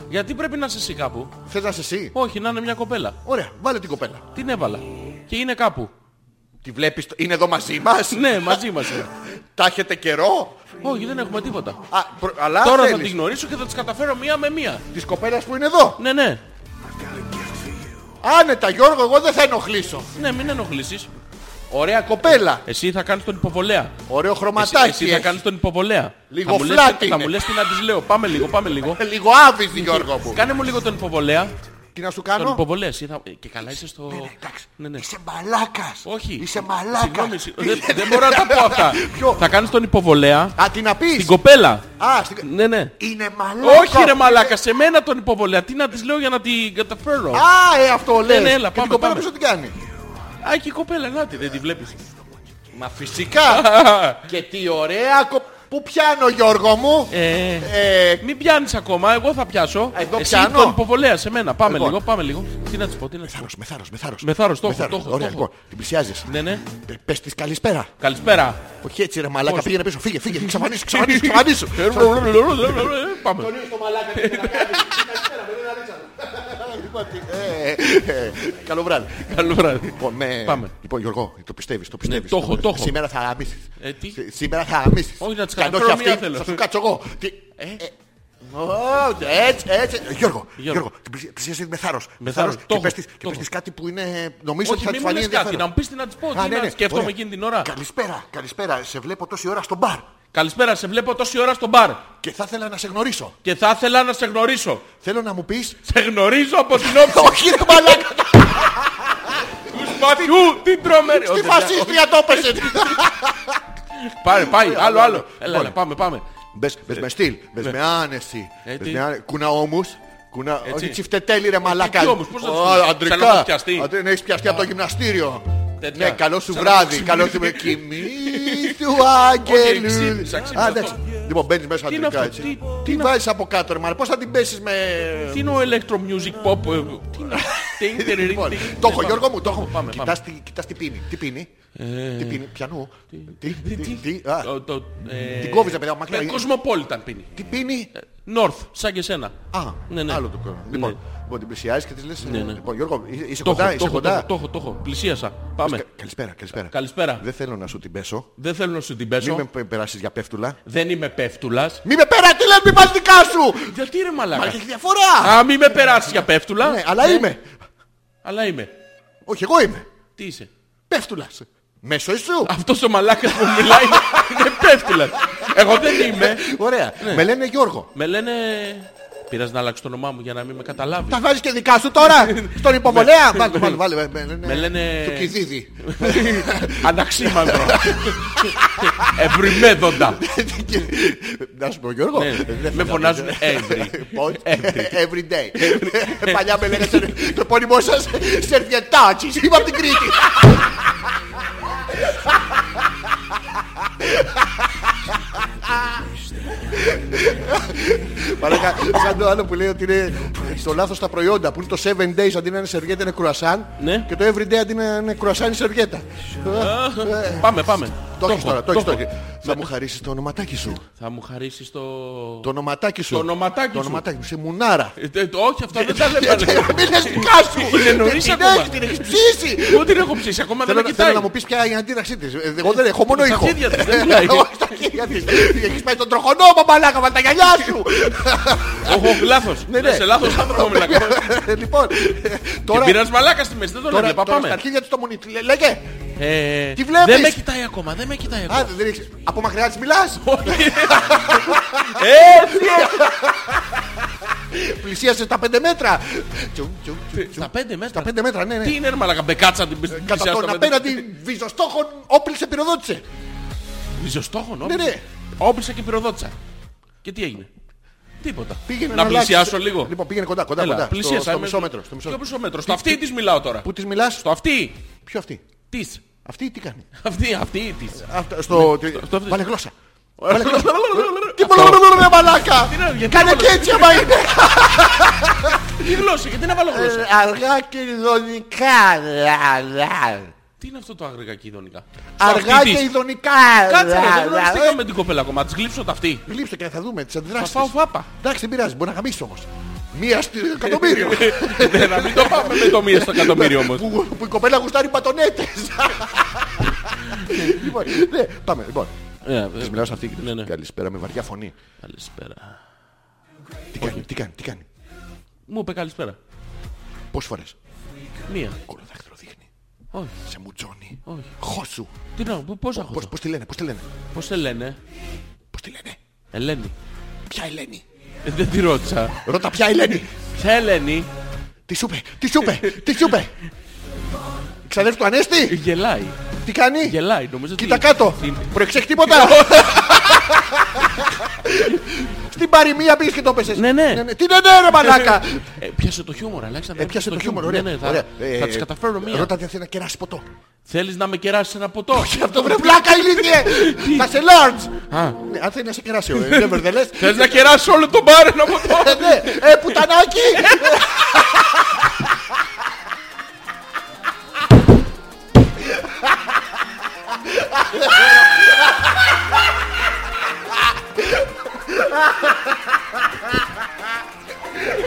Γιατί πρέπει να είσαι εσύ κάπου. Θες να είσαι εσύ. Όχι, να είναι μια κοπέλα. Ωραία, βάλε την κοπέλα. Την έβαλα. Και είναι κάπου. Τη βλέπεις, το- είναι εδώ μαζί μας. Ναι, μαζί μας είναι. Τα έχετε καιρό. Όχι, δεν έχουμε τίποτα. Α, προ- αλλά Τώρα θα θέλεις. την γνωρίσω και θα τις καταφέρω μία με μία. Της κοπέλας που είναι εδώ. Ναι, ναι. Άνετα Γιώργο, εγώ δεν θα ενοχλήσω. Ναι, μην ενοχλήσεις. Ωραία κοπέλα. Εσύ θα κάνεις τον υποβολέα. Ωραίο Εσύ, χρωματάκι. εσύ θα έχεις. κάνεις τον υποβολέα. Λίγο θα μου λες- φλάτη Θα είναι. μου λες τι να της λέω. Πάμε λίγο, πάμε λίγο. Λίγο άβυζη Γιώργο μου. Κάνε μου λίγο τον υποβολέα. Τι να σου Τον κάνω. υποβολέα. Εσύ θα... ε, Και καλά είσαι στο... Ναι, ναι. Είσαι μαλάκας. Όχι. Είσαι μαλάκας. Συγγνώμη, συγγνώμη. δεν, δεν μπορώ να τα πω αυτά. Ποιο? Θα κάνεις τον υποβολέα. Α, τι να πεις. Την κοπέλα. Α, στην... Ναι, ναι. Είναι μαλάκα. Όχι ρε μαλάκα, σε μένα τον υποβολέα. Τι να της λέω για να την καταφέρω. Α, ε, αυτό λες. ναι, έλα, Και πάμε, την κοπέλα πάμε. πίσω την κάνει. Α, και η κοπέλα, να τη, δεν τη βλέπεις. Μα φυσικά. <laughs> Και τι ωραία κο... Πού πιάνω Γιώργο μου. Ε, Ε, μην πιάνεις ακόμα, εγώ θα πιάσω. Εγώ Εσύ πιάνω. τον υποβολέα σε μένα. Πάμε Λοιπόν. λίγο, πάμε λίγο. Τι να της πω, τι να της πω. θάρρος, με θάρρος, με θάρρος. Με θάρρος, το Με έχω, το έχω, το Ωραία, έχω. λοιπόν, την πλησιάζεις. Ναι, ναι. Πε- Πες της καλησπέρα. Καλησπέρα. Όχι έτσι ρε μαλάκα, Πώς? πήγαινε πίσω. Φύγε, <laughs> φύγε, ξαφανίσου, ξαφανίσου, ξαφανίσου. Πάμε. Ε, ε, <laughs> Καλό βράδυ. Καλό βράδυ. Λοιπόν, με... Πάμε. Ναι, λοιπόν Γιώργο, το πιστεύεις, το πιστεύεις. το έχω, το έχω. Σήμερα θα γαμίσεις. Ε, τι? Σή- Σήμερα θα γαμίσεις. Όχι, να της Και αν κάνω όχι μία αυτή, θέλω. Θα σου κάτσω εγώ. Τι... Ε, Ω, έτσι, έτσι. Γιώργο, Γιώργο, την πλησι- πλησιάζει με θάρρος. Με θάρρος, θάρρος. το Και έχω, πες της- το και πες έχω. της κάτι που είναι, νομίζω ότι Όχι, θα μην της μου φανεί λες κάτι, να ενδιαφέρον. μου πεις τι να της πω, Α, τι ναι, ναι, να σκέφτομαι ωραία. εκείνη την ώρα. Καλησπέρα, καλησπέρα. Σε βλέπω τόση ώρα στο μπαρ. Καλησπέρα, σε βλέπω τόση ώρα στο μπαρ Και θα ήθελα να σε γνωρίσω. και θα ήθελα να σε γνωρίσω. Θέλω να μου <laughs> πεις... Σε γνωρίζω από την <laughs> όψη Όχι ρε μαλάκα, τους σπαθιού, την τρομερή. τι Όχι, φασίστρια το έπεσε. <laughs> Πάρε, πάει, άλλο, άλλο. Έλα, Λοιπόν. έλα, πάμε, πάμε. Μπες, μπες με στυλ, μπες ναι. με άνεση. Ε, μπες τι. με άνε- Κουνά όμως. Κουνά, Έτσι. Ε, όχι τσιφτετέλη ρε μαλάκα. τι όμως, πώς να Ω, τους κουνάς, σαν να Αντρικά. τους πιαστεί. Αντρικά, να έχεις πιαστεί από το γυμναστήριο. Τέτοια. Ναι, καλό σου Σαν να βράδυ. τους Καλό σου κοιμή του άγγελου. ξύπνησα, ξύπνησα Α, αυτό. εντάξει. Λοιπόν, μπαίνεις μέσα Τι είναι αντρικά αυτό, έτσι. τι- τι Τι είναι βάζεις από κάτω ρε μαλάκα, πώς θα την πέσεις με... Τι είναι ο electro music pop. ε, τι είναι. Τιν, τιν, τιν, <laughs> Λοιπόν, τιν. Το έχω Γιώργο μου, το έχω. Πάμε, πάμε. Κοιτάς τι- Κοιτάς τι πίνει. Τι πίνει. Τι πίνει, πιανού. Τι, τι, Τι, τι. α, το- το, ε, Την κόβεις, ρε παιδιά, μακριά. Με Cosmopolitan πίνει. Τι πίνει. North, σαν και εσένα. Α, Ναι, ναι. άλλο το κόμμα. Λοιπόν, λοιπόν, την πλησιάζεις και τη λε. ναι. Λοιπόν, Γιώργο, είσαι- είσαι Το κοντά, έχω, το είσαι έχω, το έχω, κοντά. το έχω, το έχω. Πλησίασα. Πάμε. Κα- Καλησπέρα, καλησπέρα. Καλησπέρα. Δεν θέλω να σου την πέσω. Δεν θέλω να σου την Μην με πέσω. πε- περάσεις για πέφτουλα. Δεν είμαι πέφτουλας. Μη με πέρα, τι λες, μη πας δικά σου! Γιατί ρε Μα μαλάκα. έχεις διαφορά! Α, μη με περάσεις για πέφτουλα. Ναι, αλλά είμαι. Αλλά είμαι. Όχι, εγώ είμαι. Τι είσαι. Πέφτουλας. Μέσω σου. Αυτός ο μαλάκας που μιλάει <laughs> είναι πέφτουλας. Εγώ δεν είμαι. Ωραία. Ναι. Με λένε Γιώργο. Με λένε... Πήρας να αλλάξω το όνομά μου για να μην με καταλάβεις. Τα βάζεις και δικά σου τώρα, στον υποβολέα. Βάλε, βάλε, βάλε. Ναι. Με λένε- Του κηδίδι. <laughs> Αναξίμαντρο. Ευρυμέδοντα. Να σου πω Γιώργο. Ναι, δεν με θέλω να- φωνάζουν <laughs> every. Πώς? Every day. Παλιά με λέγανε σε- το επώνυμό σας σερβιετάτσις. Είμαι από την Κρήτη. Μαλάκα, σαν το άλλο που λέει ότι είναι στο λάθος τα προϊόντα που είναι το 7 days αντί να είναι σερβιέτα είναι κρουασάν Ναι. και το every day αντί να είναι κρουασάν είναι σερβιέτα. Πάμε, πάμε. Το έχεις έχω, τώρα, το έχεις, το το έχεις. Θα μου χαρίσεις το ονοματάκι σου. Θα μου χαρίσεις το. Το ονοματάκι σου. Το ονοματάκι Το σου. ονοματάκι μου. Σε <laughs> μουνάρα. Ε, τε- το- Όχι, αυτά δεν τα λέμε. Μην λες δικά σου. Είναι νωρίς Την ακόμα. έχεις, Την έχεις ψήσει. Εγώ την έχω ψήσει, ακόμα Θέλω, δεν να- με θέλω κοιτάει. να μου πεις ποια είναι η αντίδρασή της. Ε, Εγώ δεν έχω μόνο Στα ήχο. χέρια της, <laughs> δεν μιλάει. Όχι, Στα χέρια της. Έχεις πάει στον τροχονόμο μαλάκα με τα γυαλιά <laughs> σου. Όχι, λάθος. Ναι, ναι. Ναι, Σε λάθος άνθρωπο μιλάω. Λοιπόν, Την τώρα... πήρας μαλάκα στη μέση, δεν τον Τώρα, έβλεπα. τώρα στα Πάμε. αρχίδια της το μουνί. Τι λέ- Λέγε. Ε, Τι βλέπεις? Δεν με κοιτάει ακόμα, δεν με κοιτάει ακόμα. Α, δεν έχεις... Από μακριά της μιλάς. Πλησίασες τα πέντε μέτρα. Τσουμ, τσουμ, τσουμ, τσουμ. Στα πέντε Τα μέτρα. πέντε μέτρα, ναι, ναι. Τι είναι, ρε μαλάκα, μπεκάτσα την Κατά τον απέναντι βυζοστόχων όπλησε πυροδότησε. Ριζοστόχων, Ναι, όπλησε. ναι. Όπλησε και πυροδότησα. Και τι έγινε. Τίποτα. Πήγαινε να αλλάξεις. πλησιάσω λίγο. Λοιπόν, πήγαινε κοντά, κοντά, Έλα, κοντά. Στο- πλησίασα. Στο, είμαι- μισό μέτρο. Στο μισό Ποιο μέτρο. μισό μέτρο. Στο αυτή της μιλάω τώρα. Πού της μιλάς, Στο αυτή. ποιο αυτή. Της. Αυτή τι κάνει. Αυτή, αυτή της. Αυτό, στο. τι- στο αυτή. Βάλε <laughs> γλώσσα. Βάλε γλώσσα. Τι μόνο ρε μαλάκα. είναι, γιατί Κάνε έβαλες- και έτσι άμα είναι. Τι γλώσσα, γιατί να βάλω γλώσσα. Ε, Αργά και ειδονικά. ρα, ρα. Τι είναι αυτό το άγρια και ειδονικά. Στο Αργά αυτή της. και Ε, ειδονικά. Κάτσε, ρε, ρα, δεν ρα. γνωριστήκαμε με την κοπέλα ακόμα. Της γλύψω τα αυτή. Γλύψε και θα δούμε τις Θα αντιδράσεις. φάω της. φάπα. <laughs> Εντάξει, δεν πειράζει, μπορεί να γαμίσει όμως. Μία στο εκατομμύριο. Ναι, να μην το πάμε με το μία στο εκατομμύριο όμως. που, που η κοπέλα γουστάρει μπατονέτες. <laughs> λοιπόν, ναι, πάμε. Λοιπόν, Ε, της ε, μιλάω σε αυτή και της, Ναι, ναι. Καλησπέρα με βαριά φωνή. Καλησπέρα. Τι κάνει, τι κάνει, τι κάνει. Μου είπε καλησπέρα. Πόσες φορές. Μία. Κολοδάκτρο δείχνει. Όχι. Σε μουτζώνει. Όχι. Χώσου. Τι να πω, πώς έχω Πώς, το. πώς τη λένε, πώς τη λένε. Πώς σε λένε. Πώς τη λένε. Ελένη. Ποια Ελένη. Ε, Δεν τη ρώτησα. Ρώτα ποια Ελένη. Ποια Ελένη Τι σου είπε, τι σου είπε, τι σου είπε. Η Ξαδέρφη του Ανέστη, Ε, γελάει. τι κάνει. Γελάει, νομίζω. Κοίτα ότι- κάτω. την- Προεξέχει τίποτα. <laughs> Στην παροιμία πήγες και το πέσες. Ναι, ναι. Τι ναι, ναι, ρε μαλάκα. Ε, πιάσε το χιούμορ, Αλέξανδρε. Ε, πιάσε το χιούμορ, ωραία. Ναι, ναι, ωραία. Ε, θα, θα τις καταφέρω μία. Ρώτα τι θέλει να κεράσει ποτό. Θέλεις να με κεράσεις ένα ποτό. Και αυτό βρε βλάκα ηλίθιε. Θα σε large. Α. Ναι, Αν θέλει να σε κεράσει, ωραία. Never δεν λες. Θες να κεράσεις όλο το μπαρ ένα ποτό. Ε, ναι. Ε, πουτανάκι.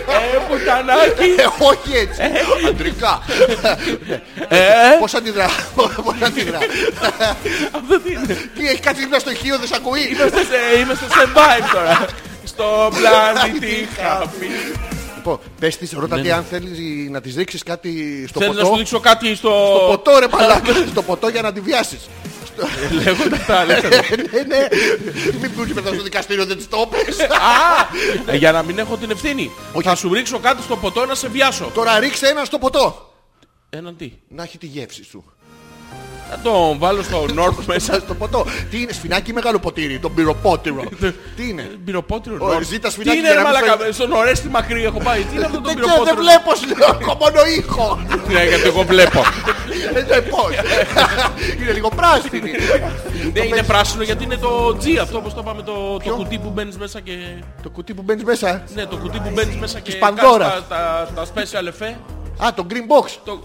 Ε, πουτανάκι. Ε, Όχι έτσι. Αντρικά. Ε, Πώς αντιδρά. Πώς αντιδρά. αυτό τι είναι. Τι έχει κάτσει δίπλα στο ηχείο, δεν σε ακούει. Είμαστε σε- ε, Είμαστε σε vibe τώρα. Στο πλανήτη χαμή. Λοιπόν, πες της, ρώτα τι αν θέλεις να της δείξεις κάτι στο Θέλεις Ναι, να σου ποτό. δείξω κάτι στο... Στο ποτό ρε μαλάκα. Στο ποτό για να τη βιάσεις. Λέγοντα Ε, τα Αλέξανδρε. Ναι, ναι. Μην πούσει μετά στο δικαστήριο, δεν της <laughs> το είπες. Ε, Για να μην έχω την ευθύνη. Όχι. Θα σου ρίξω κάτι στο ποτό να σε βιάσω. Τώρα ρίξε ένα στο ποτό. Έναν τι. Να έχει τη γεύση σου. Θα τον βάλω στο North <laughs> μέσα. Μέσα στο ποτό. Τι είναι, σφινάκι ή μεγάλο ποτήρι, τον πυροπότηρο. Τι είναι. Μπυροπότηρο. Ω, North. ζήτα Τι σφινάκι είναι για ρε να μην μαλακά. φαίνεται. Στον ορέστη μακρύ έχω πάει. Τι είναι αυτό το Δεν ξέρω, πυροπότηρο. δεν βλέπω, σου λέω, έχω μόνο ήχο. Ναι, γιατί εγώ βλέπω. Δεν το επώ. Είναι λίγο πράσινη. Ναι, είναι πράσινο γιατί είναι το G αυτό όπως το είπαμε το, το κουτί που μπαίνεις μέσα και... Το κουτί που μπαίνεις μέσα. Ναι, το κουτί που μπαίνεις μέσα και... Pandora. κάνεις Τα, τα, τα special effect. Α, το green box. Το,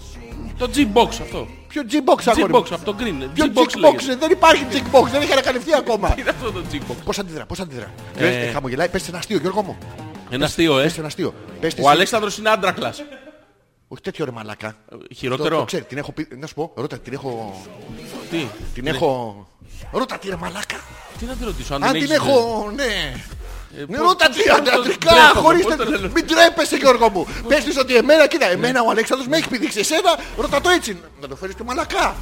το G-Box αυτό. Ποιο G-box αγόρι μου. G-Box από το Green. Ποιο G-Box G-box. λέγεται. Δεν υπάρχει G-box. Δεν έχει ανακαλυφθεί ακόμα. Είναι αυτό το G-Box. Πώς αντιδρά, πώς αντιδρά. Ε, Χαμογελάει, πες ένα αστείο Γιώργο μου. Ένα αστείο, ε. Πες ένα αστείο. Πες της- Ο Αλέξανδρος είναι άντρακλας. Όχι τέτοιο ρε μαλάκα. Το, το Χειρότερο. ξέρει, την έχω πει, να σου πω, ρώτα, την έχω, Τι. την έχω, ρώτα τη ρε μαλάκα. Τι να τη ρωτήσω, αν Αν δεν την έχεις- Ε, έχω, ναι. Ναι, πώς- ρώτα πώς- τι πώς το αντατρικά, τρέπομαι, χωρίς πώς το Ναι. τέτοιο. λέω. Μην τρέπεσαι Γιώργο μου. Πες της ότι εμένα, κοίτα, εμένα ο Αλέξανδρος με έχει πηδήξει εσένα, ρώτα το έτσι. Να το φέρεις και μαλακά.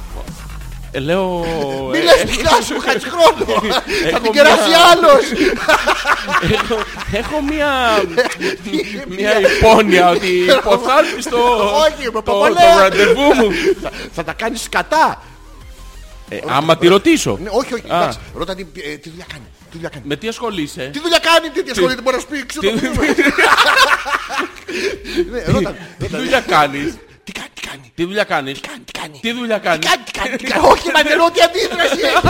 Ε, <laughs> Λέω... Μην ε, λες ε, δικιά <laughs> σου, χάεις χρόνο. Θα Έχω την κεράσει μια- <laughs> άλλος. έχω, έχω μία, μία υπόνοια <laughs> ότι υποθάρτη στο Όχι, με το, το παπαλέα. ραντεβού μου. <laughs> Θα- Θα τα κάνεις κατά. Ε, άμα τη ρωτήσω, Ναι, όχι, όχι, Α. εντάξει. Ρώτα τι ε, τι δουλειά κάνει. Τι δουλειά κάνει. με τι ασχολείσαι. Τι δουλειά κάνει, τι τι ασχολείται, μπορεί να σου πει, ξέρω το Τι- <laughs> παιδί μου. Ναι, ρώτα- Τι ρώτα- δουλειά κάνεις. Τι κάνει, τι κάνει. Τι δουλειά κάνεις. Τι κάνει, τι κάνει. Τι δουλειά Τι κάνεις. κάνει, τι κάνει, τι κάνει. Όχι, μα δεν ό,τι <laughs> αντίδραση έχει.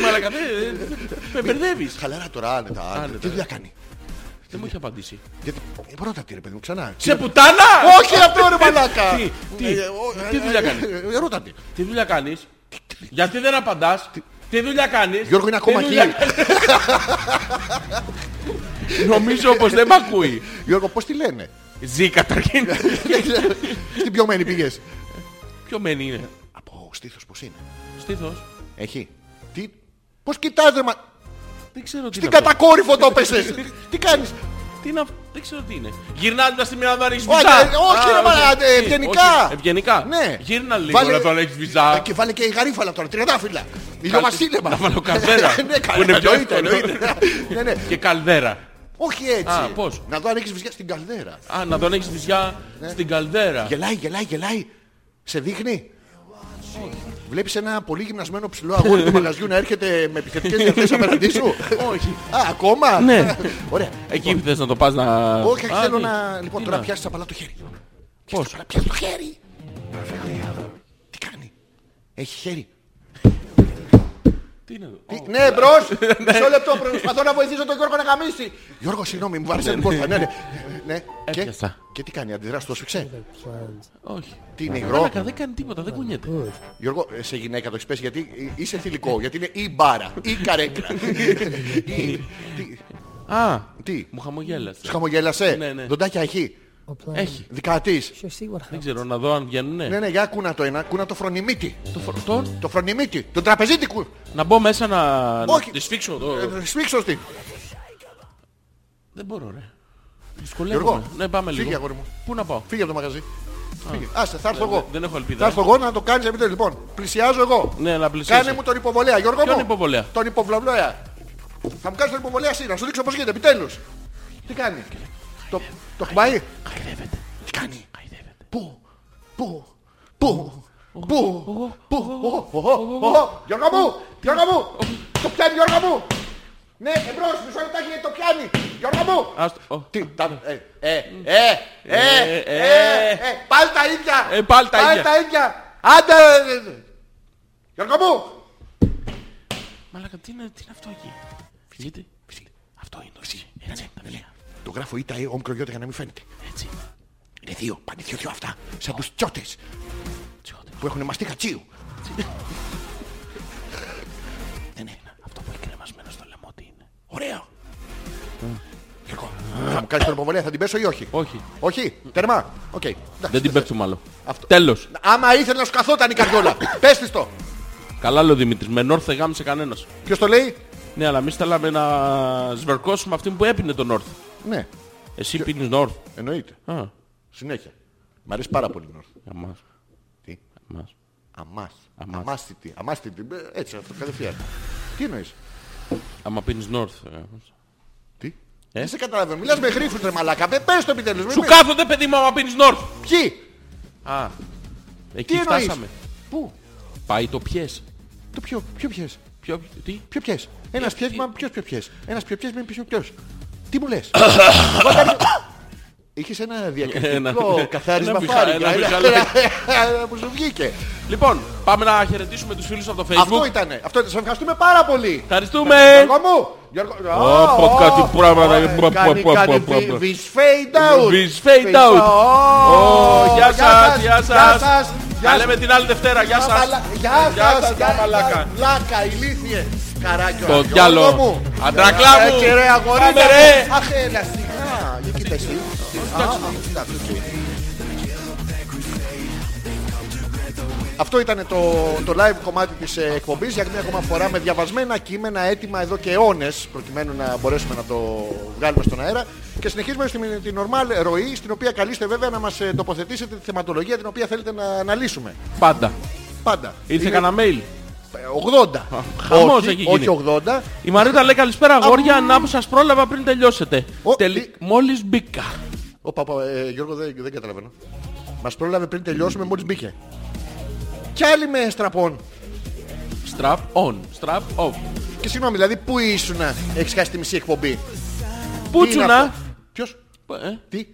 Μαλακα, δεν- δεν- ε, με μπερδεύεις. Χαλαρά τώρα, άνετα. άνετα. Άνετα, Τι δουλειά κάνει. Δεν μου έχει απαντήσει. Γιατί ε, πρώτα τι ρε παιδί μου, ξανά. Σε πουτάνα! Όχι αυτό ρε μαλάκα. Τι, τι, Ε, ο- τι ε, δουλειά ε, κάνεις. ε, ε, Ρώτα τι. Τι δουλειά κάνεις. Τι Γιατί δεν απαντάς, τι δουλειά κάνεις. Γιώργο, είναι τι ακόμα δουλειά εκεί. κάνεις. <laughs> Νομίζω πως δεν μ' ακούει. Γιώργο, πώς τη λένε. Ζει <laughs> καταρχήν. Στην πιωμένη πήγε. Ποιο μένει είναι. Από στήθος πώς είναι. Στήθος. Έχει. Τι. Πώς κοιτάζε μα. Δεν ξέρω τι Στην είναι. αυτό. κατακόρυφο <laughs> το έπεσε. Τι κάνεις. Τι είναι αυτό. Δεν ξέρω τι είναι. Γυρνάς μετά στη μοίρα να ρίξεις Όχι, βυζά. ε, όχι, Α, ρε, μαλάκα, όχι. ε, Τι, ευγενικά. όχι, Ευγενικά. Ναι. Γύρνα λίγο Βάλε- Ε, να τον έχεις βυζά. Και βάλε και η γαρίφαλα τώρα, τριαντάφυλλα. Ήλιο Κάλτε- βασίλεμα. να βάλω καβέρα. <laughs> Ναι, Που είναι καλά, πιο εννοείται, εύκολο. εννοείται. Ναι, ναι. Και καλδέρα. Όχι έτσι. Α, πώς. Να δω αν έχεις βυζιά στην καλδέρα. Α, να τον έχεις βυζιά Ναι. στην καλδέρα. Γελάει, γελάει, γελάει. Σε δείχνει. Βλέπεις ένα πολύ γυμνασμένο ψηλό αγόρι <laughs> του μαγαζιού να έρχεται με επιθετικές διαθέσεις απέναντί σου. Όχι. Α, ακόμα. Ναι. <laughs> Ωραία. Εκεί θες να το πας να... Όχι, Α, θέλω τι. να. Λοιπόν, Τι τώρα να. πιάσεις απαλά το χέρι. Πώς. Πιάσεις απαλά- Πιάσεις το χέρι. Τι κάνει. Έχει χέρι. Τι είναι εδώ. Τι- Ναι, μπρος. Μισό λεπτό. Προσπαθώ να βοηθήσω τον Γιώργο να γαμίσει. Γιώργος, συγγνώμη, μου βάρεσε την κόρτα. Ναι, ναι. Ναι. Και- Έπιασα. Και τι κάνει, αντιδράσει το σφιξέ. Όχι. Τι είναι υγρό. Μαλάκα, δεν κάνει τίποτα, δεν κουνιέται. Γιώργο, ε, σε γυναίκα το έχεις πέσει γιατί είσαι θηλυκό. Γιατί είναι ή μπάρα ή <laughs> καρέκλα. Ή- τι- Α, Τι, μου χαμογέλασε. σου χαμογέλασε. Ναι, ναι. Δοντάκια έχει. Έχει. Δικά τη. Sure, see what Δεν happens. ξέρω να δω αν βγαίνουνε. Ναι, ναι, για κούνα το ένα. Κούνα το φρονιμίτι. Το φορτών. Το φρονιμίτι. Το τραπεζίτι κου. Να μπω μέσα να... Όχι. να τη σφίξω το... Ε, Σφίξω στην. Δεν μπορώ ρε. Δυσκολεύομαι. Γιώργο, Ναι, πάμε φύγε, λίγο. αγόρι μου. Πού να πάω. Φύγε από το μαγαζί. Φύγε. Άσε, θα έρθω εγώ. δεν έχω ελπίδα. Θα έρθω εγώ να το κάνεις επιτέλους. Λοιπόν, πλησιάζω εγώ. Ναι, να πλησιάσεις. Κάνε μου τον υποβολέα, Γιώργο Ποιον μου. υποβολέα? Τον υποβολέα. Θα μου κάνεις τον υποβολέα εσύ, να σου δείξω πώς γίνεται επιτέλους. Τι κάνει. Το, το χμπάει. Τι κάνει. Πού, πού, πού, πού, πού, ω, ω, ω, ω. Γιώργο μου, Γιώργο μου, το πιάνει Γιώργο μου. Ναι, εμπρός, μισό λεπτάκι, το πιάνει. Γιώργο μου. Άστο. Ω. Τι, τα, ε, ε, ε, ε, ε, ε, πάλι τα ίδια. Ε, πάλι τα ίδια. Άντε, ε, ε. Γιώργο μου. Μαλάκα, τι είναι, τι είναι αυτό εκεί. Γιατί. Αυτό είναι το έτσι. Έτσι. τα βιβλία. Το γράφω ή τα ε, όμικρο για να μην φαίνεται. Έτσι. Είναι δύο, πάνε δύο, δύο αυτά, σαν τους τσιώτες Τσιώτες. που έχουν μαστίχα τσίου. Ναι, ναι. Αυτό που έχει κρεμασμένο στο λαιμό τι είναι. Ωραίο. Γιώργο, θα μου κάνεις την υποβολία, θα την πέσω ή όχι. Όχι. Όχι, τερμά. Οκ. Δεν την πέφτω μάλλον. Αυτό. Τέλος. Άμα ήθελε να σου καθόταν η καριόλα, πες της το. Καλά λέει ο Δημήτρης. Με North δεν γάμισε κανένας. Ποιος το λέει. Ναι, αλλά εμείς θέλαμε να σβερκώσουμε αυτήν που έπινε τον North. Ναι, Εσύ πίνεις North. εννοείται. Α, Συνέχεια. Μ' αρέσει πάρα πολύ η North. για μας. Τι. Μας. Αμάς. Αμάς. Αμάστητη. Αμάστητη. Ε, Έτσι, αυτό κατευθείαν. Τι εννοείς. Άμα πίνεις North. ε, μας. Τι. Ε? Δεν σε καταλαβαίνω. Μιλάς με γρίφους ρε μαλάκα. Πε- Πες το επιτέλους. Μην- Σου κάθονται παιδί μου άμα πίνεις North. Ποιοι. Α, Τι εκεί εννοείς. φτάσαμε. Πού. Πάει το πιες. Το ποιο. Ποιο πιες. Ποιο, τι. Ποιο πιες. Ένας Ε, πιες. τι- Μα ποιος ποιο πιες. Ένας ποιο πιες. Μην πεις ποιος. Τι μου λες. Είχες ένα διακριτικό Ένα- καθάρισμα ένα μιχα- φάρη. ένα μιχαλάκι. <laughs> Που σου βγήκε. Λοιπόν, πάμε να χαιρετήσουμε τους φίλους από το Αυτό facebook. ήτανε. Αυτό ήταν. Σε ευχαριστούμε πάρα πολύ. Ευχαριστούμε. Γιώργο μου. Γιώργο. Ω, πω, κάτι πράγματα. Πω, πω, Κάνει πω, κάτι πω, πω. βι- vis fade out. Vis fade out. Ω, Ω, Γεια σας, γεια σας. Τα Γεια λέμε την άλλη Δευτέρα. Γεια σας. σας. Γεια Γεια σας. σας, τα μαλάκα. Λάκα, ηλίθιε. Καράκιο. Το Γιώργο διάλο. μου. Αντρακλά μου. Ε, Κύριε αγορίδα. Πάμε, ρε. μου. Αχ, έλα, σιγά. Για κοίτα ε, εσύ. Α, α, εντάξει, οκ. Αυτό ήταν το, το live κομμάτι της ε, εκπομπής για μια ακόμα φορά με διαβασμένα κείμενα έτοιμα εδώ και αιώνες προκειμένου να μπορέσουμε να το βγάλουμε στον αέρα και συνεχίζουμε στην την normal ροή στην οποία καλείστε βέβαια να μας ε, τοποθετήσετε τη θεματολογία την οποία θέλετε να αναλύσουμε Πάντα. πάντα. Ήρθε Είναι κανένα mail. 80. χαμός όχι, έχει όχι γίνει. 80. Η Μαρίτα λέει καλησπέρα αγόρια, να που σας πρόλαβα πριν τελειώσετε. Ο, ε- Τελ... τι- Μόλις μπήκα. Ω, παπα, ε, Γιώργο, δεν, δεν καταλαβαίνω. Μας πρόλαβε πριν τελειώσουμε, μόλις μπήκε. Κι άλλοι με στραπών. Strap on, strap off. Και συγγνώμη, δηλαδή, πού ήσουνα, έχεις χάσει τη μισή εκπομπή. Πούτσουνα. Ποιος, Ε, τι.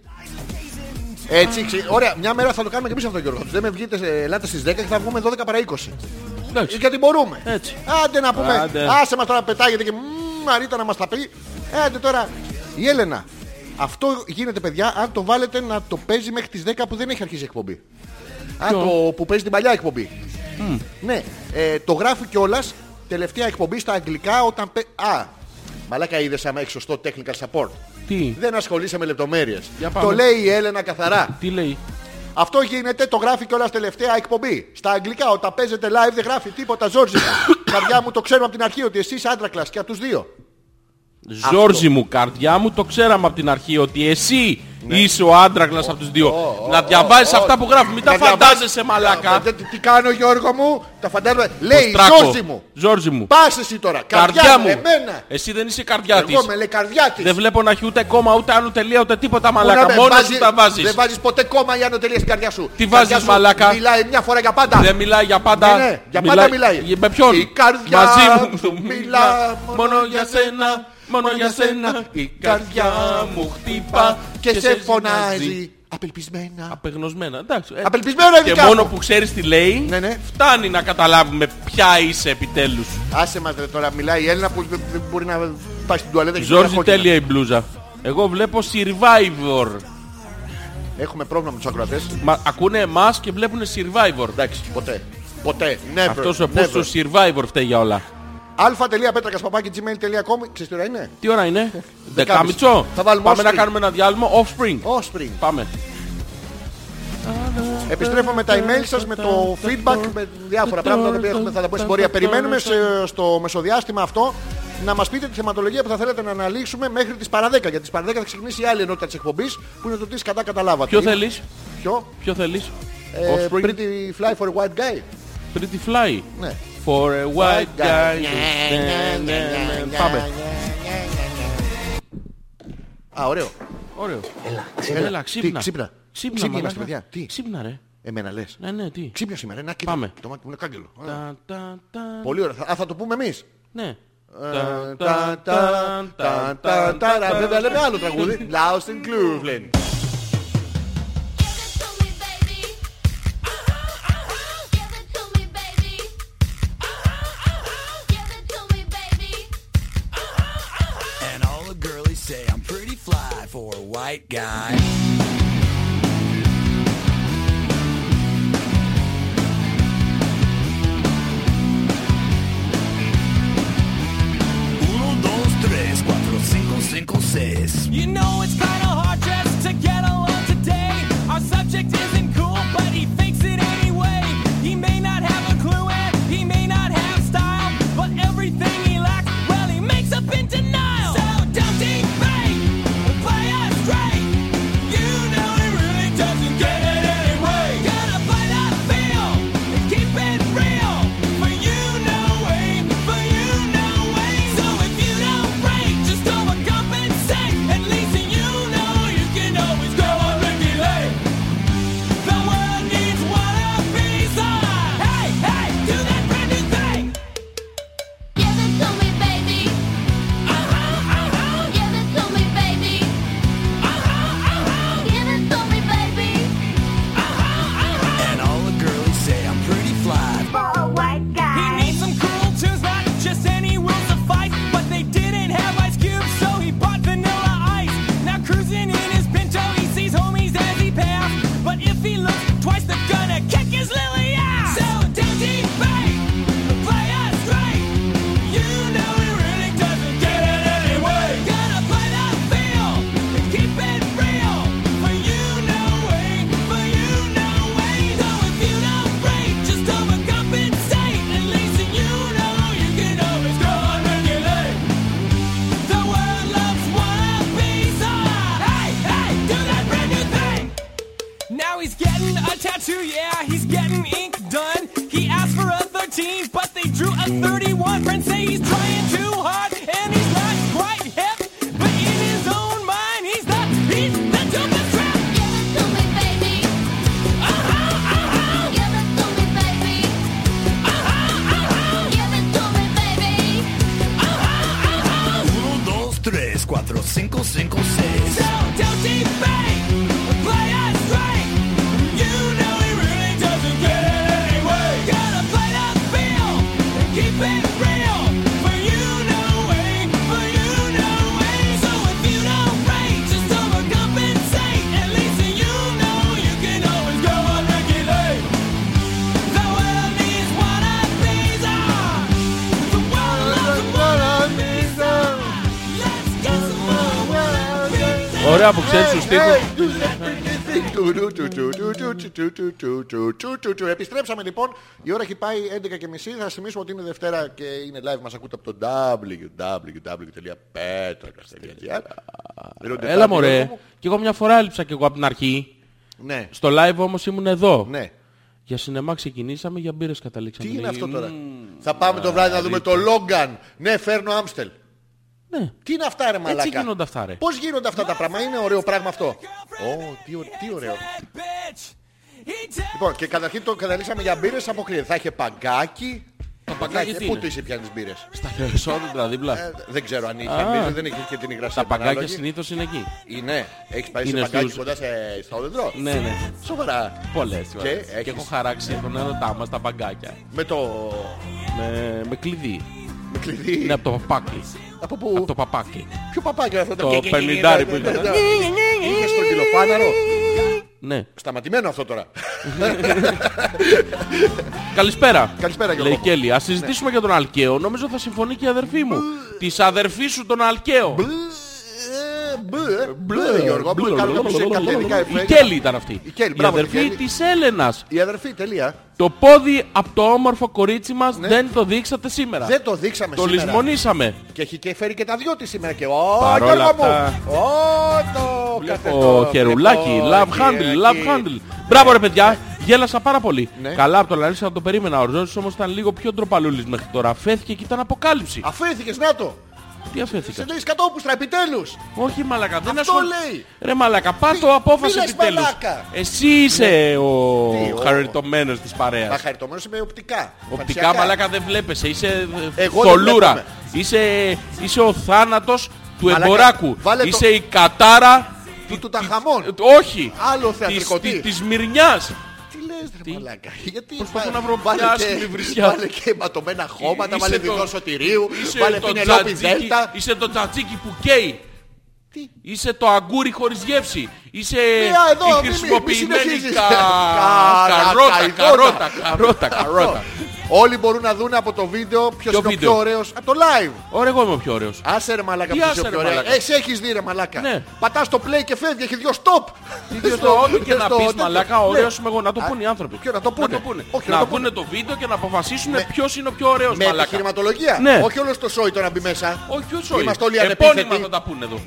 Έτσι, ξε- ωραία, μια μέρα θα το κάνουμε και εμείς αυτό, Γιώργο. Δεν με βγείτε, ε, ελάτε στις 10 και θα βγούμε 12 παρά 20. εντάξει. Γιατί μπορούμε. Έτσι. Άντε να πούμε. Άντε. Άσε μας τώρα πετάγεται και μμμ, Μαρίτα να μας τα πει. Άντε τώρα. Η Έλενα. Αυτό γίνεται παιδιά αν το βάλετε να το παίζει μέχρι τις 10 που δεν έχει αρχίσει η εκπομπή. Αν το που παίζει την παλιά εκπομπή. Ναι, ε, το γράφει κιόλας τελευταία εκπομπή στα αγγλικά όταν. πε- Α, μαλάκα είδες άμα έχεις σωστό technical support. Τι, Δεν ασχολείσαι με λεπτομέρειες. Για πάμε. Το λέει η Έλενα καθαρά. τι λέει. Αυτό γίνεται, το γράφει κιόλα τελευταία εκπομπή. Στα αγγλικά, όταν παίζετε live δεν γράφει τίποτα Ζόρζικα. <coughs> Καρδιά μου το ξέρουμε από την αρχή ότι εσείς άντρα κλασικά τους δύο. Ζόρζι μου, καρδιά μου, το ξέραμε από την αρχή ότι εσύ Ναι. είσαι ο άντρακλας από τους δύο. να διαβάζεις αυτά που γράφουν, μην τα Να διαβάζ- φαντάζεσαι μαλάκα. Ε, Τι- Τι κάνω Γιώργο μου, τα φαντάζομαι. Λέει Στράκο. Ζόρζι μου. Ζόρζι μου. Πας εσύ τώρα. Καρδιά μου. Εμένα. Εσύ δεν είσαι καρδιά της. Εγώ με λέει καρδιά της. Δεν βλέπω να έχει ούτε κόμμα, ούτε άνω τελεία, ούτε τίποτα μαλάκα. Μόνο σου τα Δεν βάζεις. βάζεις ποτέ κόμμα για να τελειώσει την καρδιά σου. Τι Η καρδιά βάζεις, σου μαλάκα? Μιλάει μια φορά για πάντα. Δεν μιλάει για πάντα. Ναι, ναι, για πάντα μιλάει. Με ποιον. Η καρδιά Μαζί μου. μου μιλά μόνο για σένα. Μόνο για σένα. Η καρδιά μου χτύπα και σε ζυγίζει. φωνάζει. Απελπισμένα. Απεγνωσμένα. Εντάξει. ε. Απελπισμένα Και ειδικά. μόνο μου. που ξέρεις τι λέει, Ναι, ναι. φτάνει να καταλάβουμε ποια είσαι επιτέλους. Άσε μας ρε τώρα μιλάει η Έλληνα που δεν δεν μπορεί να πάει στην τουαλέτα και να Ζόρζι κόκκινα. τέλεια η μπλούζα. Εγώ βλέπω Survivor. Έχουμε πρόβλημα με τους ακροατές. Μα, ακούνε εμάς και βλέπουν Survivor. Εντάξει. Ποτέ. Ποτέ. Never. Αυτός ο Never. πούς του Survivor φταίει για όλα. αλφα.πέτρακα.gmail.com Ξέρεις τι ώρα είναι. Τι ώρα είναι? Δεκάμιση. Δεκάμιτσο. Θα βάλουμε Πάμε να offspring. κάνουμε ένα διάλειμμα offspring. Offspring. Πάμε. Επιστρέφω με τα email σας με το feedback, με διάφορα πράγματα που έχουμε θα τα πω στην πορεία. Περιμένουμε σε- στο μεσοδιάστημα αυτό να μας πείτε τη θεματολογία που θα θέλετε να αναλύσουμε μέχρι τις παραδέκα. Γιατί τις παραδέκα θα ξεκινήσει η άλλη ενότητα της εκπομπής που είναι το τι κατά καταλάβατε. Ποιο θέλεις? Ποιο? Ποιο θέλεις? Ε, Offspring. pretty fly for a white guy. Pretty Fly. Ναι. For a white guy. Ναι, ναι, ναι. Πάμε. Α, ωραίο. Ωραίο. Έλα, ξύπνα. Τι, ξύπνα. Ξύπνα, Ξύπνη είμαστε, μαλάκα. παιδιά. Τι. Ξύπνα, ρε. Εμένα λες. Ναι, ναι, τι. Ξύπνια σήμερα. Να κοίτα. Πάμε. Το μάτι μου είναι κάγκελο. Α, Τα, τα, τα. Πολύ ωραία. Α, θα το πούμε εμείς. Ναι. Ε, Τα, τα, τα, τα, τα, τα, ρα. Βέβαια λέμε άλλο <laughs> τραγούδι. Lost in Cleveland. Give it to me, baby. Uh-huh, Give it to me, baby. Uh-huh, Give it to me, baby. And all the girlies say I'm pretty fly for a white guy. Uno, dos, tres, cuatro, cinco, cinco, seis. You know it's kind of hard just to get along today. Our subject isn't cool, but he thinks it anyway. He may not have a clue and he may not have style, but everything he lacks, well, he makes up in denial. So don't debate, play us straight. You know he really doesn't get it anyway. Gotta fight that feel and keep it real. For you know way, for you know way. So if you don't break, just overcompensate. At least you know you can always go on regulate. The world needs water pizza. Ah, Hey, hey, do that brand new thing. Give it to me, baby. Uh-huh, uh-huh. Give it to me, baby. ah, Give it to me, baby. ah, And all the girlies say I'm pretty fly He made some cool tunes, not just any will suffice. But they didn't have ice cubes, so he bought vanilla ice. Now cruising in his pinto, he sees homies as he passed. But if he looks twice, they're gonna kick his lily ass. So don't debate, play us straight. You know he really doesn't get it anyway. Gotta play that feel and keep it real. For you know way, for you know way. So if you don't break, just overcompensate. At least you know you can always go on regulate. The world loves one piece Hey, hey, do that brand new thing. Now he's getting a tattoo, yeah, he's getting ink done. He asked for a 13, but they drew a 31. Friends say he's trying too hard, and he's not quite hip. But in his own mind, he's the, he's the dopest trap. Give it to me, baby. Uh-huh, Give it to me, baby. Uh-huh, Give it to me, baby. Uno, dos, tres, cuatro, cinco, cinco, seis. So don't debate, play us straight. You know he really doesn't get it anyway. Gotta play the field and keep it real. For you know way, for you know way. So if you don't rate, just overcompensate. At least you know you can always go on regulate. The world needs Ωραία που ξέρεις Ε, τους στίχους. Επιστρέψαμε λοιπόν. Η ώρα έχει πάει 11.30. Θα σας θυμίσουμε ότι είναι Δευτέρα και είναι live. Μας ακούτε από το www.petrakas.gr ε, Έλα μωρέ. Κι εγώ μια φορά έλειψα κι εγώ από την αρχή. Ναι. Στο live όμως ήμουν εδώ. Ναι. Για σινεμά ξεκινήσαμε, για μπύρες καταλήξαμε. Τι είναι Λέει, αυτό μ, τώρα. Θα πάμε το βράδυ να δούμε το Λόγκαν. Ναι, φέρνω Άμστελ. Ναι. Τι είναι αυτά ρε μαλάκα. γίνονται αυτά, ρε. Πώς γίνονται αυτά τα πράγματα. Είναι ωραίο πράγμα αυτό. Ω, τι, ω- τι ωραίο. Λοιπόν, και καταρχήν το καταλήξαμε για μπύρες αποκλείεται. Θα είχε παγκάκι. Το παγκάκι Θα είχε- τι Πού είναι? το είσαι πια τις μπύρες. Στα ρεσόρτ δίπλα. Ε, δεν ξέρω αν είχε. Α. μπύρες, δεν είχε και την υγρασία. Τα παγκάκια ανάλογη. συνήθως είναι εκεί. Είναι. Έχεις πάει σε Είναι παγκάκι στους- κοντά σε... στο δέντρο. Ναι, ναι. Σοβαρά. Πολλές. Και φορές. έχεις- Και έχω χαράξει τον έρωτά μας τα παγκάκια. Με το Με, με κλειδί. με κλειδί. Είναι από το παπάκι. Από Από πού. το παπάκι. Ποιο παπάκι αυτό Το 50 που ήταν. Είχε στο κυλοφάναρο. Ναι. Σταματημένο αυτό τώρα. Καλησπέρα. Καλησπέρα, Γιώργο Λέει μου. Ναι. Κέλλη. Α συζητήσουμε για τον Αλκαίο. Νομίζω θα συμφωνεί και η αδερφή μου. Τη αδερφή σου τον Αλκαίο. Μπλε, μπλε, Γιώργο. Μπλε, κάνω κάποια καθεδρικά Η εφέ. Κέλλη ήταν αυτή. ε, Η Κέλλη, Η μπράβο, η αδερφή Κέλλη. της Έλενας. Η αδερφή, τελεία. Το πόδι από το όμορφο κορίτσι μας δεν το δείξατε σήμερα. Ναι. Δεν το δείξαμε Το σήμερα. λησμονήσαμε. Και έχει και φέρει και τα δυο της σήμερα και ο Παρόλα Γιώργο μου. αυτά. Ω, το Ο χερουλάκι, love handle, love handle. Μπράβο ρε παιδιά, γέλασα πάρα πολύ. Ναι. Καλά από τον Λαρίσα να το περίμενα. Ο Ροζός όμως ήταν λίγο πιο ντροπαλούλης μέχρι τώρα. Φέθηκε και ήταν αποκάλυψη. Αφέθηκες, να το. Τι αφέθηκα. Σε λέει σκατόπουστρα, επιτέλους. Όχι μαλακα, δεν Αυτό ασχολ- λέει. Ρε μαλακα, πά το μη απόφαση λες επιτέλους. μαλάκα. Ναι. Εσύ είσαι ο Τι, ο- χαριτωμένος της Μα παρέας. χαριτωμένος είμαι οπτικά. Οπτικά εμφανισιακά. μαλάκα δεν βλέπεσαι, είσαι ε, Εγώ δεν θολούρα. βλέπομαι. Είσαι, είσαι ο θάνατος του Μαλάκα, εμποράκου. βάλε το- Είσαι η κατάρα... Του Τουταγχαμών. ε, Όχι! Άλλο Της- θεατρικό, τι. τη- Της μυρνιάς! Τι λες ρε μαλάκα. Γιατί Προσπαθώ βα- να βρω βάλε μια και- άσχημη βρισιά. Βάλε και ματωμένα χώματα, Ε, Είσαι βάλε το- διδό σωτηρίου, Είσαι βάλε το, πινελόπι τζατζίκι, δέλτα. είσαι το τζατζίκι που καίει. Τι? Είσαι το αγκούρι χωρίς γεύση. Είσαι Μια εδώ, μη- μη- η μη χρησιμοποιημένη συνεχίζεις. κα... Κα- καρότα, καϊδότα. καρότα, καρότα, καρότα. Όλοι μπορούν να δουν από το βίντεο ποιος Ποιο είναι ο βίντεο? πιο ωραίος. Από το live. Ωραία, εγώ είμαι ο πιο ωραίος. Άσε ρε μαλάκα Τι που είσαι άσε, ο ρε, πιο ωραίος. μαλάκα. Εσύ έχεις δει ρε μαλάκα. Ναι. Πατάς το play και φεύγει, έχει δύο stop. Διότι <laughs> Στο- ό,τι και να στο πεις τέτοιο. μαλάκα, Ναι. ωραίος είμαι εγώ. Να το Α, πούνε οι άνθρωποι. ποιο, να το πούνε. Όχι, να Να το πούνε. Ναι. πούνε το βίντεο και να αποφασίσουν ποιος είναι ο πιο ωραίος Με μαλάκα. επιχειρηματολογία. Ναι. Όχι όλο το σόι το να μπει μέσα. Όχι, ποιος όλοι. Είμαστε όλοι Επώνυμα ανεπίθετοι. θα τα πούνε εδώ.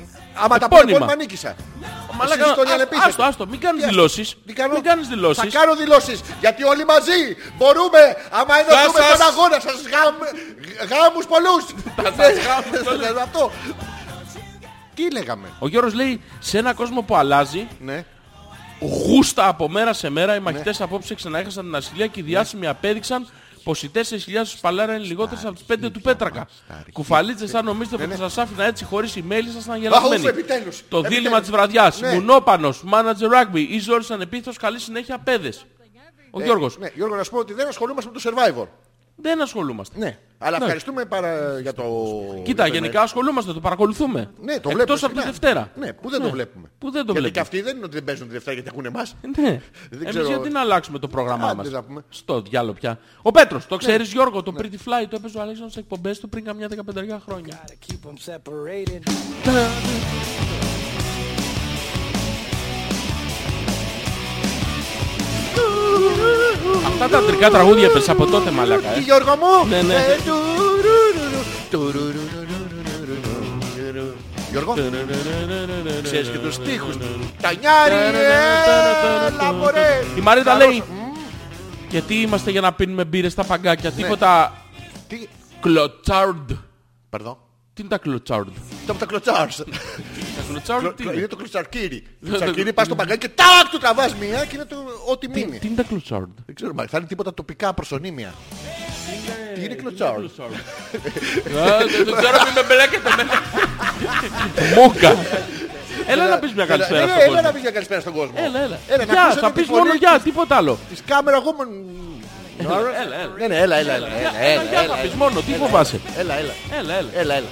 Άμα τα Επώνυμα. πούμε πόνιμα νίκησα. Μαλάκα, Εσύ στο α- διαλεπίθετο. άστο, άστο, μην κάνεις Τι άστο. δηλώσεις. Τι κάνω? Μην κάνεις δηλώσεις. Θα κάνω δηλώσεις. Γιατί όλοι μαζί μπορούμε. Άμα ενωθούμε σας. στον αγώνα σας γάμ, γάμους πολλούς. Θα σας γάμους <laughs> πολλούς. Ναι, Αυτό. Τι λέγαμε. Ο Γιώργος λέει, σε ένα κόσμο που αλλάζει, Ναι. γούστα από μέρα σε μέρα, οι μαχητές απόψε ξαναέχασαν την ασυλία και οι διάσημοι απέδειξαν πως οι 4.000 σπαλάρα είναι λιγότερες από τις 5 του Πέτρακα. Ναι, Κουφαλίτσες, αν νομίζετε πως θα σας άφηνα έτσι χωρίς email, ήσασταν γελασμένοι. Αχ, επιτέλους. Το δίλημα Επιτέλους. της βραδιάς. Ναι. Μουνόπανος, μάνατζερ rugby, εις όρις ανεπίθετος, καλή συνέχεια, παιδες. Ο Γιώργος, Ναι, Γιώργο, να σου πω ότι δεν ασχολούμαστε με το Survivor. δεν ασχολούμαστε. Ναι. Αλλά ευχαριστούμε παρα... για το... Κοίτα, για το γενικά ασχολούμαστε, το παρακολουθούμε. Ναι, το βλέπουμε. Εκτός από τη συχνά. Δευτέρα. Ναι, που δεν το βλέπουμε. Που δεν το Γιατί βλέπουμε. και αυτοί δεν είναι ότι δεν παίζουν τη Δευτέρα γιατί ακούνε εμάς. Ναι. Δεν Εμείς ξέρω. γιατί να αλλάξουμε το πρόγραμμά Άντε, μας. να πούμε. Ναι. Στο διάλογο πια. Ο Πέτρος, το ξέρεις Γιώργο, το Pretty Fly το έπαιζε ο Αλέξανδρος σε εκπομπές του πριν καμιά 15 χρόνια. Keep 'em separated. Αυτά τα αντρικά τραγούδια έπαιζε από τότε μαλακά. Τι Γιώργο μου! Ναι, ναι. Ε, τουρουρουρου, τουρουρουρουρουρουρουρουρου. Ναι, Γιώργο, ξέρεις και τους στίχους. Τα Ναι, νιάρι, έλα μωρέ. Η Μαρίτα Καλώς. λέει γιατί είμαστε για να πίνουμε μπύρες στα παγκάκια. Ναι. Τίποτα Τι, κλωτσάρντ. παρδόν. Τι είναι τα κλωτσάρντ. Το από τα κλωτσάρς. Τα κλωτσάρντ τι Είναι είναι. το Ναι, κλωτσαρκύρι. Κλωτσαρκύρι πας στο παγκάκι και τάκ του τραβάς μία και είναι το ό,τι μείνει. Τι είναι τα κλωτσάρντ. Δεν ξέρω, μα θα είναι τίποτα τοπικά προσωνύμια. Τι είναι κλωτσάρς. Δεν ξέρω μην με μπελέκετε ναι. <laughs> εμένα. Μούγκα. Έλα να πεις μια καλησπέρα Έλα, στον Έλα να κόσμο. πεις για καλησπέρα στον κόσμο. Έλα, έλα. Έλα, να Γεια, ακούσετε θα τη πεις φωνή μόνο γεια, τίποτα άλλο. Της κάμερα εγώ μου... Έλα, έλα. Ναι, ναι, έλα, έλα, έλα, έλα, Ε, Έλα, για έλα, να έλα, πεις μόνο, τι φοβάσαι. έλα, έλα. Έλα, έλα. Έλα, έλα.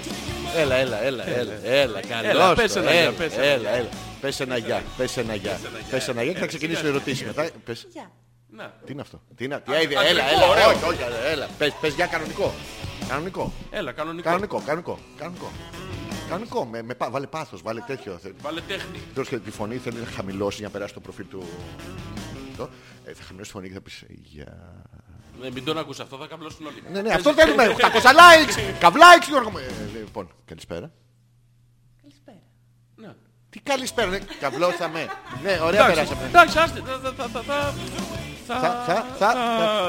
Έλα, έλα, έλα, έλα, έλα, Έλα, καλώς πες το, ένα γεια, έλα, πες ένα έλα, έλα. Πες ένα γεια, πες ένα γεια, πες ένα γεια και θα ξεκινήσω οι ερωτήσεις μετά. Πες. Τι είναι αυτό, τι είναι, τι έιδε, έλα, έλα, όχι, όχι, έλα, έλα. Πες, πες γεια κανονικό, κανονικό, Έλα, κανονικό. κανονικό, κανονικό, κανονικό. Κανονικό, με, με, πα- βάλε πάθος, βάλε τέτοιο. Θε- Βάλε τέχνη. Τέλος και τη φωνή θέλει να χαμηλώσει για να περάσει το προφίλ του. Το. Ε, θα χαμηλώσει τη φωνή και θα πεις. Γεια. Ε, Μην τον ακούσει αυτό, θα καπλώσουν όλοι. Ε, Ναι, ναι, αυτό θέλουμε. 800 likes. Καβλάικς, Γιώργο. μου. Ε, Λοιπόν, καλησπέρα. Ναι. Τι καλησπέρα, ναι, καβλώσαμε. Ναι, ωραία, Εντάξει, περάσαμε. εντάξει, άστε. θα- θα- θα- θα- θα- Θα, θα, θα, θα,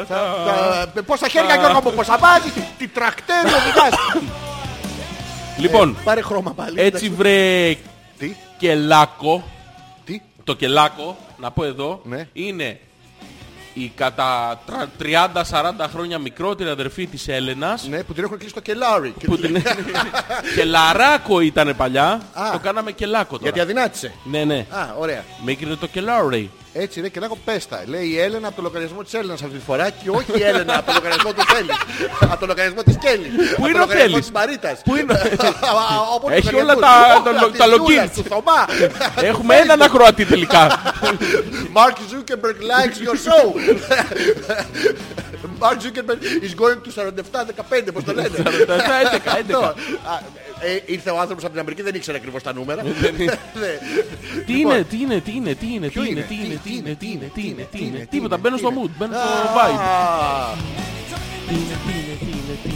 θα- θα, θα. Πόσα χέρια, Γιώργο μου, πόσα βάζεις, τι τρακτέρι οδηγάς. Λοιπόν, Πάρε χρώμα πάλι. έτσι βρε Τι, κελάκο. τι, Το κελάκο, να πω εδώ, Ναι. είναι η κατά τρα- 30-40 χρόνια μικρότερη αδερφή της Έλενας. ναι, που την έχουν κλείσει το κελάρι. Που <laughs> την... κελαράκο ήταν παλιά, Α. το κάναμε κελάκο τώρα. Γιατί αδυνάτησε. Ναι, ναι. Α, ωραία. Με έκανε το κελάρι. Έτσι, ρε, και να έχω πέστα. Λέει η Έλενα από το λογαριασμό της Έλενας αυτή τη φορά και όχι η Έλενα από το λογαριασμό του Θέλη. από το λογαριασμό της Κέλλη. από είναι το ο λογαριασμό Θέλης? της Μαρίτας. Πού <laughs> είναι ο- Από τους Έχει όλα τα- λογαριασμούς. τα- Όλα, τα της logins. Γιούλας, του Θωμά. <laughs> Έχουμε έναν <laughs> ακροατή Λοιπόν. τελικά. Mark Zuckerberg likes your show. <laughs> Mark Zuckerberg is going to 47-15, πώς το <laughs> λένε. 47-11, 11. Αυτό. Α, ε, Ήρθε ο άνθρωπος από την Αμερική, δεν ήξερε ακριβώς τα νούμερα. <laughs> Ναι. Τι Λοιπόν, είναι, τι είναι, τι είναι, τι είναι, τι είναι, τι είναι, τι είναι, τι είναι, τι είναι, τι είναι. Τίποτα, μπαίνω στο mood, μπαίνω στο vibe. Α.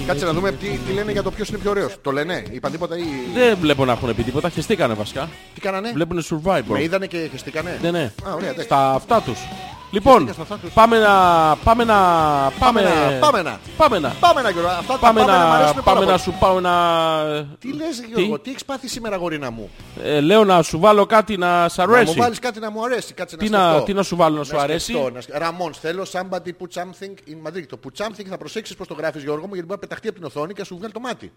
Κάτσε να δούμε τι, τι λένε για το ποιος είναι πιο ωραίος. Το λένε, είπαν τίποτα ή. Δεν βλέπω να έχουν πει τίποτα, χεστήκανε βασικά. Τι κάνανε. Βλέπουν Με Survivor. είδανε και χεστήκανε. Ναι, ναι. Α, ωραία, εντάξει. Στα αυτά τους. Λοιπόν, στα αυτά τους. πάμε να... Πάμε να... Πάμε να- πάμε να. Πάμε να... Πάμε να Γιώργο. Αυτά τα Πάμε μ' να... αρέσουν πάρα Πάμε να πολύ. σου πάω να... Τι λες Γιώργο, τι έχεις πάθει σήμερα γορίνα μου. Ε, Λέω να σου βάλω κάτι να σ' Να μου αρέσει. βάλεις κάτι να μου αρέσει. Κάτσε να Τι να- σκεφτώ. τι να σου βάλω να σου αρέσει? σκεφτώ, να σκε- Ραμόν, θέλω somebody put something in Madrid. Το put something θα προσέξεις πως το γράφεις Γιώργο μου γιατί μπορεί να πεταχτεί από την οθόνη και να σου βγάλει το μάτι.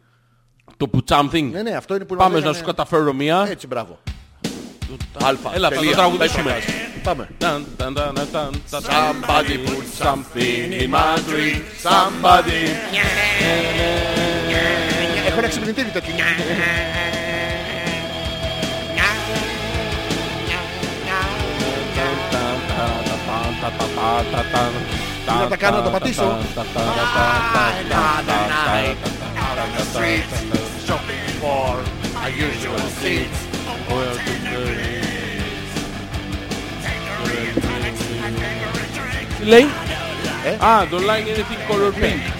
Το put something. Ναι, Ε, ναι, αυτό είναι που Πάμε να λέγανε- σου καταφέρω μία. Έτσι, μπράβο. Αλφα. Έλα, θα το τελεία. τραγουδήσουμε. Πάμε. Dun, dun, dun, dun, dun, dun. Somebody put something in my drink. Somebody. Έχω ένα ξυπνητήρι τέτοιο. να τα κάνω, να το πατήσω. Ah, Τι λέει? Ε? Α, το Ah, line είναι thick color pink.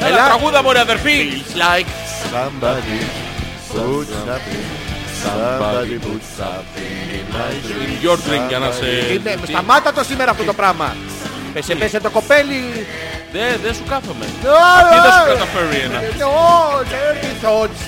Έλα, τραγούδα μωρέ αδερφή. Somebody put something. Somebody put something in my drink. In Your drink για να σε... Είναι, Ναι, σταμάτα το σήμερα αυτό το πράγμα. Πέσε, πέσε το κοπέλι. Δε, δε σου κάθομαι. Τι Αυτή θα σου καταφέρει ένα. No, dirty thoughts.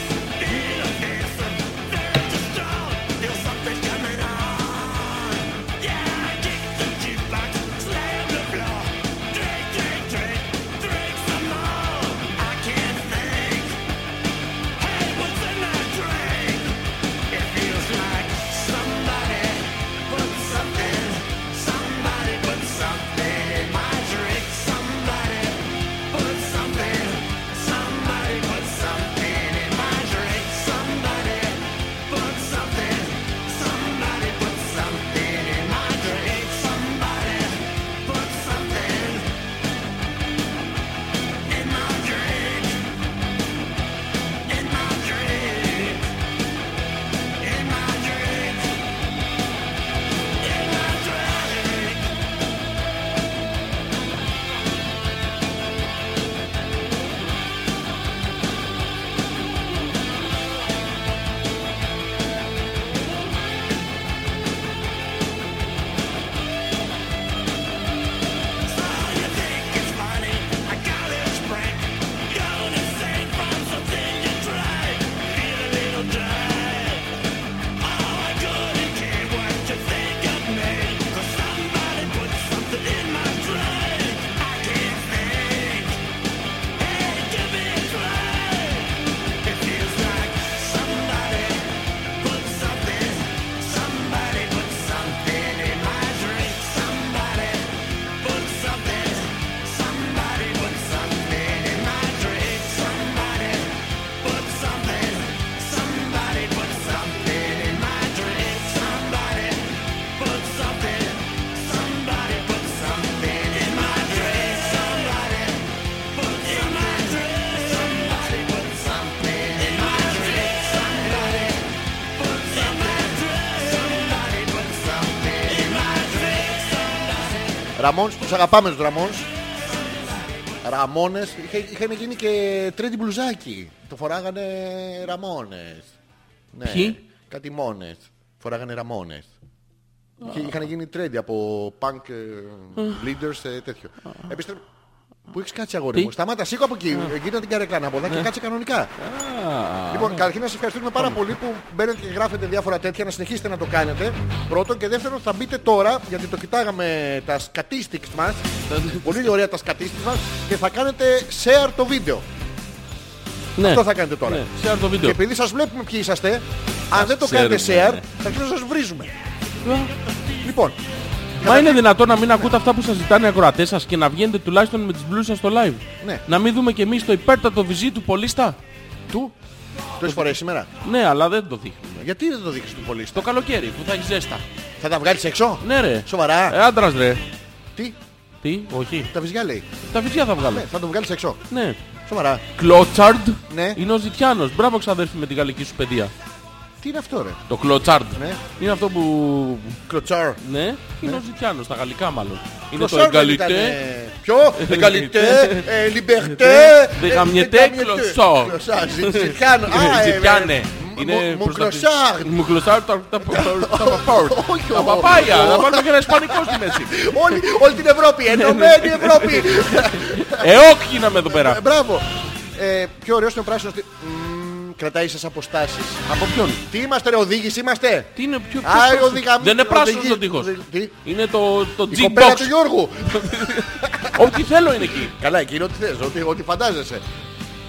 Ραμόν, τους αγαπάμε τους Ραμόν. Ραμόνες. Είχαν γίνει και τρέντι μπλουζάκι. Το φοράγανε Ραμόνες. Ναι. Ποιοι? Κάτι μόνες. Φοράγανε Ραμόνες. Είχαν γίνει τρέντι από punk ε, leaders σε τέτοιο. Επιστρέφω. Πού έχεις κάτσει αγόρι μου. Σταμάτα, σήκω από εκεί. Γύρω την καρεκλάνα από εδώ Ναι. και κάτσε κανονικά. Λοιπόν, καταρχήν να σας ευχαριστούμε πάρα πολύ που μπαίνετε και γράφετε διάφορα τέτοια, να συνεχίσετε να το κάνετε. Πρώτον και δεύτερον, θα μπείτε τώρα, γιατί το κοιτάγαμε τα statistics μας. πολύ ωραία τα statistics μας και θα κάνετε share το βίντεο. Ναι. Αυτό θα κάνετε τώρα. Ναι, share το Και βίντεο. επειδή σας βλέπουμε ποιοι είσαστε, αν δεν το κάνετε ξέρουμε, share, ναι. θα αρχίσουμε να σας βρίζουμε. Λοιπόν, Μα είναι δυνατόν να μην ακούτε αυτά που σας ζητάνε οι ακροατές σας και να βγαίνετε τουλάχιστον με τις μπλούς σας στο live. Ναι. Να μην δούμε και εμείς το υπέρτατο βυζί του πολίστα. του. Τρεις φορές σήμερα. Ναι, αλλά δεν το δείχνουμε. Γιατί δεν το δείχνεις του πολύ. Το καλοκαίρι που θα έχεις ζέστα. Θα τα βγάλεις έξω. Ναι ρε. Σοβαρά. Ε, άντρας ρε. Τι, Τι, όχι. τα βυζιά λέει. Τα βυζιά θα βγάλω. Ναι, θα το βγάλεις έξω. Ναι. Σοβαρά. Κλότσαρντ Ναι. είναι ο Ζητιάνος. Μπράβο ξαδέρφη με τη γαλλική σου παιδεία. Τι είναι αυτό, ρε. Το κλότσαρντ. Ναι. Είναι αυτό που... Κλωτσάρ. Ναι. Είναι ο Ζητιάνος, στα γαλλικά μάλλον. Είναι το Κλωτσάρ δεν ήταν, εγκαλιτέ. ε, Λοιπόν, Ποιο? Εγκαλιτέ, ε, λιμπερτέ. Δεν γαμιέται, κλωτσάρ. Κλωτσάρ. <laughs> Ζη- Ζητιάνε. Α, ε, ε, Ζητιάνε. μ- Είναι μου- μου προς τα- κλωτσάρ. Μου κλωτσάρ τα τα- όχι, τα όχι. παπάγια. Να βάλουμε και ένα ισπανικό στη <laughs> μέση. Όλη- Όλη την Ευρώπη, ενωμένη <laughs> Ευρώπη. Ε, όχι γίναμε εδώ πέρα. Ε, Μπράβο. Ε, Πιο ωραίο είναι ο πράσινος. Κρατάει σας αποστάσεις. Από ποιον. Τι είμαστε, ρε, οδήγηση είμαστε. Τι είναι πιο Α, πιο- ο διγαμ- Δεν είναι ο πράσινος διγυ- ο τείχος. Τι? Είναι το, το Η κοπέλα G-Box. του Γιώργου. Ό,τι θέλω είναι <laughs> εκεί. Καλά, εκείνο ό,τι θες, ό,τι- ό,τι φαντάζεσαι. Είναι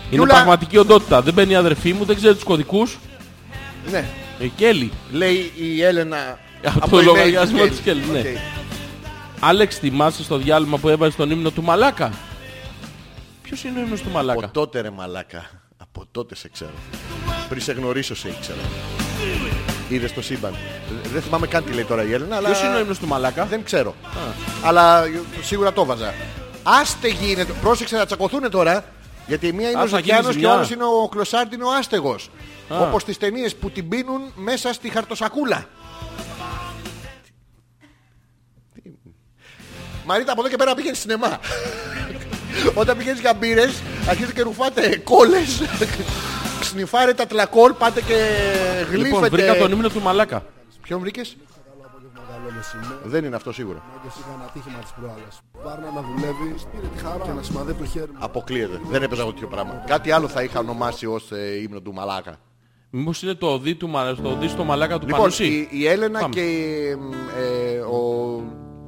Γιούλα. πραγματική οντότητα. Δεν μπαίνει η αδερφή μου, δεν ξέρει τους κωδικούς. Ναι. Ε, Κέλλη. Λέει η Έλενα Από το email λογαριασμό της Kelly. Kelly, ναι. Οκ. Άλεξ, θυμάσαι στο διάλειμμα που έβαζε τον ύμνο του Μαλάκα. Ποιος είναι ο ύμνος του Από Μαλάκα. τότε ρε μαλάκα. Από τότε σε ξέρω. Πριν σε γνωρίσω σε ήξερα. Είδες το σύμπαν. Δεν θυμάμαι καν τι λέει τώρα η Έλενα, αλλά... Ποιος είναι ο ύμνος του Μαλάκα. Δεν ξέρω. Αλλά σίγουρα το βάζα. Άστε γίνεται. Πρόσεξε να τσακωθούν τώρα. Γιατί η μία είναι Ας, ο θα γίνει Ζακιάνος και ο ζημιά. άλλος είναι ο Κλωσάρτη, είναι ο άστεγος. Όπως τις ταινίες που την πίνουν μέσα στη χαρτοσακούλα. Τι- Μαρίτα, από εδώ και πέρα πήγαινε <laughs> σινεμά. Όταν πηγαίνεις για μπύρες, αρχίζετε και ρουφάτε κόλες. Ξνιφάρετε τα τλακόλ, πάτε και γλύφετε. Λοιπόν, βρήκα τον ύμνο του Μαλάκα. Ποιον βρήκες? Δεν είναι αυτό σίγουρα. Είχα ένα ατύχημα της προάλλας. Βάρνα να δουλεύει, πήρε τη χαρά και να σημαδεύει το χέρι μου. Αποκλείεται. Δεν έπαιζα εγώ τέτοιο πράγμα. Κάτι άλλο θα είχα ονομάσει ως ε, ύμνο του Μαλάκα. Μήπως είναι το οδύ του Μαλάκα, το οδύ στο Μαλάκα του Λοιπόν, Πανουσί. η, η Έλενα Πάμε. και ε, ε, ο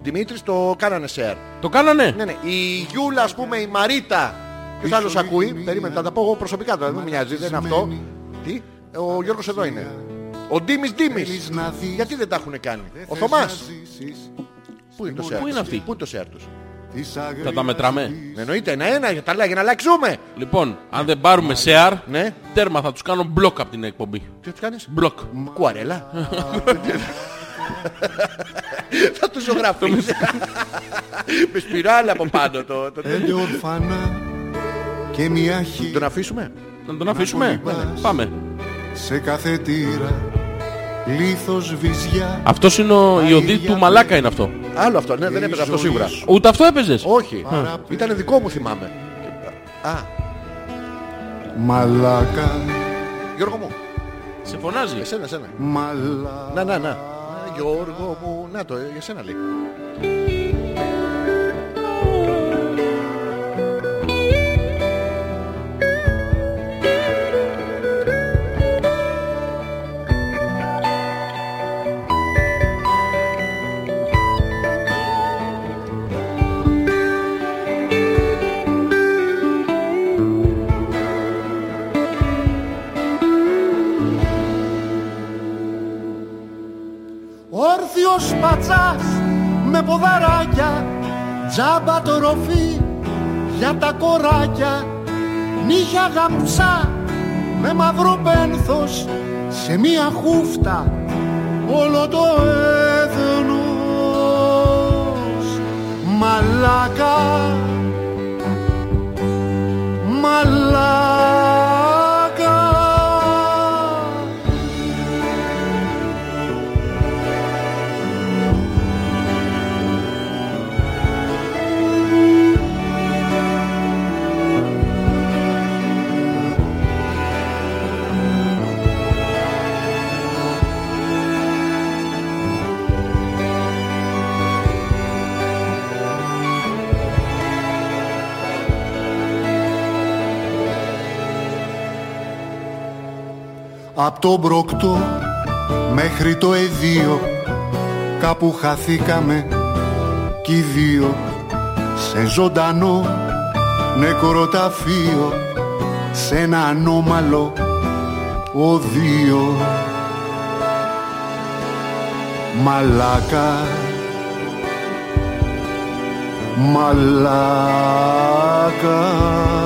Δημήτρης το κάνανε share. Το κάνανε. Ναι, ναι. Η Γιούλα, ας πούμε, η Μαρίτα. Ποιος άλλος ακούει. Περίμενε, θα τα πω εγώ προσωπικά τώρα. Δεν με μοιάζει, δεν είναι αυτό. Τι. Ο Γιώργος εδώ είναι. Ο Ντίμης Ντίμης. Θέλεις να δεις. Γιατί δεν τα έχουν κάνει. Ο Θες να Θωμάς. ζήσεις Πού είναι το Πού share είναι αυτή? τους. Πού είναι το share τους. Ναι, της αγριάς Θα τα μετράμε. της. Εννοείται, ένα-ένα για τα λάγια να αλλάξουμε. Λοιπόν, αν δεν πάρουμε share, Ναι. τέρμα θα τους κάνω μπλοκ από την εκπομπή. Τι έτσι κάνεις. Μπλοκ. Κουαρέλα. Θα του ζωγραφείς. Με σπιράλ από πάνω το... το- Πέντε ορφανά και μια χή Τον αφήσουμε. Να τον αφήσουμε. κολυμπάς. Πάμε. σε κάθε τύρα. Λίθος βυζιά. Αυτός είναι ο η οδύ του Μαλάκα είναι αυτό. Άλλο αυτό. Ναι, δεν έπαιζε αυτό ζωή σίγουρα. σου. Ούτε αυτό έπαιζες. Όχι. Παραπέρα. Ήταν δικό μου θυμάμαι. Α, Μαλάκα, Γιώργο μου. Σε φωνάζει. Εσένα, εσένα. μαλάκα. Να, να, να. Α, Ε, Γιώργο μου. Να το, ε, για σένα λέει. Όρθιος πατσάς με ποδαράκια Τζάμπα το ροφή για τα κοράκια Νύχια γαμψά με μαύρο πένθος Σε μία χούφτα όλο το έθνος Μαλάκα Μαλάκα Απ' το Μπρόκτο μέχρι το Εδίο Κάπου χαθήκαμε κι οι δύο Σε ζωντανό νεκροταφείο Σ' ένα ανώμαλο οδείο Μαλάκα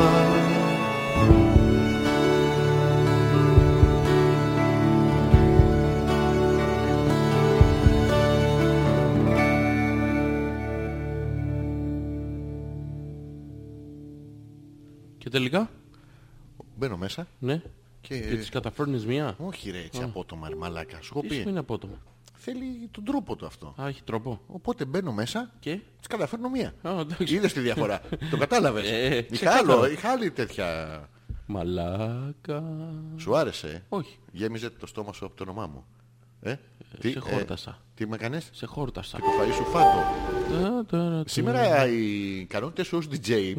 Μαλάκα Και τελικά, Μπαίνω μέσα ναι. και. Και τις καταφέρνεις μία. Όχι ρε, έτσι απότομα ρε μαλάκα. Σου έχω Τι σου πει. είναι απότομα. Θέλει τον τρόπο του αυτό. Α, έχει τρόπο. Οπότε μπαίνω μέσα Και? τις καταφέρνω μία. Α, εντάξει. Είδες τη <laughs> διαφορά. Το Ε, κατάλαβες. Είχα ξεκάθαρα. άλλο, είχα άλλη τέτοια. Μαλάκα. Σου άρεσε. ε? Όχι. Γέμιζε το στόμα σου από το όνομά μου. Ε, σε χόρτασα. τι με έκανες. Σε χόρτασα. Το φαΐ σου φάτο. Τα, τα, τα. Σήμερα οι ικανότητες σου ως DJ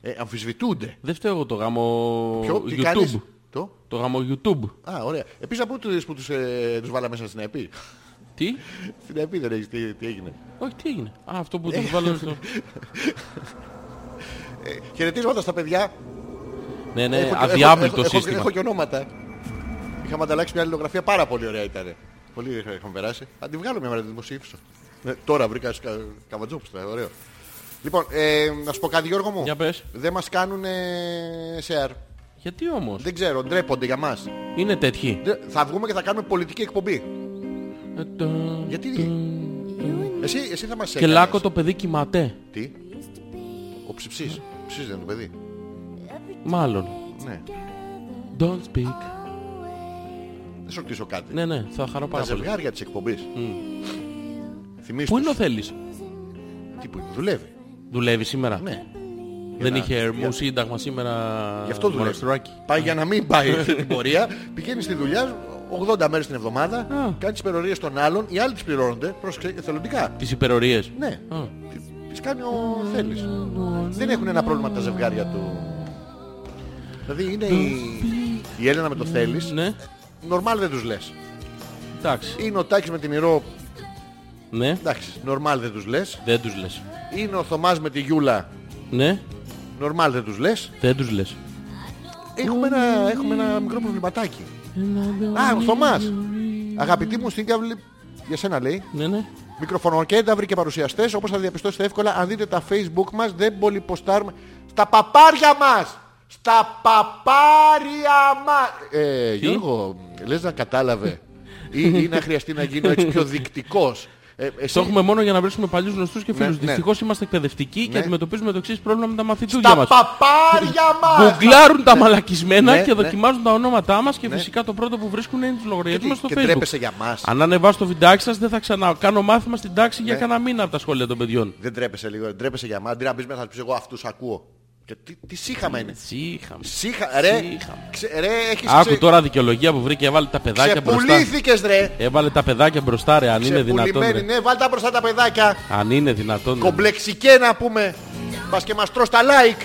ε, αμφισβητούνται. Δεν φταίω εγώ το γάμο Ποιο, τι κάνεις. YouTube. Το. Το γάμο YouTube. Α, ωραία. Επίσης από τους που τους, ε, τους βάλα μέσα στην ΕΠΗ. Τι? <laughs> στην ΕΠΗ δεν έχεις τι, τι έγινε. Όχι, τι έγινε. Α, αυτό που Ε, τους βάλω στο... Χαιρετίζοντας τα παιδιά. Ναι, ναι, έχω- αδιάβλητο έχω- έχω- σύστημα. Έχω και ονόματα. Είχαμε ανταλλάξει μια αλληλογραφία πάρα πολύ ωραία ήταν. Πολύ είχα- είχαμε περάσει. Θα τη βγάλω μια μέρα να τη δημοσιεύσω. Ναι, τώρα βρήκα σκα... καβατζόπουστα, ωραίο. Λοιπόν, ε, να σου πω κάτι Γιώργο μου. Για πες. Δεν μας κάνουν ε, share. Γιατί όμως. Δεν ξέρω, ντρέπονται για μας. Είναι τέτοιοι. Ντρέ- Θα βγούμε και θα κάνουμε πολιτική εκπομπή. Ε, τα- Γιατί εσύ, εσύ θα μας Και έκανες. λάκο το παιδί κοιμάται. Τι. Ο ψιψής. Ψιψής δεν είναι το παιδί. Μάλλον. Ναι. Don't speak. Δεν σου ρωτήσω κάτι. Ναι, ναι, θα χαρώ Τα πάρα πολύ. ζευγάρια της εκπομπής. Θυμήσου Πού είναι ο τους. Θέλης. Τι που είναι, δουλεύει. Δουλεύει σήμερα. Ναι. Δεν να- είχε για- ερμού σύνταγμα σήμερα. Γι' αυτό δουλεύει. Μοναστράκη. Πάει για να μην πάει <laughs> αυτή την πορεία. Πηγαίνει στη δουλειά 80 μέρες την εβδομάδα. Α. Κάνει τις υπερορίες των άλλων. Οι άλλοι τις πληρώνονται. Πρόσεξε εθελοντικά. Τις υπερορίες. Ναι. Α. Τι- Τις κάνει ο Θέλης. Δεν έχουν ένα πρόβλημα τα ζευγάρια του. Δηλαδή είναι η, η Έλενα με το Θέλης. Ναι. Νορμάλ δεν τους λες. Εντάξει. Είναι ο Τάκης με την Ηρώ. Ναι. Εντάξει, νορμάλ δεν τους λες. Δεν τους λες. Είναι ο Θωμάς με τη Γιούλα. Ναι. Νορμάλ δεν τους λες. Δεν τους λες. Έχουμε ένα, έχουμε ένα μικρό προβληματάκι. Α, ο Θωμάς. Αγαπητή μου στην για σένα λέει. Ναι, ναι. Μικροφωνοκένταυροι και παρουσιαστές, όπως θα διαπιστώσετε εύκολα, αν δείτε τα facebook μας, δεν πολυποστάρουμε. Στα παπάρια μας! Στα παπάρια μας! Ε, Γιώργο, λες να κατάλαβε. ή, ή να χρειαστεί να γίνω έτσι πιο δεικτικός. Ε, εσύ- Το έχουμε μόνο για να βρίσκουμε παλιούς γνωστούς και φίλους. ναι. Δυστυχώς είμαστε εκπαιδευτικοί και Ναι. αντιμετωπίζουμε το εξής πρόβλημα με τα μαθητούδια Στα μας. παπάρια μας! Γκουγκλάρουν τα μαλακισμένα Ναι, και ναι. δοκιμάζουν τα ονόματά μας και φυσικά το πρώτο που βρίσκουν είναι τους Και, λογαριασμούς στο και facebook. τρέπεσαι για μας. Ναι. Αν ανεβάσω το βιντεάκι σας δεν θα ξανακάνω μάθημα στην τάξη για κανένα μήνα από τα σχόλια των παιδιών. Δεν τρέπεσαι λίγο, τρέπεσαι για μας. Αντί να πεις μέσα, θα πεις εγώ αυτούς ακούω. Και τι, τι σύγχαμα είναι. Σύχαμε. Σύχα, ρε, Σύγχαμα. ξε, ρε, έχεις Άκου τώρα δικαιολογία που βρήκε, έβαλε τα παιδάκια μπροστά. Ξεπουλήθηκες ρε. Έβαλε τα παιδάκια μπροστά, ρε, αν είναι δυνατόν. Ξεπουλημένη, ρε. ναι, βάλτε τα μπροστά τα παιδάκια. Αν είναι δυνατόν. ρε. Κομπλεξικέ να πούμε. Πας και μας τρως τα like.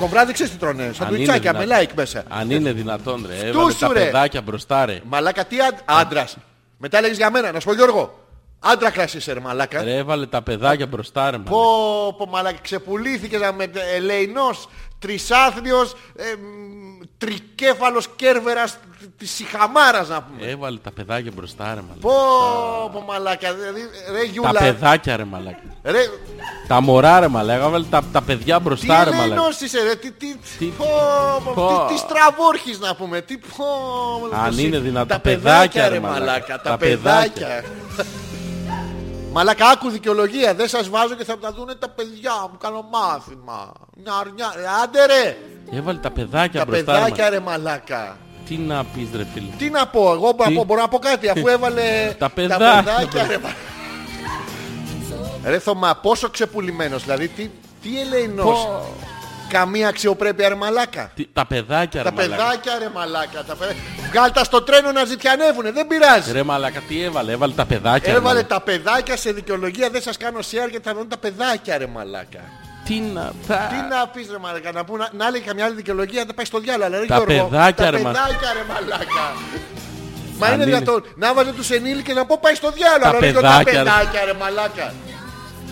Το βράδυ ξέρεις τι τρώνε, Αν είναι σαντουιτσάκια με δυνατόν. like μέσα. Αν είναι δυνατόν, ρε. Έβαλε Φτούσου, τα ρε. παιδάκια μπροστά, ρε. Μαλάκα τι αν- άντρας. Μετά λέγεις για μένα, να σου πω Γιώργο. Άντρα κρασίσαι ρε μαλάκα. Ρε, έβαλε τα παιδάκια μπροστά, ρε. μαλάκα. Πω, πω μαλάκα, ξεπουλήθηκες να με ε, ελεηνός, τρισάθλιος, ε, μ, τρικέφαλος κέρβερας της συχαμάρας να πούμε. Έβαλε τα παιδάκια μπροστά, ρε. μαλάκα. Πω, πω μαλάκα, δηλαδή, ρε Τα Γιούλα. παιδάκια, ρε, μαλάκα. Ρε, Τα μωρά, ρε, μαλάκα. Έβαλε τα, τα παιδιά τι μπροστά, ρε, μαλάκα. ελεηνός είσαι ρε, τι, τι, Τι- πω, πω, Πω. τι, τι στραβόρχης να πούμε, τι πω. Αν εσύ- είναι δυνατόν, Τα τα παιδάκια παιδάκια, ρε ρε, μαλάκα, μαλάκα, τα τα παιδάκια. παιδάκια. <laughs> Μαλάκα, άκου δικαιολογία. Δεν σας βάζω και θα τα δούνε τα παιδιά μου. Κάνω μάθημα. Νιάρ, νιάρ. Ρε, Άντε ρε. Έβαλε τα παιδάκια Τα μπροστά, ρε. παιδάκια μαλάκα. ρε μαλάκα. Τι να πεις, ρε, φίλε. Τι να πω, εγώ μπορώ να Τι? πω- μπορώ να πω κάτι αφού έβαλε <laughs> Τα παιδά- παιδάκια, ρε. μα- ρε Θωμά, πόσο ξεπουλημένος, δηλαδή τι, τι ελεηνός. Καμία αξιοπρέπεια ρε μαλάκα. Τι- Τα παιδάκια, ρε. Τα μαλάκα. παιδάκια ρε μαλάκα. Τα παιδά... Βγάλτα στο τρένο να ζητιανεύουνε, δεν πειράζει. Ρε, μαλάκα, τι έβαλε. Έβαλε τα παιδάκια. ρε, Έβαλε μαλάκα. τα παιδάκια σε δικαιολογία, δεν σας κάνω share γιατί θα δουν τα παιδάκια ρε μαλάκα. Τι να. τα- Τι να πεις ρε μαλάκα, να, πού, να, να λέει καμιά άλλη δικαιολογία, να πάει στο διάλογο. Ρε, Τα Γιώργο, παιδάκια, τα ρε, μα- παιδάκια ρε μαλάκα. Μα είναι Ανήλικη. δυνατόν να βάζε τους ενήλικες να πω πάει στο διάλογο. Τα αλλά ρίχνω τα παιδάκια, ρε. παιδάκια ρε μαλάκα.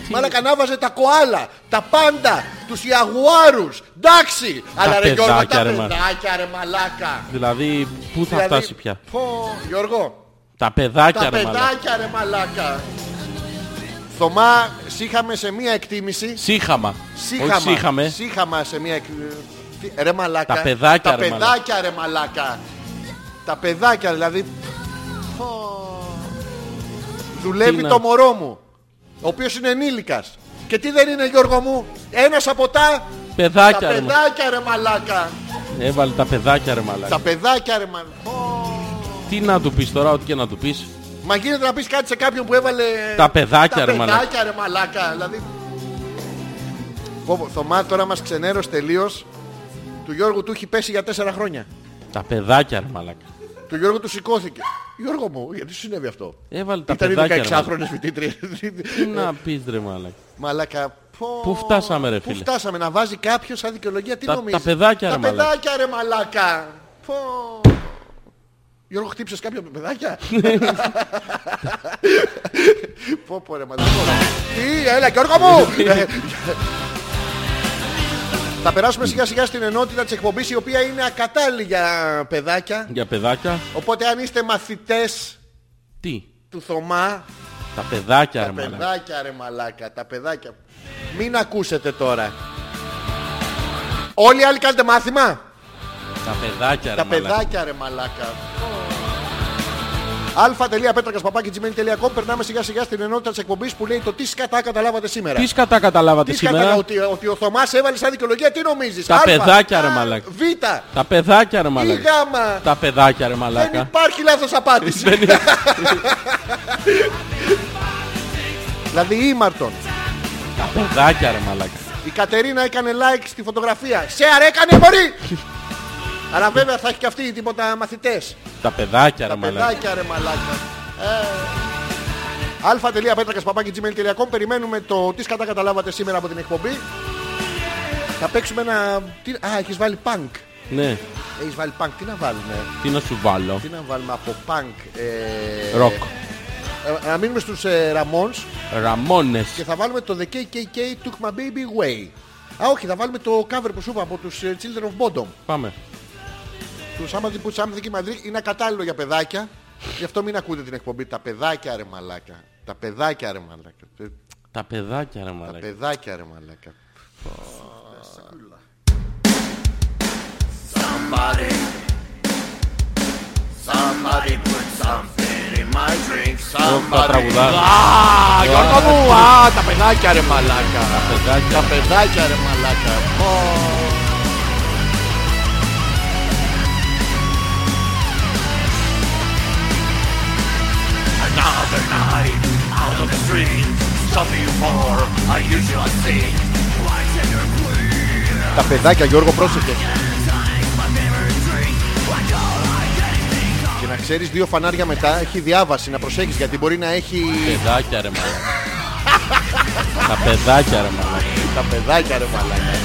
Μαλάκα να βάζε τα κοάλα, τα πάντα, τους ιαγουάρους. Εντάξει. Αλλά ρε Γιώργο τα παιδάκια, ρε, μα. παιδάκια ρε μαλάκα. Δηλαδή, πού θα Δηλαδή, φτάσει πια. πω, Γιώργο, Τα παιδάκια, τα ρε μαλάκα. παιδάκια ρε μαλάκα. Θωμά, σύχαμε σε μία εκτίμηση. Σύχαμα. Σύχαμα. Όχι σύχαμε. Σύχαμα σε μια. εκ- τι- Ρε μαλάκα. Τα παιδάκια, Τα ρε μαλάκα. παιδάκια, ρε μαλάκα. Τα παιδάκια, δηλαδή. Πω. Δουλεύει να- το μωρό μου. Ο οποίος είναι ενήλικας. Και τι δεν είναι, Γιώργο μου. Ένας από τα. Τα Παιδάκια, ρε μα- παιδάκια, ρε μαλάκα. Έβαλε τα παιδάκια, ρε μαλάκα. Τα παιδάκια, ρε μαλάκα. Τι να του πεις τώρα, ό,τι και να του πεις. Μα γίνεται να πεις κάτι σε κάποιον που έβαλε. Τα παιδάκια, τα ρε μαλάκα. παιδάκια, ρε μαλάκα. Δηλαδή. Πω, πω, Θωμά, τώρα μας ξενέρωσε τελείως. Του Γιώργου του έχει πέσει για τέσσερα χρόνια. Τα παιδάκια, ρε μαλάκα. Του Γιώργου του σηκώθηκε. Γιώργο μου, γιατί σου συνέβη αυτό. Έβαλε τα Ήταν παιδάκια, ρε 16 μαλάκα. χρονες φοιτήτρια. Τι να πεις, ρε μαλάκα. Μαλάκα. πω. Πού φτάσαμε, ρε Πού φίλε. φτάσαμε να βάζει κάποιος σαν δικαιολογία, τι Τα- νομίζεις. τα παιδάκια, τα ρε μαλάκα. παιδάκια, ρε μαλάκα. Πω. Γιώργο, χτύψες κάποιο με <laughs> παιδάκια. πω πω ρε μαλάκα. Τι, έλα Γιώργο <laughs> μου. Ε, Θα περάσουμε σιγά σιγά στην ενότητα της εκπομπής η οποία είναι ακατάλληλη για παιδάκια. Για παιδάκια, Οπότε αν είστε μαθητές τι. του Θωμά, Τα παιδάκια, τα ρε μαλάκα. παιδάκια ρε μαλάκα, τα παιδάκια. Μην ακούσετε τώρα. Όλοι οι άλλοι κάνετε μάθημα. Τα παιδάκια, ρε Τα μαλάκα. παιδάκια ρε μαλάκα. αλφα.πέτρακα.gmail.com Περνάμε σιγά σιγά στην ενότητα της εκπομπής που λέει το τι σκατά καταλάβατε σήμερα. Τι κατά καταλάβατε Τι σκατά, σήμερα. ότι, ότι ο Θωμάς έβαλε σαν δικαιολογία, τι νομίζεις. Τα Α, παιδάκια, ρε Α, μαλάκα. Β, Τα παιδάκια, ρε ή Γ. μαλάκα. Τα παιδάκια, ρε Δεν μαλάκα. υπάρχει λάθος απάντηση. Δεν είναι- δηλαδή ήμαρτον. Τα παιδάκια, ρε μαλάκα. Η Κατερίνα έκανε like στη φωτογραφία. Share έκανε πολύ! <laughs> Αλλά βέβαια θα έχει και αυτή τίποτα μαθητές. Τα παιδάκια, ρε Τα μαλάκα. παιδάκια ρε μαλάκα. Ε. αλφα.πέτρακας.gmail.com Περιμένουμε το τι κατά καταλάβατε σήμερα από την εκπομπή. Θα παίξουμε ένα... τι- Α, έχεις βάλει punk. Ναι, Έχεις βάλει punk. Τι να βάλουμε. τι να σου βάλω. Τι να βάλουμε από punk. Ε... Ροκ. ε, να μείνουμε στους ε, Ramones και Ραμόνες. θα βάλουμε το The KKK Took My Baby Away. Α, όχι, θα βάλουμε το cover που σου είπα από τους ε, Children of Bodom. Πάμε. Τους Σάμαντζι που Σάμαντζι και Μαδρί είναι ακατάλληλο για παιδάκια. Γι' αυτό μην ακούτε την εκπομπή. Τα παιδάκια ρε μαλάκα. Τα παιδάκια ρε μαλάκα. Ε, Τα παιδάκια, ρε Τα μαλάκα. παιδάκια ρε μαλάκα. Ω, Τα τραγουδά. Α, Γιώργο μου, α, τα παιδάκια ρε μαλάκα. Τα παιδάκια ρε μαλάκα. Ω. Τα παιδάκια Γιώργο πρόσεχε Και να ξέρεις δύο φανάρια μετά Έχει διάβαση να προσέχεις γιατί μπορεί να έχει Παιδάκια, ρε μαλάκα. Τα παιδάκια, ρε μαλάκα. Τα παιδάκια ρε μαλάκα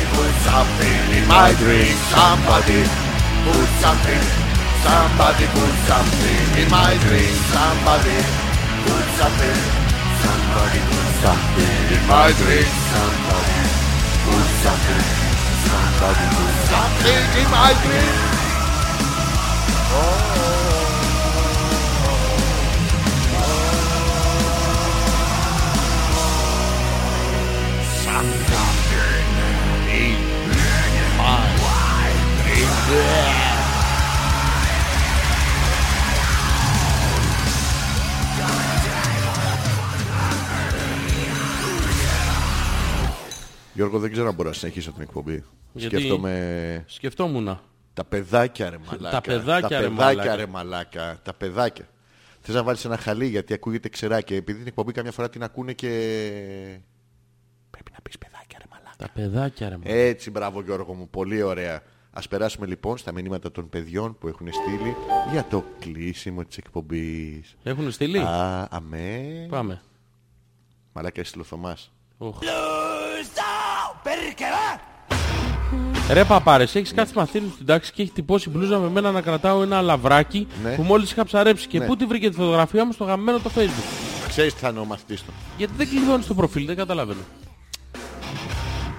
in my drink. Somebody put something. Somebody put something in my drink. Somebody put something. Somebody put something in my drink. Somebody put something. Somebody put something in my drink. Γιώργο, δεν ξέρω αν μπορώ να συνεχίσω την εκπομπή. Γιατί? Σκέφτομαι Σκεφτόμουν. τα παιδάκια ρε μαλάκα. Τα παιδάκια, τα ρε, παιδάκια μαλάκα. ρε μαλάκα. Τα παιδάκια. Θες να βάλεις ένα χαλί γιατί ακούγεται ξερά και επειδή την εκπομπή καμιά φορά την ακούνε και... Πρέπει να πεις παιδάκια ρε μαλάκα. Τα παιδάκια ρε. μαλάκα. Έτσι, μπράβο Γιώργο μου, πολύ ωραία. Ας περάσουμε λοιπόν στα μηνύματα των παιδιών που έχουν στείλει για το κλείσιμο της εκπομπής. Έχουν στείλει. Ε. Α, αμέ. Πάμε. Μαλάκα εσύ ο Θωμάς. Οχ. Ρε παπάρες, έχεις κάτι μαθαίνει στην τάξη και έχει τυπώσει μπλούζα με μένα να κρατάω ένα λαβράκι Ναι. που μόλις είχα ψαρέψει. Και Ναι. πού τη βρήκε τη φωτογραφία μου στο γαμμένο το facebook. Ξέρεις τι θα είναι ο μαθητής του. Γιατί δεν κλειδώνεις το προφίλ, δεν καταλαβαίνω.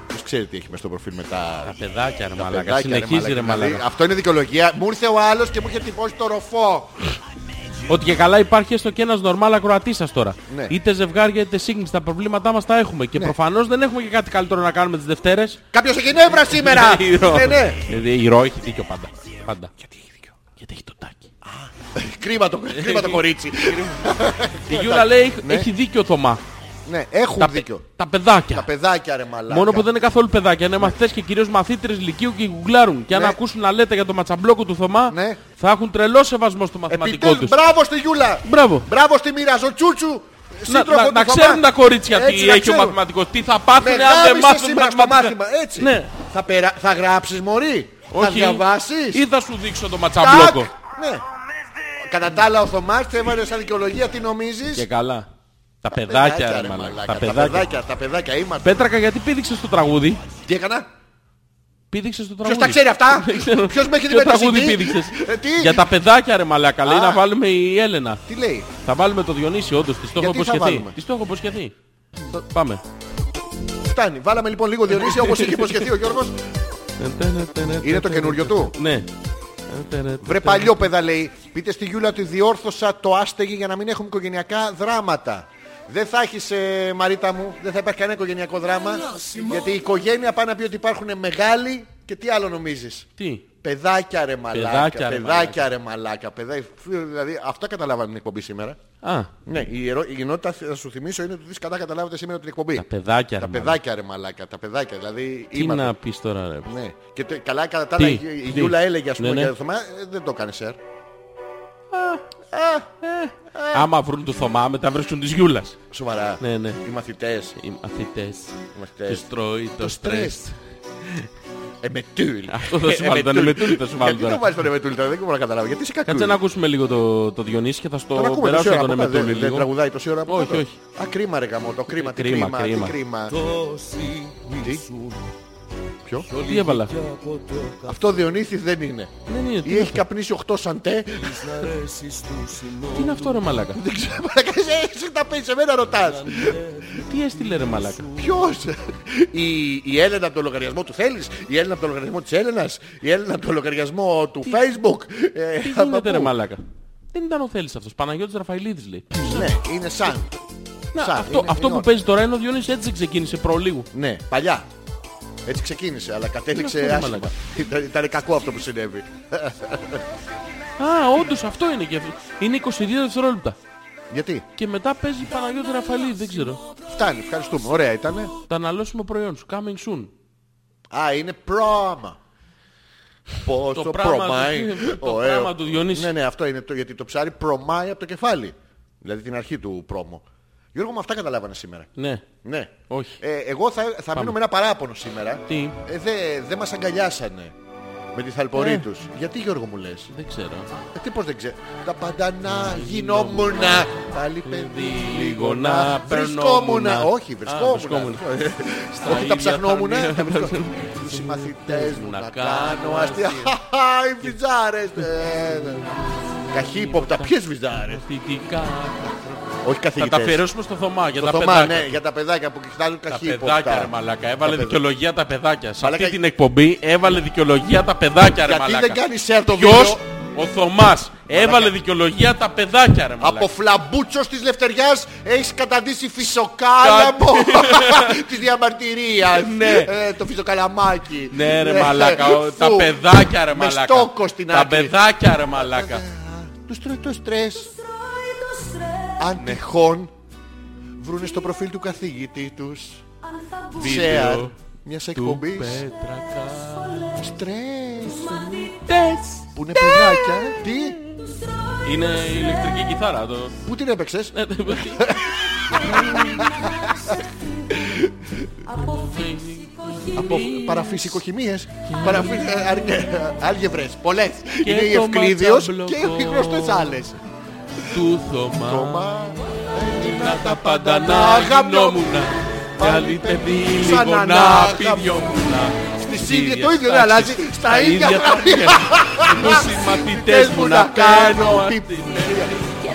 Ποιος ξέρεις τι έχει μες στο προφίλ μετά. Τα παιδάκια ρε Τα μαλάκα. παιδάκια, Συνεχίζει ρε δηλαδή, μαλάκα. Αυτό είναι δικαιολογία. Μου ήρθε ο άλλος και μου είχε τυπώσει το ροφό. Ότι και καλά υπάρχει έστω και ένας νορμάλ ακροατής σας τώρα. Ναι. Είτε ζευγάρια είτε σύγκριση, τα προβλήματά μας τα έχουμε. Και προφανώς δεν έχουμε και κάτι καλύτερο να κάνουμε τις Δευτέρες. Κάποιος έχει νεύρα <laughs> σήμερα. ναι, ναι. Η Ρο Ε, έχει δίκιο πάντα. Πάντα. Γιατί έχει δίκιο. Γιατί έχει το τάκι. Κρίμα το, κρίμα το κορίτσι. Η Γιούλα λέει «Έχ- έχει δίκιο ο Θωμά. ναι, Ε, έχουν Τα, παι- δίκιο. τα παιδάκια. Τα παιδάκια ρε μαλάκα. Μόνο που δεν είναι καθόλου παιδάκια. Είναι μαθητές και κυρίως μαθήτρε λυκείου και γκουγκλάρουν. Και αν Ναι. ακούσουν να λέτε για το ματσαμπλόκο του Θωμά, Ναι. θα έχουν τρελό σεβασμό στο μαθηματικό του. Επιτέλους, μπράβο στη Γιούλα. Μπράβο. Μπράβο στη Μοίραζο Τσούτσου. Να, σύντροφο να- του να Θωμά. ξέρουν τα κορίτσια τι Έτσι, να έχει ο ξέρουν. μαθηματικός. Τι θα πάθουν Με αν δεν γάμισε μάθουν σήμερα στο μάθημα. μαθηματικά. Έτσι. Ναι. Θα, περα... θα γράψεις μωρή. Θα διαβάσεις. Ή θα σου δείξω το Τάκ. ματσαμπλόκο. Ναι. Κατά τα άλλα ο Θωμάς το έβαλε σαν δικαιολογία. Τι νομίζεις. Και καλά. Τα παιδάκια, ρε μαλάκα. μαλάκα. Τα παιδάκια, τα παιδάκια είμαστε. Πέτρακα, γιατί πήδηξες το τραγούδι. Τι έκανα. Πήδηξες το Ποιος τραγούδι. τα ξέρει αυτά. <laughs> Δεν ξέρω. Ποιος με έχει δει Ποιο με το τραγούδι CD? πήδηξες? Ε, τι? Για τα παιδάκια, ρε μαλάκα. Λέει Α. να βάλουμε η Έλενα. Τι λέει. Θα βάλουμε το Διονύση, όντως. Τη το έχω Γιατί θα υποσχεθεί. βάλουμε? Τη το έχω υποσχεθεί. Πάμε. Φτάνει. Βάλαμε λοιπόν λίγο Διονύση όπως είχε υποσχεθεί ο Γιώργος. Είναι το καινούριο του. Ναι. Βρε παλιό παιδά λέει. Πείτε στη Γιούλα ότι διόρθωσα το άστεγη για να μην έχουμε οικογενειακά δράματα. Δεν θα έχεις ε, Μαρίτα μου, δεν θα υπάρχει κανένα οικογενειακό δράμα. Γιατί η οικογένεια πάει να πει ότι υπάρχουν μεγάλοι και τι άλλο νομίζεις. Τι. Παιδάκια ρε μαλάκα. Παιδάκια, Παιδάκια, ρε, ρε μαλάκα. Παιδά... Δηλαδή αυτά καταλάβανε την εκπομπή σήμερα. Α, Ναι, η, ερω... η ενότητα θα σου θυμίσω είναι ότι τις κατά καταλάβατε σήμερα την εκπομπή. τα παιδάκια. Τα ρε μαλάκα. παιδάκια ρε μαλάκα, τα παιδάκια. Δηλαδή Τι είμαστε. να πεις τώρα, ρε. Ναι. Και τε- καλά κατά τα Τι, άλλα η- η τι. Γιούλα έλεγε ας πούμε Ναι, ναι. για το Θωμά, ε, δεν το έκανε σερ. Άμα βρουν του Θωμά, μετά βρίσκουν τη Γιούλα. Σοβαρά. Ναι, ναι. Οι μαθητές. Οι μαθητές. Οι μαθητές. Τους τρώει το στρε. Ε. στρες. Εμετούλ. Αυτό θα σου βάλει τον Εμετούλη, θα σου βάλει Ε, Γιατί τώρα. το βάζεις τον Εμετούλη τώρα, δεν μπορώ να καταλάβω. Γιατί είσαι κακούλη. Κάτσε να ακούσουμε λίγο το, το Διονύση και θα Τον στο ακούμε τόση περάσουμε ώρα τον από κάτω, Εμετούλη δεν- Δεν λίγο. τραγουδάει τόση ώρα από Όχι, κάτω. όχι. Ε, Α, κρίμα ρε γαμό, το κρίμα, τι Κρίμα, κρίμα, τι κρίμα. κρίμα. Τι? Ποιο? Τι έβαλα. Ναι, Αυτό Διονύθι δεν είναι. Δεν είναι. Ή έχει καπνίσει 8 σαντέ. <laughs> Τι είναι αυτό ρε μαλάκα. Δεν ξέρω, μαλάκα, εσύ- εσύ τα παίρνεις, εμένα ρωτάς. Τι έστειλε ρε μαλάκα. Ποιος. Η, η Έλενα από το λογαριασμό του θέλεις. Η Έλενα από το λογαριασμό της Έλενας. Η Έλενα από το λογαριασμό του Facebook. Ε, Τι από γίνεται ρε πού? μαλάκα. Δεν ήταν ο Θέλης αυτός. Παναγιώτης Ραφαηλίδης λέει. Ναι, είναι σαν. Να, Σαν, αυτό, είναι- αυτό είναι που όρο. παίζει τώρα είναι ο Διονύσης έτσι ξεκίνησε προλίγου. Ναι, παλιά. Έτσι ξεκίνησε, αλλά Τι είναι κατέληξε αυτό, ρε άσχημα. Ήταν, ήταν κακό αυτό που συνέβη. Α, όντως αυτό είναι και είναι 22 δευτερόλεπτα. Γιατί. Και μετά παίζει Παναγιώτη Ραφαηλίδη, δεν ξέρω. Φτάνει, ευχαριστούμε. Ωραία ήτανε. Τα αναλώσιμο προϊόν σου, coming soon. Α, είναι πράμα. Πόσο Το πράμα προμάει. του- <laughs> το ωραίο. πράμα του Διονύσης. Ναι, ναι, αυτό είναι το, γιατί το ψάρι προμάει από το κεφάλι. Δηλαδή την αρχή του πρόμο. Γιώργο, με αυτά καταλάβανε σήμερα. Ναι. Ναι. Όχι. Ε, εγώ θα, θα μείνω με ένα παράπονο σήμερα. Τι? Ε, δεν δε μας αγκαλιάσανε με τη θαλπορή Ε. τους. Γιατί Γιώργο μου λες. Δεν ξέρω. Ε, τι πώς δεν ξέρω. Τα πάντα να γινόμουν πάλι παιδί λίγο να Βρισκόμουν. περνόμουνα. Όχι, Α, βρισκόμουν. βρισκόμουν. Στα Όχι, τα ίδια ψαχνόμουν. ταμεία. Του συμμαθητές μου Να να κάνω κάνω αστεία. αστεία. Χαχα, οι βυζάρες. Ε, ναι. Καχύποπτα, ποιες βυζάρες. Θετικά. Όχι Θα τα καθηγητές. αφιερώσουμε στο Θωμά για Το τα Θωμά, ναι, παιδάκια. για τα παιδάκια που κοιτάζουν Τα καχύποπτα. παιδάκια ρε μαλάκα. Έβαλε παιδάκια. δικαιολογία τα παιδάκια. Σε Μαλάκα, ε- αυτή την εκπομπή έβαλε δικαιολογία τα παιδάκια ρε Γιατί μαλάκα. δεν κάνεις share το Ποιος βίντεο. ο Θωμάς έβαλε δικαιολογία τα παιδάκια ρε μαλάκα. Από φλαμπούτσος της Λευτεριάς έχεις καταντήσει φυσοκάλαμο <laughs> της διαμαρτυρίας. Ναι. Ε, το φυσοκαλαμάκι. Ε, Ναι ρε μαλάκα, ο- <laughs> τα Φου. παιδάκια ρε Με μαλάκα. στόκο στην Τα άκρη. παιδάκια ρε μαλάκα. Τους τρώει το στρες. Αν Ναι. τυχόν βρούνε στο προφίλ του καθηγητή τους share Βίντεο μιας του εκπομπής Πέτρακα. στρες που είναι παιδάκια. Τι, Είναι ηλεκτρική κιθάρα. <laughs> Το... πού την έπαιξες. Από παραφυσικοχημίες, παραφυ... ε, αργε- άλγευρες, πολλές. Είναι η το Ευκλήδιος και ματσαμπλοκό. οι γνωστές άλλες. του Θωμά. Μα, Να τα πάντα να να γαμνόμουν. γυμνόμουνα. Πάλι παιδί λίγο Ξανά να να πηδιόμουνα. Στις ίδιες ίδιες, το ίδιο δεν τάξεις, αλλάζει, στα ίδια πράγματα. Τους συμμαθητές μου να κάνω αυτή.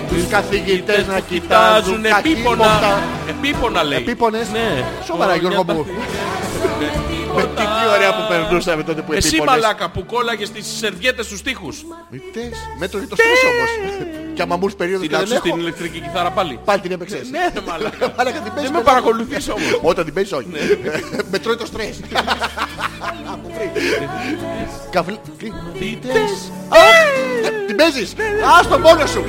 Τους καθηγητές να κοιτάζουν Κοιτάζουν επίπονα. καχύποπτα. Επίπονα λέει. Επίπονες. Ναι. Σοβαρά Ω, Γιώργο μια μου. τα- Με τι τι ωραία που περνούσαμε τότε που Εσύ επίπονες. μαλάκα που κόλαγες τις σερβιέτες στους τοίχους. Μητές, Ναι. μέτρο για το στρες όμως. Κι άμα μου ήρθε περίοδος Την και δεν άκουσες την έχω, ηλεκτρική κιθάρα πάλι. πάλι την έπαιξες. Ναι ρε μαλάκα. Μαλάκα, την παίζεις Δεν με μετά. παρακολουθείς όμως. Ναι. Όταν την παίζεις όχι. Με τρώει το στρες. Μου βρει. Καβλ- τι- Θητές. Α, Ε, Την παίζεις. Άστο μόνο σου.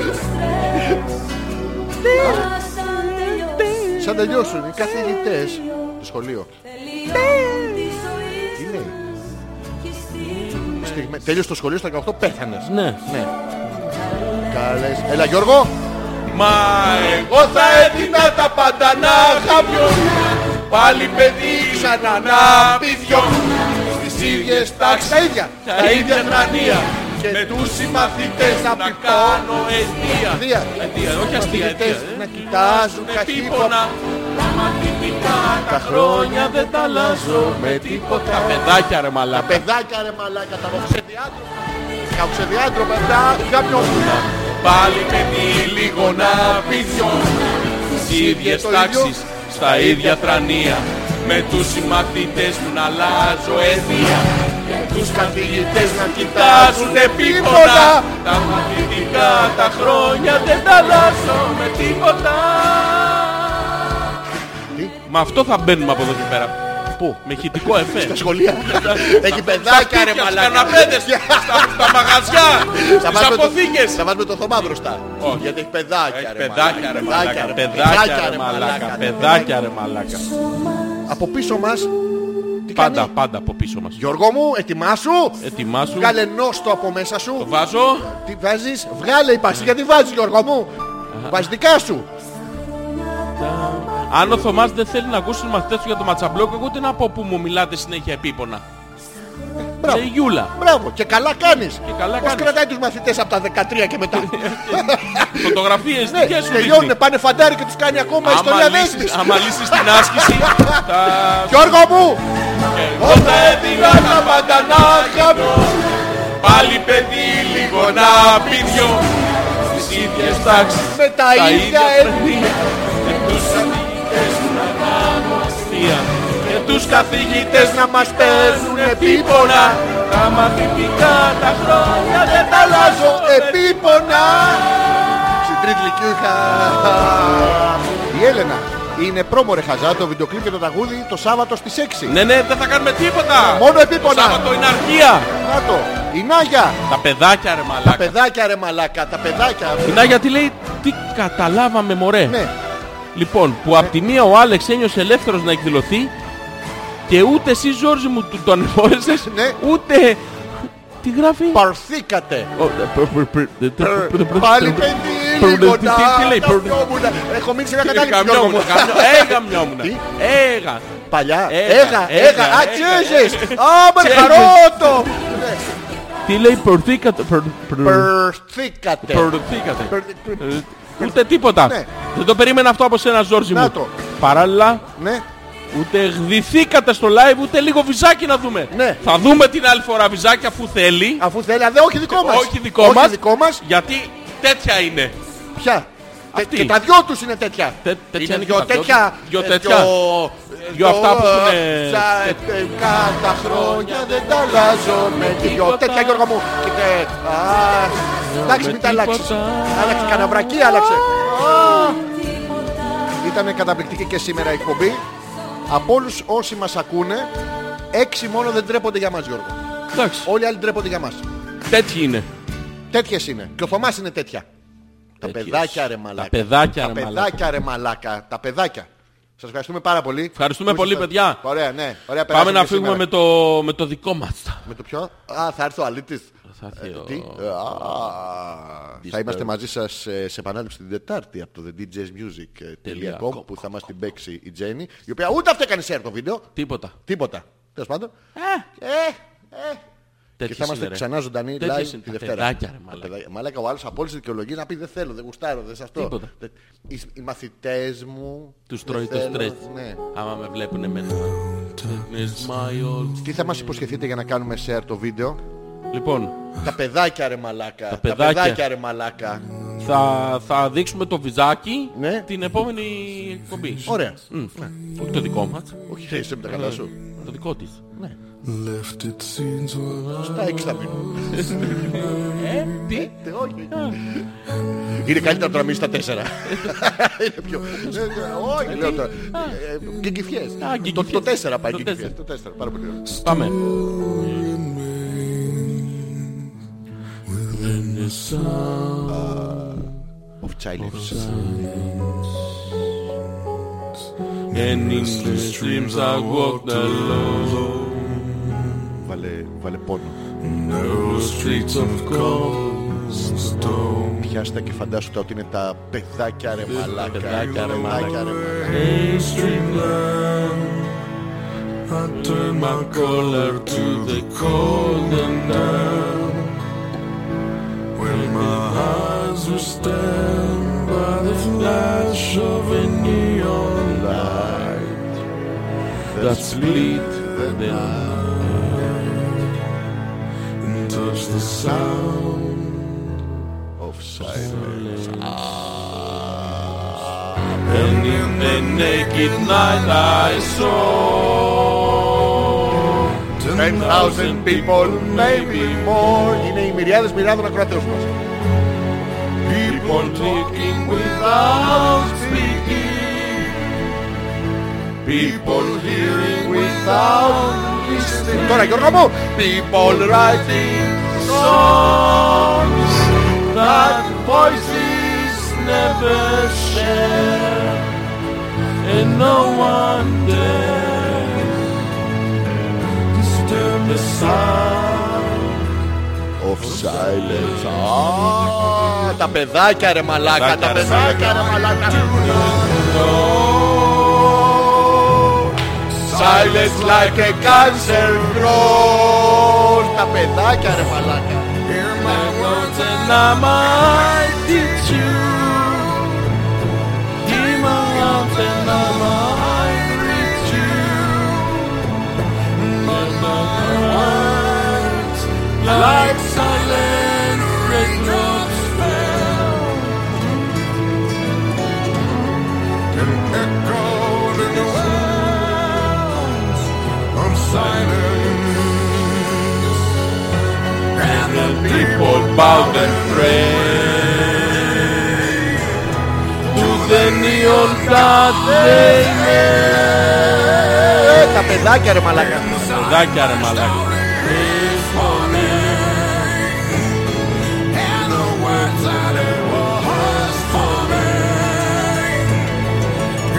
Σαν τελειώσουν οι καθηγητές στο σχολείο. Τι λέει. Στιγμέ- Τέλειωσε το σχολείο στα 18, πέθανες. Ναι. Ναι. Καλές. Έλα Γιώργο. Μα εγώ θα έδινα τα πάντα να χαμιώ Πάλι παιδί ξανά να πει δυο Στις ίδιες Εντάξει, τάξεις τα ίδια. τα ίδια τρανία Με τους συμμαθητές να κάνω αιτία Δία. Αιτία, όχι ε. αστεία, αιτία Καθηγητές να κοιτάζουν καχύποπτα. Επίπονα Τα μαθητικά τα χρόνια δεν τα αλλάζω Με τίποτα Παιδάκια ρε Τα μαλάκα παιδάκια ρε μαλάκα, τα βοξεδιάτροπα. Τα βοξεδιάτροπα, τα γαμιόμουνα. Πάλι παιδί λίγο να πει δυο Στις ίδιες Το ίδιο. τάξεις, στα ίδια τρανία Με τους συμμαθητές μου να αλλάζω αιτία Τους καθηγητές να Κοιτάζουν επίπονα Τα μαθητικά τα χρόνια δεν τα αλλάζω με τίποτα Με αυτό θα μπαίνουμε από εδώ και πέρα Πού? Με χητικό εφέ Τα σχολεία. Έχει παιδάκια ρε Στα μαλάκα. καναπέδες, στα- στα μαγαζιά, Θα στις βάζουμε το- αποθήκες Θα βάζουμε το θωμά μπροστά. Όχι. Γιατί έχει παιδάκια Έχει ρε Παιδάκια ρε μαλάκα, παιδάκια ρε μαλάκα, παιδάκια ρε μαλάκα. Από πίσω μας. τι Πάντα, Ε, κάνει? πάντα από πίσω μας. Γιώργο μου, ετοιμάσου. Ετοιμάσου, Βγάλε νόστο από μέσα το σου. βάζω, Τι βάζεις, βγάλε η παστή. Γιατί βάζεις Γιώργο μου. Βάζεις δικά σου. Αν ο Θωμάς δεν θέλει να ακούσει τους μαθητές του για το ματσαμπλόκ, εγώ τι να πω που μου μιλάτε συνέχεια επίπονα. Μπράβο. Λέει Γιούλα. Μπράβο και καλά κάνεις. Και καλά Πώς κάνεις. κρατάει τους μαθητές από τα 13 και <laughs> μετά. Φωτογραφίες, Ναι, δικές σου τελειώνουν, δείχνει. πάνε φαντάρι και τους κάνει ακόμα ιστορία Άμα λύσεις, δέσμης. άμα λύσεις την άσκηση, τα... Γιώργο μου, Εγώ θα ναι, έδινα τα πάντα να χαμώ Πάλι παιδί λίγο να πει δυο Στις ίδιες τάξεις με τα ίδια έθνη. Και τους καθηγητές μου να κάνω αστεία Και τους καθηγητές να μας παίζουν επίπονα Τα μαθητικά τα χρόνια δεν τα αλλάζω επίπονα. Στην τρίτη λυκείου είχα... Η Έλενα είναι πρόμορφη χαζά το βιντεοκλίπ και το τραγούδι το Σάββατο στις 6. Ναι, ναι, δεν θα κάνουμε τίποτα Μόνο Το επίπονα. Σάββατο είναι αρχεία Κάτω. Η Νάγια. Τα παιδάκια ρε Τα μαλάκα παιδάκια ρε μαλάκα, τα παιδάκια. Η Νάγια τι λέει, τι καταλάβαμε μωρέ Ναι. Λοιπόν, που απ' τη μία ο Άλεξ ένιωσε ελεύθερος να εκδηλωθεί και ούτε εσύ Ζόρζι μου του τον εφόρεσες, Ναι. ούτε... Τι γράφει? Παρθήκατε. Ο- πρ- πρ- πρ- Ε, πρ- πρ- Πάλι πρ- παιδί πρ- λίγο τι- να τι- τι λέει, Ε, τα πρ- πιόμουνα. Έχω μείνει σε μια κατάληψη Γιώργο μου. Γαμιόμουν, γαμιό- ε, γαμιόμουν. Ε, Τι? Έγα. Παλιά, Έγα, έγα, έγα, έγα, α, έγα. τσίζεις, α, με Τσίζεις. χαρότο. Ναι. Τι λέει, προρθήκατε, πρ- πρ- Περθήκατε. προρθήκατε. Περ- Ε, Ούτε τίποτα. Ναι. Δεν το περίμενα αυτό από σένα, Ζόρζι Να μου. το. Παράλληλα, Ναι. ούτε γδυθήκατε στο live, ούτε λίγο βυζάκι να δούμε. Ναι. Θα δούμε την άλλη φορά βυζάκι αφού θέλει. Αφού θέλει, α, δε, όχι δικό μας. Όχι δικό μας. δικό μας. Γιατί τέτοια είναι. Ποια. Τε- Αυτή. Και τα δυο τους είναι τέτοια. Τε- τέτοια είναι είναι δυο και τα δυο τέτοια. τους. Δυο ε, τέτοια. ε, Δυο αυτά που έχουνε- Στα εκατά χρόνια δεν τα αλλάζω με τη δυο. τίποτα. Τέτοια Γιώργο μου. Κοίτα, α, Εντάξει με μην τα αλλάξεις. τίποτα. Άλλαξε καναβρακή, άλλαξε. Α. Ήταν καταπληκτική και σήμερα η εκπομπή. Από όλους όσοι μας ακούνε, έξι μόνο δεν τρέπονται για μας Γιώργο. Εντάξει. Όλοι οι άλλοι τρέπονται για μας. Τέτοιοι είναι. Τέτοιες είναι. Και ο Θωμάς είναι τέτοια. Τα Τέτοιες. παιδάκια ρε μαλάκα. Τα παιδάκια, Ναι. ρε Τα Ναι, μαλάκα. παιδάκια ρε μαλάκα. Τα παιδάκια. Σας ευχαριστούμε πάρα πολύ. Ευχαριστούμε Που πολύ, ήσασταν. παιδιά. Ωραία, ναι. Πάμε Ωραία, περάσαμε να και φύγουμε σήμερα. με το, με το δικό μας. Με το ποιο? Α, θα έρθει ο αλήτης. Θα έρθει Ε, ο- τι? Α, Θα είμαστε μαζί σας ε, σε επανάληψη την Τετάρτη από το thedjsmusic.com ε, που θα μας την παίξει η Τζέννη η οποία ούτε αυτή έκανε share το βίντεο. Τίποτα. Τίποτα. Τέλος πάντων. Ε, ε, Και Τέτοιες θα είμαστε είναι, ρε. ξανά ζωντανοί Τέτοιες live είναι. τη Τα Δευτέρα. παιδάκια, ρε, Τα μαλάκα. παιδάκια. Μαλάκα ο άλλος από όλες τις δικαιολογίες να πει δεν θέλω, δεν γουστάρω, δεν σε αυτό. Τίποτα. Δεν- Οι, οι μαθητές μου... Τους δεν τρώει το θέλω, στρες. Ναι. Άμα με βλέπουν εμένα. Is my old- Τι θα μας υποσχεθείτε για να κάνουμε share το βίντεο. Λοιπόν, Τα παιδάκια ρε μαλάκα. Τα παιδάκια. ρε μαλάκα. θα, θα δείξουμε το βυζάκι Ναι. την επόμενη εκπομπή. Ωραία. Μμ. Όχι το δικό μας, Όχι, εσύ με τα καλά σου. το δικό της. Στα έξι θα μείνουν. Τι? Ε, όχι. Είναι καλύτερα τώρα να μείνεις στα <laughs> τέσσερα. Είναι πιο. Ε, ε, Όχι, λέω τώρα. Ε, ε, γκυγκυφιές. Α, Το- γκυγκυφιές. Το τέσσερα πάει Το γκυγκυφιές. τέσσερα. Το τέσσερα. Πάρα πολύ ωραία. Πάμε. Of Childish. And in the streams I walk alone. Βάλε, βάλε πόνο. No streets of cobblestone. Πιάστα και φαντάσου τα ότι είναι τα παιδάκια ρε μαλάκα. παιδάκια, ρε, Παιδάκια, ρε, μαλάκα. I turn my collar to the cold and damp. When my eyes were stained by the flash of a neon light that split the night and touched the sound Of Silence. And in the naked night I saw 10,000 people, maybe more. Είναι οι μυριάδες μοιράδων ακροατές μας. people talking without speaking People hearing without listening Τώρα Γιώργο μου, People writing songs That voices never share And no one dares Disturb the sound Of silence. Α, Τα παιδάκια ρε μαλάκα, τα παιδάκια ρε μαλάκα. Silence like a cancer grows. Τα παιδάκια ρε μαλάκα. Hear my words and I might teach you. Hear my words and I might reach you. But my words, like silent raindrops fell. And echoed in the sounds of silence. And the people bowed and prayed To the neon god they made Ε, Τα παιδάκια ρε μαλάκα. Παιδάκια ρε μαλάκα This morning And the words that it was for me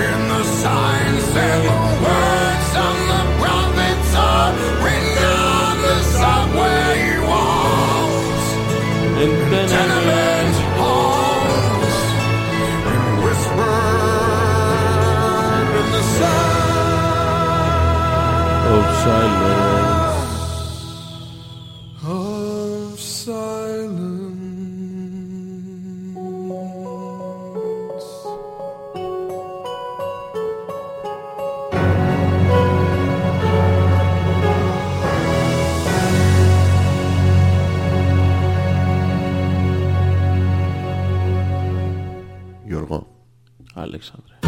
In the signs and the words of the prophets are written on the subway walls And tenement halls And whispered in the sound Of silence Of silence Αλέξανδρε.